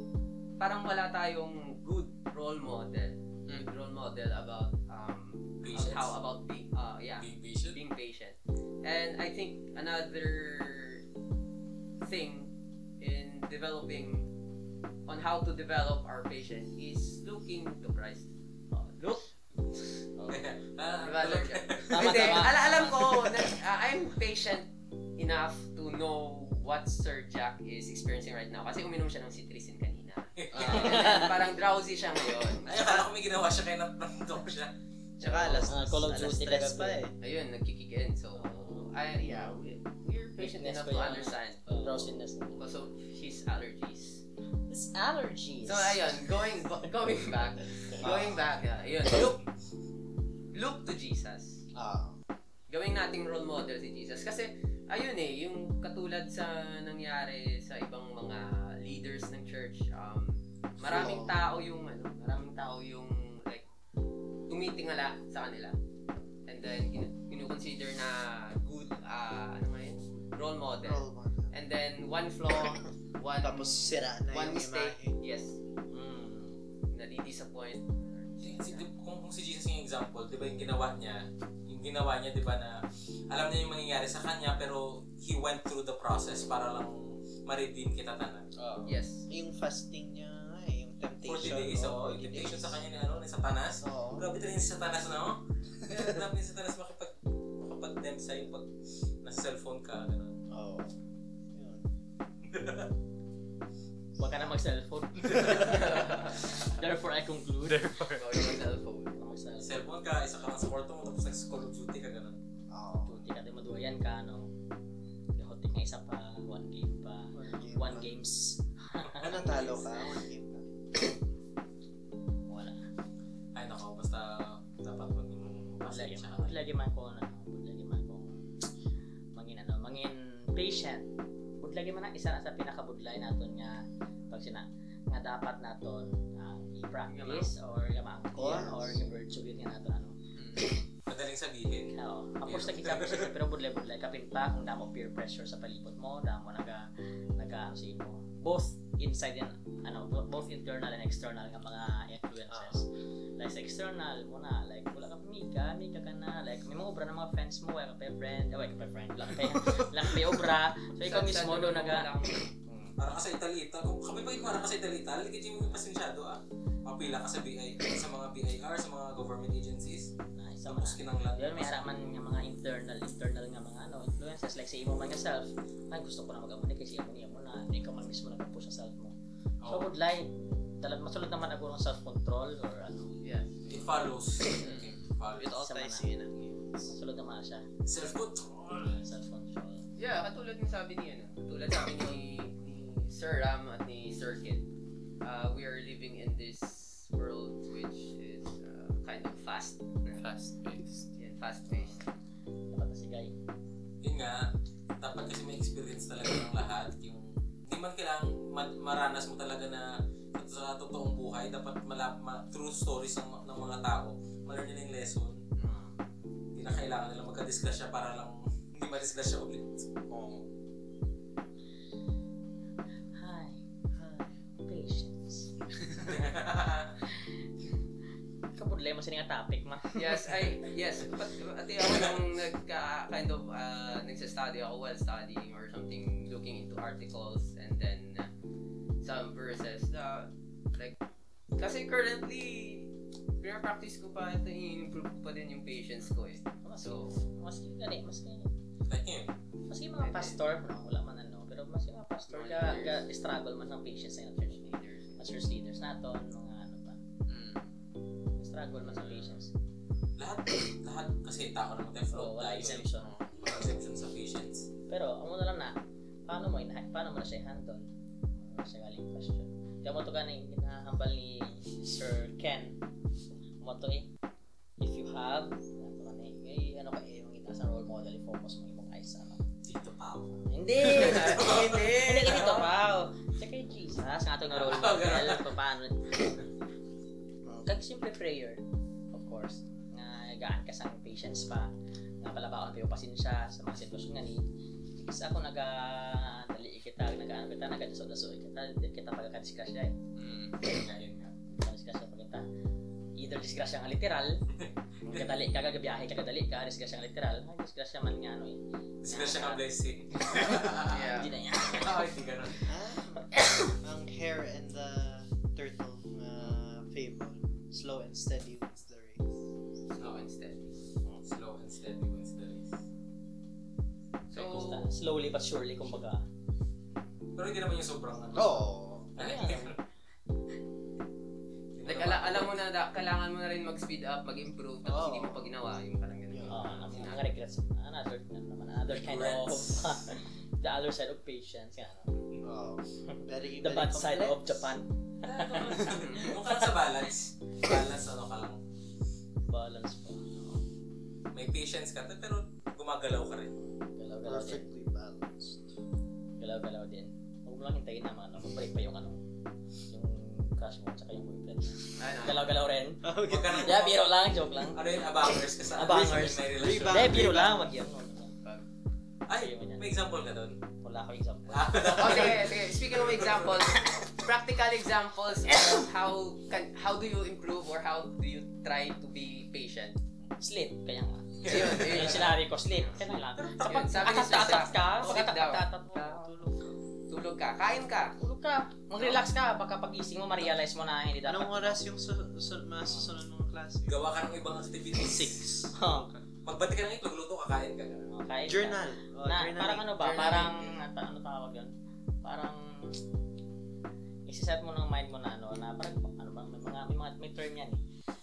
[SPEAKER 2] parang wala tayong good role model,
[SPEAKER 5] Mm.
[SPEAKER 2] good role model about, um,
[SPEAKER 1] Patience.
[SPEAKER 2] how about being, uh, yeah,
[SPEAKER 1] Being patient.
[SPEAKER 2] being patient. And I think another thing in developing on how to develop our patience is looking to Christ. Uh, look
[SPEAKER 1] <laughs> Ah,
[SPEAKER 2] Diba,
[SPEAKER 1] <laughs> tulog.
[SPEAKER 2] sir?
[SPEAKER 4] Oh. Tama,
[SPEAKER 2] Hindi,
[SPEAKER 4] tama.
[SPEAKER 2] ala alam ko, na, uh, I'm patient enough to know what Sir Jack is experiencing right now. Kasi uminom siya ng citricine kanina. And then, parang drowsy siya ngayon.
[SPEAKER 1] Ay, akala ko may ginawa siya kaya nap-nap siya.
[SPEAKER 3] Tsaka
[SPEAKER 5] Oh.
[SPEAKER 3] alas,
[SPEAKER 4] Ah, Call of
[SPEAKER 3] alas
[SPEAKER 4] Duty
[SPEAKER 3] tres
[SPEAKER 4] kagabi.
[SPEAKER 3] pa eh.
[SPEAKER 2] Ayun, nagkikick in. So, I, yeah, we, we're patient enough
[SPEAKER 4] Weakness ko
[SPEAKER 2] to
[SPEAKER 4] yun. Oh,
[SPEAKER 2] understand
[SPEAKER 4] Drowsiness.
[SPEAKER 2] because of his allergies.
[SPEAKER 4] This allergies.
[SPEAKER 2] So, ayun, going going back,
[SPEAKER 4] <laughs>
[SPEAKER 2] going back, uh, ayun, look, look to Jesus.
[SPEAKER 3] Ah.
[SPEAKER 2] gawing nating role model si Jesus. Kasi, ayun eh, yung katulad sa nangyari sa ibang mga leaders ng church, um, maraming
[SPEAKER 3] Oo.
[SPEAKER 2] tao yung, ano, maraming tao yung, like, tumitingala sa kanila. And then, kinu- kinukonsider na good, ah, ano nga yun, role model.
[SPEAKER 3] Role model.
[SPEAKER 2] And then, one
[SPEAKER 3] <coughs>
[SPEAKER 2] flaw, one,
[SPEAKER 3] Oh. Tapos sira na
[SPEAKER 2] one
[SPEAKER 3] yung
[SPEAKER 2] mistake,
[SPEAKER 3] imahe.
[SPEAKER 2] yes, Hmm. nadidisappoint.
[SPEAKER 1] Si, si, di- kung, kung si Jesus yung example, di ba yung ginawa niya, yung ginawa niya, di ba na alam niya yung mangyayari sa kanya, pero he went through the process para lang ma-redeem kita tanan.
[SPEAKER 5] Ah.
[SPEAKER 2] Yes.
[SPEAKER 3] Yung fasting niya, nga eh, yung
[SPEAKER 1] 40
[SPEAKER 3] temptation.
[SPEAKER 1] days,
[SPEAKER 3] oo,
[SPEAKER 1] oh,
[SPEAKER 3] 40
[SPEAKER 1] temptation
[SPEAKER 3] days.
[SPEAKER 1] sa kanya ni, ano, ni Satanas.
[SPEAKER 3] Oo.
[SPEAKER 1] Grabe talaga si Satanas na, oh. Grabe si Satanas makipag, makapag-tempt sa'yo pag nasa cellphone ka, gano'n.
[SPEAKER 3] Oo. Yun.
[SPEAKER 4] Huwag ka
[SPEAKER 2] <laughs>
[SPEAKER 4] na mag-cellphone. Therefore, I conclude.
[SPEAKER 2] Gawin mo cellphone.
[SPEAKER 4] Huwag ka mag-cellphone.
[SPEAKER 1] Cellphone ka, isa ka lang sa kwarto mo, tapos nag-call of duty ka, gano'n.
[SPEAKER 3] Oo.
[SPEAKER 4] Tuti ka, di maduwayan ka, ano. Hotik na isa pa, one game pa.
[SPEAKER 3] One game
[SPEAKER 4] One
[SPEAKER 3] pa.
[SPEAKER 4] games.
[SPEAKER 3] Ah, natalo ka? One game pa.
[SPEAKER 4] Wala.
[SPEAKER 1] Ay, nako, basta dapat wag mong
[SPEAKER 4] Lagi,
[SPEAKER 1] pasensya ka.
[SPEAKER 4] lagi man ko, ano. Lagi man ko. Mangin, ano. Mangin patient. Budlagi man ang isa na sa pinakabudlay naton nga pag sina nga dapat naton ah, i-practice or gamangkon
[SPEAKER 3] Yes.
[SPEAKER 4] or i-virtue yun nga naton ano
[SPEAKER 1] Madaling sabihin.
[SPEAKER 4] Oo. Apos sa kita sa pero budlay-budlay kapin pa kung damo peer pressure sa palibot mo, damo naga naga ano sa imo. Both inside and ano, bo- both internal and external nga mga influences. Like sa external mo na, like wala ka pamika, mika ka na, like may mga obra ng mga friends mo, wala ka pa friend, eh, wala ka pa friend, wala ka pa, wala ka pa obra. So ikaw
[SPEAKER 2] Sa- sa
[SPEAKER 4] mismo do
[SPEAKER 2] dulo
[SPEAKER 4] naga
[SPEAKER 2] lang.
[SPEAKER 1] Para ka sa Italita. Kung kami pa yung para ka sa Italita, ligit yung mga pasensyado ah. Papila ka sa BI, sa mga BIR, sa mga government agencies.
[SPEAKER 4] na ah, isa man.
[SPEAKER 1] Tapos kinanglan.
[SPEAKER 4] Yun, may haraman nga mga internal, internal nga mga ano, influences. Like sa imo man nga self, ay gusto ko na mag-amon eh, kasi amo niya mo na, ikaw man mismo nagpo sa self mo. So
[SPEAKER 1] Oh,
[SPEAKER 4] would like, talag, masulod naman ako ng self-control or ano,
[SPEAKER 2] Yes.
[SPEAKER 1] it follows. Okay, follows.
[SPEAKER 5] It all
[SPEAKER 4] Sama
[SPEAKER 5] ties
[SPEAKER 4] na.
[SPEAKER 5] in ang games.
[SPEAKER 4] masulod naman siya,
[SPEAKER 1] Self-control.
[SPEAKER 4] self-control.
[SPEAKER 2] Yeah, katulad ng sabi ni ano, katulad sabi ni, ni Sir Ram at ni Sir Kid, uh, we are living in this world which is uh, kind of fast,
[SPEAKER 5] Fast-paced.
[SPEAKER 2] yeah, fast-paced.
[SPEAKER 4] Dapat na si Guy.
[SPEAKER 1] Yun nga, dapat kasi may experience talaga ng lahat. Yung hindi man kailangan ma- maranas mo talaga na sa totoong buhay, dapat malap, ma- true stories ng, ng mga tao. Malaman nila yung lesson. Hindi na kailangan nila magka-disgrasya para lang hindi ma-disgrasya <laughs> ulit.
[SPEAKER 5] Oo.
[SPEAKER 4] Hi. Patience. Kabudlay mo sa nga topic ma.
[SPEAKER 2] Yes,
[SPEAKER 4] <laughs>
[SPEAKER 2] I, yes, but pati ako nang nagka, kind of, uh, nagsastudy ako while studying or something, looking into articles and then uh, some verses na, like, kasi currently, pinapractice ko pa ito, i-improve ko pa din yung patience ko eh.
[SPEAKER 4] Maski,
[SPEAKER 2] So,
[SPEAKER 4] maski gani, maski,
[SPEAKER 1] Thank you.
[SPEAKER 4] ano, maski mga pastor, no, wala man ano, pero maski mga pastor, ga, ga, struggle man sa patience sa inyo church.
[SPEAKER 2] leaders.
[SPEAKER 4] Mas marathon, mga ano pa.
[SPEAKER 5] Mm.
[SPEAKER 4] Struggle man sa
[SPEAKER 2] Mm.
[SPEAKER 4] patience.
[SPEAKER 1] Lahat, lahat kasi tao naman tayo
[SPEAKER 4] So,
[SPEAKER 1] float
[SPEAKER 4] wala
[SPEAKER 1] tayo. eh.
[SPEAKER 4] exemption.
[SPEAKER 1] Walang exception sa patience.
[SPEAKER 4] Pero, ang una lang na, paano mo, ina- paano mo na siya handle? Ano siya galing question. Kaya mo ito ka na hinahambal ni Sir Ken. Mo to eh. If you have, ano to ka na eh, eh, ano ka eh, makita sa role model, focus mo yung mga eyes sa ano.
[SPEAKER 1] Dito pa ako.
[SPEAKER 4] Hindi! Hindi! Ano? Oh, Hindi ka dito, Pao. Tsaka yung Jesus, ang atong role model, kung paano. Kag simple prayer, of course, nga gaan ka sa patience pa, nga palabaon kayo pasensya sa mga sitwasyon nga ni kasi ako naga dali kita nagaano kita naga daso daso kita di kita pagkadiscuss siya eh
[SPEAKER 5] Mm.
[SPEAKER 1] Ngayon nga.
[SPEAKER 4] pagkadiscuss siya pagkita either discuss ang <laughs> literal kadali ka kagabiyahe ka kadali ka discuss ang literal ay discuss siya man nga ano eh
[SPEAKER 1] Discuss siya ka <laughs> blessing.
[SPEAKER 5] Yeah.
[SPEAKER 1] <laughs>
[SPEAKER 4] hindi na niya
[SPEAKER 1] Ah, eh. hindi ganun.
[SPEAKER 3] <coughs> Ang hare and the turtle uh, fable. Slow and steady wins the race.
[SPEAKER 2] Slow and steady.
[SPEAKER 1] Slow and steady wins the race.
[SPEAKER 2] So,
[SPEAKER 4] Basta, slowly but surely kumbaga
[SPEAKER 1] Pero hindi naman yung sobrang ano.
[SPEAKER 3] Oh!
[SPEAKER 1] Ay,
[SPEAKER 4] Ano yan?
[SPEAKER 1] Hindi
[SPEAKER 2] like,
[SPEAKER 1] naman-
[SPEAKER 2] ala alam mo na, da- kailangan mo na rin mag-speed up, mag-improve, tapos
[SPEAKER 3] Oo.
[SPEAKER 2] hindi mo pa ginawa yung parang ganun. Ah,
[SPEAKER 3] Yeah. Ah,
[SPEAKER 4] Oh, I mean, ang regrets, another, ano naman, another kind
[SPEAKER 1] Regrets.
[SPEAKER 4] of, <laughs> the other side of patience, nga, no?
[SPEAKER 3] Oh. Very,
[SPEAKER 4] the
[SPEAKER 3] very
[SPEAKER 4] bad side of
[SPEAKER 3] complex.
[SPEAKER 4] Japan,
[SPEAKER 1] Kung ka lang sa balance, balance ano ka lang.
[SPEAKER 4] balance po,
[SPEAKER 1] May patience ka, pero gumagalaw ka rin.
[SPEAKER 4] galaw-galaw din,
[SPEAKER 3] Perfectly balanced.
[SPEAKER 4] galaw-galaw din, huwag mo lang hintayin na, ano, mag-break pa yung, ano, yung crush mo, tsaka yung
[SPEAKER 3] <laughs>
[SPEAKER 4] boyfriend,
[SPEAKER 2] Ano?
[SPEAKER 4] galaw-galaw rin,
[SPEAKER 3] Okay.
[SPEAKER 1] Huwag ka nang...
[SPEAKER 4] yeah, biro lang, joke lang,
[SPEAKER 1] Ano yun, abangers ka sa...
[SPEAKER 4] Abangers.
[SPEAKER 1] May relasyon.
[SPEAKER 4] hindi, biro lang, wag yun, wag yun.
[SPEAKER 1] Ay, may example ka doon.
[SPEAKER 4] wala akong example,
[SPEAKER 2] Oh, sige, sige. Speaking of examples, practical examples of how can how do you improve or how do you try to be patient?
[SPEAKER 4] sleep, kaya nga, Ano
[SPEAKER 2] Yun, yun.
[SPEAKER 4] yung sinabi ko, sleep, kaya lang,
[SPEAKER 2] Yun, sabi ni Sir
[SPEAKER 4] Akatatat
[SPEAKER 2] Sa,
[SPEAKER 4] ka,
[SPEAKER 2] Sit down.
[SPEAKER 4] pagkatatatat ka, tulog ka,
[SPEAKER 2] tulog ka, kain ka.
[SPEAKER 4] tulog ka, mag-relax ka, baka pagising mo, ma-realize mo na hindi dapat,
[SPEAKER 3] Anong oras yung su- su- mga susunod mong klase?
[SPEAKER 1] Gawa ka ng ibang activities.
[SPEAKER 3] Six.
[SPEAKER 4] Oh.
[SPEAKER 1] Magbati ka lang ito, magluto, kakain ka. ganun.
[SPEAKER 4] Okay.
[SPEAKER 3] Journal. Oh,
[SPEAKER 4] Na,
[SPEAKER 3] journaling.
[SPEAKER 4] parang ano ba?
[SPEAKER 2] Journaling.
[SPEAKER 4] Parang, ano, ano tawag yun? Parang, isiset mo ng mind mo na ano, na parang, ano ba, may mga, may mga, may term yan eh,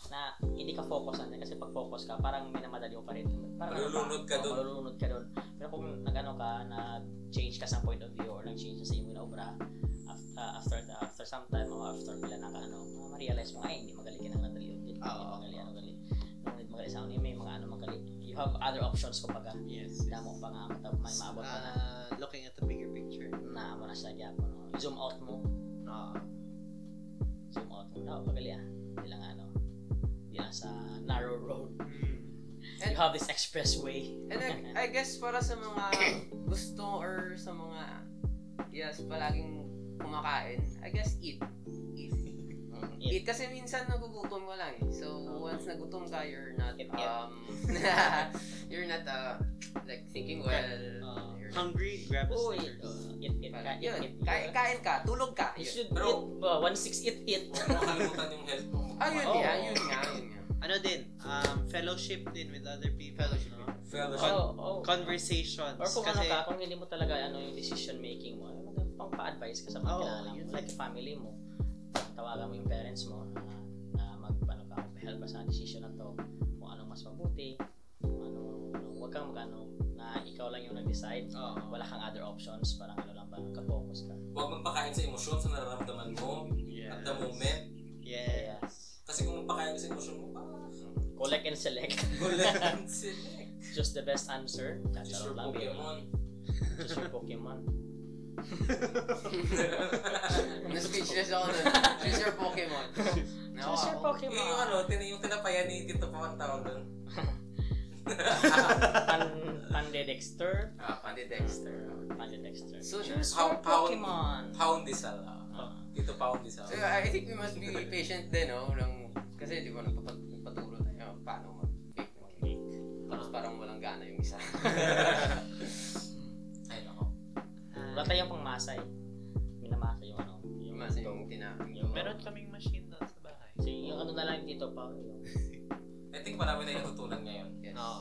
[SPEAKER 4] na hindi ka focus na kasi pag focus ka, parang minamadali ko pa rin. Parang, ano ba?
[SPEAKER 1] Malulunod ka
[SPEAKER 4] Oo,
[SPEAKER 1] dun.
[SPEAKER 4] Malulunod ka doon. Pero kung nag-ano ka, nag-change ka sa point of view or nag-change ka sa iyong obra, after, after, after some time or after pila na ka, ano, ma-realize mo, ay, hindi magaling ka ng nadali yun. Hindi
[SPEAKER 2] Oo.
[SPEAKER 4] magaling, ano, galing. Nung hindi magaling sa akin, may mga ano magaling. You have other options kumbaga
[SPEAKER 3] Yes. yes.
[SPEAKER 4] damo pa nga ako tapos may maabot pa na
[SPEAKER 3] Uh, looking at the bigger picture.
[SPEAKER 4] na mo na siya gap no? zoom out mo
[SPEAKER 3] Ah.
[SPEAKER 4] zoom out mo daw pagali ah bilang ano bilang sa narrow road
[SPEAKER 3] Mm.
[SPEAKER 4] you
[SPEAKER 2] Eh.
[SPEAKER 4] have this expressway
[SPEAKER 2] And I, I guess para sa mga gusto or sa mga yes, palaging kumakain, I guess eat. Eat.
[SPEAKER 4] Eat.
[SPEAKER 2] Eat Eh, kasi minsan nagugutom ka lang. eh. So once nagutom ka, you're not
[SPEAKER 4] Eat, eat.
[SPEAKER 2] um <laughs> you're not uh like thinking well.
[SPEAKER 4] uh,
[SPEAKER 2] You're not-
[SPEAKER 3] Hungry, grab a
[SPEAKER 4] oh
[SPEAKER 3] snack.
[SPEAKER 4] it it it
[SPEAKER 2] Parang,
[SPEAKER 4] it,
[SPEAKER 2] yun,
[SPEAKER 4] it,
[SPEAKER 2] kain,
[SPEAKER 4] it.
[SPEAKER 2] kain ka, tulog ka.
[SPEAKER 4] you
[SPEAKER 2] Yun.
[SPEAKER 4] should
[SPEAKER 1] Pero-
[SPEAKER 4] eat uh, one six eat eat
[SPEAKER 1] Huwag mo kalimutan yung health mo.
[SPEAKER 2] Ah, yun,
[SPEAKER 4] Oo.
[SPEAKER 2] nga, yun nga, yun nga.
[SPEAKER 3] Ano din? Um, fellowship din with other people.
[SPEAKER 2] Fellowship.
[SPEAKER 3] no?
[SPEAKER 1] Fellowship.
[SPEAKER 4] oh, oh.
[SPEAKER 3] Conversations.
[SPEAKER 4] or kung ano
[SPEAKER 3] kasi,
[SPEAKER 4] ka kung hindi mo talaga ano yung decision making mo mag pang pa-advise ka sa mga
[SPEAKER 3] Oo,
[SPEAKER 4] kilala mo
[SPEAKER 3] yun
[SPEAKER 4] like yung family mo tawagan mo yung parents mo na, na mag ano ka help ka sa decision na to kung anong mas mabuti kung ano ano, huwag kang mag ano na ikaw lang yung nag-decide
[SPEAKER 3] Oo.
[SPEAKER 4] wala kang other options parang ano lang parang ka-focus ka
[SPEAKER 1] Huwag magpakain sa emosyon sa nararamdaman mo
[SPEAKER 3] Yes.
[SPEAKER 1] at the moment.
[SPEAKER 3] Yes.
[SPEAKER 1] Kasi kung magpakain ka sa emosyon mo, pa,
[SPEAKER 4] Mm, collect and select <laughs>
[SPEAKER 1] gulat and select.
[SPEAKER 4] just the best answer that's
[SPEAKER 1] Just your
[SPEAKER 4] lang biro lang.
[SPEAKER 1] Pokemon.
[SPEAKER 4] just your Pokemon
[SPEAKER 2] Na-speechless ako nun. Choose your <laughs> Pokemon. Nawa
[SPEAKER 4] just your
[SPEAKER 2] ako.
[SPEAKER 1] Yung,
[SPEAKER 4] Pokemon
[SPEAKER 1] yung ano, tin yung tinapayan ni Tito pa ang tawag doon.
[SPEAKER 4] Pan, Pandedexter
[SPEAKER 2] Ah, Pandidexter.
[SPEAKER 4] Pandedexter
[SPEAKER 2] So,
[SPEAKER 4] choose
[SPEAKER 1] how-
[SPEAKER 4] your
[SPEAKER 1] how-
[SPEAKER 4] Pokemon
[SPEAKER 1] Poundisal. ah.
[SPEAKER 4] Ah.
[SPEAKER 1] Tito Poundisal.
[SPEAKER 2] So, I think we must be patient din, no? Nang, kasi, di ba, nagpapag- nagpaturo tayo paano mag-bake ng cake. Tapos parang walang gana yung isa.
[SPEAKER 1] Ay, nako.
[SPEAKER 4] Wala tayong pang masay. Minamasay yung ano. Yung
[SPEAKER 2] Mas
[SPEAKER 4] yung,
[SPEAKER 2] yung tinahang
[SPEAKER 4] yung,
[SPEAKER 3] Meron kaming machine doon sa bahay.
[SPEAKER 4] so, yung ano na lang dito pa. Yung,
[SPEAKER 1] I think marami tayong natutunan ngayon.
[SPEAKER 2] Yes.
[SPEAKER 3] No.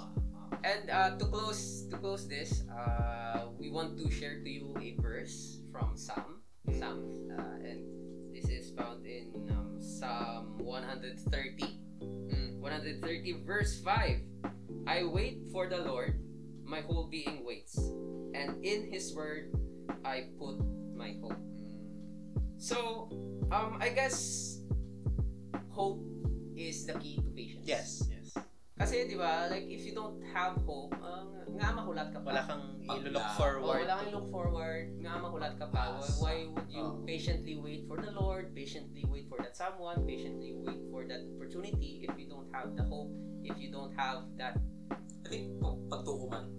[SPEAKER 2] And uh, to close to close this, uh, we want to share to you a verse from Psalm. Psalm, uh, and this is found in um, Psalm 130.
[SPEAKER 5] Mm.
[SPEAKER 2] 130 verse 5 I wait for the Lord my whole being waits and in his word I put my hope so um I guess hope is the key to patience
[SPEAKER 3] Yes.
[SPEAKER 5] Yes.
[SPEAKER 2] kasi di ba like if you don't have hope uh, nga mahulat ka pa
[SPEAKER 3] Wala kang
[SPEAKER 1] Pag-
[SPEAKER 3] ilulook
[SPEAKER 1] ah,
[SPEAKER 2] Oh,
[SPEAKER 3] forward.
[SPEAKER 2] wala kang look forward, nga mahulat ka pa.
[SPEAKER 1] Pag-asa.
[SPEAKER 2] Why would you
[SPEAKER 1] Oo.
[SPEAKER 2] patiently wait for the Lord, patiently wait for that someone, patiently wait for that opportunity if you don't have the hope, if you don't have that
[SPEAKER 1] I think pag- pagtuko man.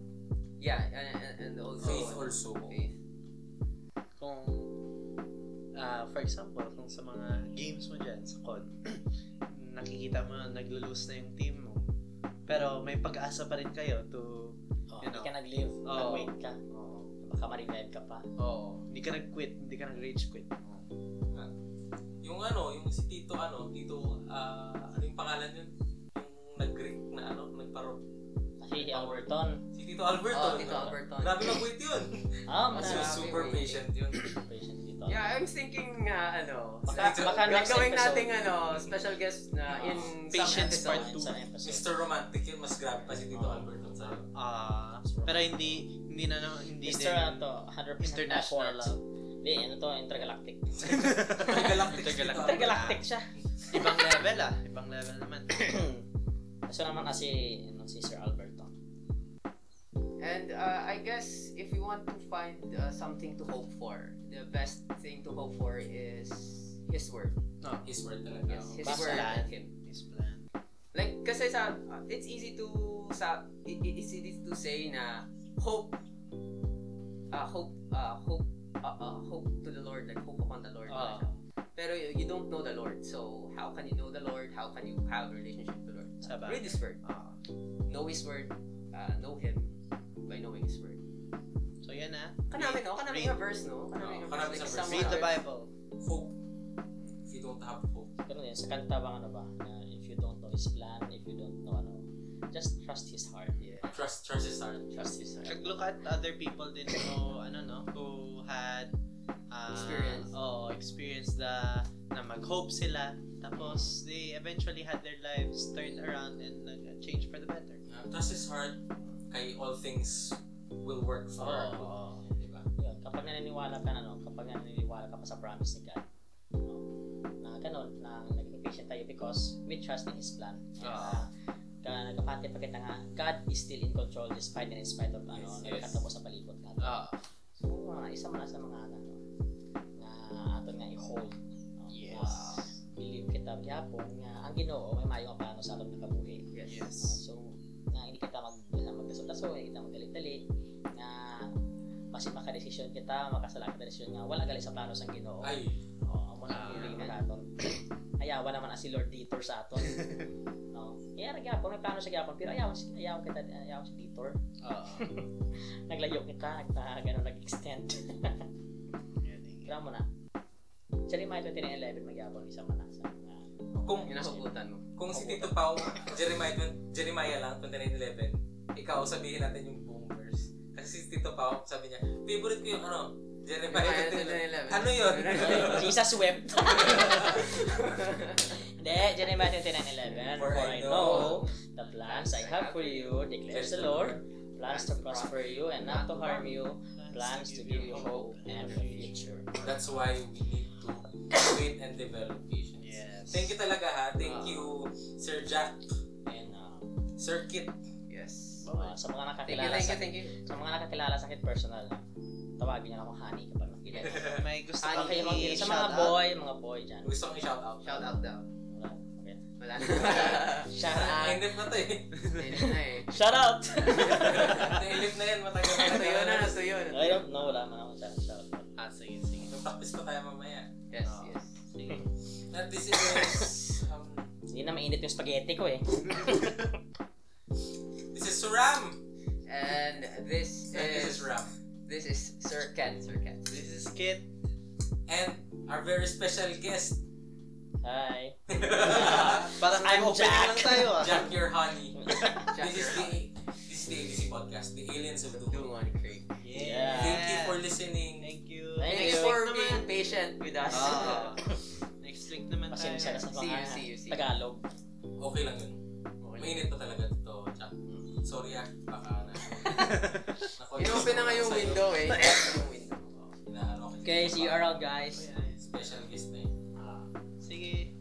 [SPEAKER 2] Yeah, and, and, and also
[SPEAKER 1] Faith also.
[SPEAKER 2] faith.
[SPEAKER 3] kung ah, for example, kung sa mga games mo dyan sa COD, <clears throat> nakikita mo naglo-lose na yung team mo. Pero may pag-asa pa rin kayo to
[SPEAKER 4] Oh,
[SPEAKER 3] You know.
[SPEAKER 4] Hindi ka nag-live.
[SPEAKER 3] Oo.
[SPEAKER 4] Nag-wait ka. Baka ma-revive ka pa.
[SPEAKER 2] Oh.
[SPEAKER 3] hindi ka nag-quit, hindi ka nag-rage quit.
[SPEAKER 1] Yung ano, yung si Tito ano, Tito, ah, ano yung pangalan yun? Yung nag-Greek na ano, nagparo.
[SPEAKER 4] Kasi si Alberton.
[SPEAKER 1] Si Tito Alberto.
[SPEAKER 2] Oh, Tito
[SPEAKER 1] ano?
[SPEAKER 2] Alberton.
[SPEAKER 1] Grabe mag-wait yun.
[SPEAKER 4] Ah,
[SPEAKER 1] Kasi
[SPEAKER 4] marami.
[SPEAKER 2] Grabe,
[SPEAKER 1] super
[SPEAKER 2] wait.
[SPEAKER 1] patient yun.
[SPEAKER 4] Patient dito.
[SPEAKER 2] Yeah, I'm thinking nga ano.
[SPEAKER 4] Baka,
[SPEAKER 1] Medyo-
[SPEAKER 4] baka next
[SPEAKER 2] Gagawin
[SPEAKER 4] episode.
[SPEAKER 2] natin ano, special guest na in
[SPEAKER 3] Patience
[SPEAKER 2] some
[SPEAKER 4] Part
[SPEAKER 2] episode.
[SPEAKER 4] 2. episode.
[SPEAKER 1] Mr. Romantic yun, mas grabe pa si Tito
[SPEAKER 4] Oh.
[SPEAKER 1] Alberto sa'yo.
[SPEAKER 3] Ah, pero hindi hindi na naman hindi
[SPEAKER 4] Mr.
[SPEAKER 3] din-
[SPEAKER 4] Ano <laughs> to? 100%
[SPEAKER 3] International.
[SPEAKER 4] Apollo. Hindi, ano to? Intergalactic.
[SPEAKER 1] Intergalactic.
[SPEAKER 5] Intergalactic.
[SPEAKER 4] Intergalactic siya.
[SPEAKER 3] ibang level ah, ibang level naman.
[SPEAKER 4] So naman kasi ano, si Sir Alberto.
[SPEAKER 2] And uh, I guess if you want to find uh, something to hope for, the best thing to hope for is His word.
[SPEAKER 1] His word talaga.
[SPEAKER 2] Yes, His
[SPEAKER 4] Basta
[SPEAKER 2] word and
[SPEAKER 3] lahat.
[SPEAKER 2] Him.
[SPEAKER 3] This plan.
[SPEAKER 2] Like, kasi sa, uh, it's easy to, sa, it, it- it's easy to say na hope, uh, hope, uh, hope, uh, uh, hope to the Lord, like hope upon the Lord.
[SPEAKER 3] Ah.
[SPEAKER 2] Pero you, you don't know the Lord. So, how can you know the Lord? How can you have a relationship with the Lord?
[SPEAKER 3] Sa bagay.
[SPEAKER 2] Read His Word.
[SPEAKER 3] Ah.
[SPEAKER 2] Know His Word. Uh, know Him by knowing His Word.
[SPEAKER 3] So yan ah.
[SPEAKER 2] Kanami, no? Kanami
[SPEAKER 3] Read,
[SPEAKER 2] nga verse, no? Kanami
[SPEAKER 1] Oo,
[SPEAKER 2] nga
[SPEAKER 1] kanami
[SPEAKER 2] verse.
[SPEAKER 1] sa verse.
[SPEAKER 2] Like, some
[SPEAKER 3] read the
[SPEAKER 2] other-
[SPEAKER 3] Bible.
[SPEAKER 1] Hope. If you don't have hope.
[SPEAKER 4] Ganun din, sa kanta bang ano ba? Na if you don't know his plan, if you don't know ano, just trust his heart.
[SPEAKER 2] Yeah.
[SPEAKER 1] Trust, trust his heart.
[SPEAKER 4] Trust his heart.
[SPEAKER 3] Like look at other people din who ano no, who had uh,
[SPEAKER 2] Experience.
[SPEAKER 3] Oh, experience the na mag-hope sila tapos they eventually had their lives turned around and nag-change for the better.
[SPEAKER 1] Yeah, trust his heart. Kay all things will work for our good. Diba?
[SPEAKER 4] Yun, kapag naniniwala ka na, no, kapag naniniwala ka pa sa promise ni God, no, na ganun, na naging patient tayo because we trust in His plan.
[SPEAKER 1] Ah.
[SPEAKER 4] Kaya nagkapati pa kita nga, God is still in control despite and in spite of ano,
[SPEAKER 1] Yes, yes.
[SPEAKER 4] nakakatapos sa paligid natin.
[SPEAKER 5] Ah.
[SPEAKER 2] Oh,
[SPEAKER 4] So, mga isa man sa mga ano, nga aton nga i-hold. No?
[SPEAKER 3] Yes.
[SPEAKER 4] Nga, believe kita gyapon nga ang Ginoo may mayong plano sa aton nakabuhi.
[SPEAKER 2] Yes.
[SPEAKER 4] No? So, nga hindi kita mag magdasol-dasol, hindi kita magdali-dali, nga masin makadesisyon kita, makasala ka desisyon nga wala gali sa plano sang Ginoo.
[SPEAKER 1] Ay,
[SPEAKER 4] Oo, mo
[SPEAKER 5] Ah.
[SPEAKER 4] na feeling na <clears throat> aton. Ayaw naman ang si Lord Dieter sa aton. no. Iya ra gyapon, may plano sa gyapon, pero ayaw si ayaw kita ayaw si Dieter.
[SPEAKER 5] Ah.
[SPEAKER 4] Naglayo kita, nagta ganun nag-extend. <laughs>
[SPEAKER 3] Yun eh.
[SPEAKER 4] Kailangan mo na. Sa Jeremiah 29.11, magyabang isa manasa.
[SPEAKER 1] kung
[SPEAKER 2] Ginahugutan
[SPEAKER 1] <laughs>
[SPEAKER 2] mo.
[SPEAKER 1] Kung si Tito Pao, Jeremiah, Jeremiah lang, 29.11, ikaw, sabihin natin yung buong verse. Kasi si Tito Pao, sabi niya, favorite ko yung ano, Jeremiah 29. Ano yun?
[SPEAKER 4] Si isa swept. <laughs> Hindi, Jeremiah 29.11. For I know the plans I have for you, declares the Lord. Plans to prosper you and not to harm you. Plans to give you hope and a future.
[SPEAKER 1] That's why we need to wait and develop patience.
[SPEAKER 3] Yes.
[SPEAKER 1] Thank you talaga ha. Thank
[SPEAKER 2] Ah.
[SPEAKER 1] you, Sir Jack,
[SPEAKER 4] And uh,
[SPEAKER 1] Sir Kit.
[SPEAKER 2] <laughs> Yes.
[SPEAKER 4] uh,
[SPEAKER 2] Thank
[SPEAKER 4] sa mga
[SPEAKER 2] you,
[SPEAKER 4] nakakilala
[SPEAKER 2] thank
[SPEAKER 4] sa,
[SPEAKER 2] you, thank you.
[SPEAKER 4] sa mga nakakilala sa akin personal, no? tawagin niyo akong honey kapag nakita
[SPEAKER 2] <laughs>
[SPEAKER 4] niyo.
[SPEAKER 3] May gusto
[SPEAKER 2] Ano
[SPEAKER 3] kang
[SPEAKER 4] Okay, okay. Sa
[SPEAKER 3] i-shout
[SPEAKER 4] mga
[SPEAKER 3] out?
[SPEAKER 4] boy, mga boy dyan.
[SPEAKER 1] <laughs> Gusto kong i-shout out.
[SPEAKER 2] Shout out daw.
[SPEAKER 4] Wala. Okay.
[SPEAKER 2] <laughs> Wala na.
[SPEAKER 4] Shout out.
[SPEAKER 1] Nailip na to eh.
[SPEAKER 2] Hindi na eh.
[SPEAKER 4] Shout out! <laughs>
[SPEAKER 1] Nailip na yan. Matagal na
[SPEAKER 2] Nasa yun na,
[SPEAKER 1] yan.
[SPEAKER 2] nasa yun.
[SPEAKER 4] I don't know, wala man ako shout shout out.
[SPEAKER 3] Ah, sige,
[SPEAKER 1] <laughs>
[SPEAKER 3] sige.
[SPEAKER 1] Magpapis pa tayo mamaya.
[SPEAKER 2] Yes,
[SPEAKER 1] Ah.
[SPEAKER 2] yes.
[SPEAKER 3] Sige.
[SPEAKER 1] At this is, um,
[SPEAKER 4] Hindi na mainit yung spaghetti ko eh.
[SPEAKER 1] this is Suram.
[SPEAKER 2] And this
[SPEAKER 1] And this is
[SPEAKER 2] is,
[SPEAKER 1] Ram.
[SPEAKER 2] this is Sir Ken, Sir Ken.
[SPEAKER 3] This is Kit.
[SPEAKER 1] and our very special guest, <laughs>
[SPEAKER 4] Hi.
[SPEAKER 3] Parang
[SPEAKER 4] I'm
[SPEAKER 3] I'm opening lang
[SPEAKER 4] Jack.
[SPEAKER 3] tayo ah. <laughs>
[SPEAKER 1] Jack Your Honey.
[SPEAKER 2] Jack
[SPEAKER 1] This is
[SPEAKER 2] Earl.
[SPEAKER 1] the this is the ABC podcast, the aliens of Doom.
[SPEAKER 2] Dumon Creek.
[SPEAKER 4] Yeah.
[SPEAKER 1] Thank you for listening.
[SPEAKER 3] Thank you.
[SPEAKER 4] Thank
[SPEAKER 2] Thanks
[SPEAKER 4] you.
[SPEAKER 2] for being patient with us.
[SPEAKER 3] Ah. Next week naman
[SPEAKER 4] pasensya na sa
[SPEAKER 2] See
[SPEAKER 4] mga
[SPEAKER 2] you, see you, see you.
[SPEAKER 4] Tagalog.
[SPEAKER 1] Okay lang yun. Mainit pa talaga to, Chuck. Sorry ah, baka na. Nako-
[SPEAKER 2] Inopen na nga yung
[SPEAKER 1] sa'yo.
[SPEAKER 2] window eh. yung window.
[SPEAKER 1] Inaano ko.
[SPEAKER 4] Okay, see you around guys.
[SPEAKER 2] Ah.
[SPEAKER 1] Special guest na eh.
[SPEAKER 3] <laughs> Sige.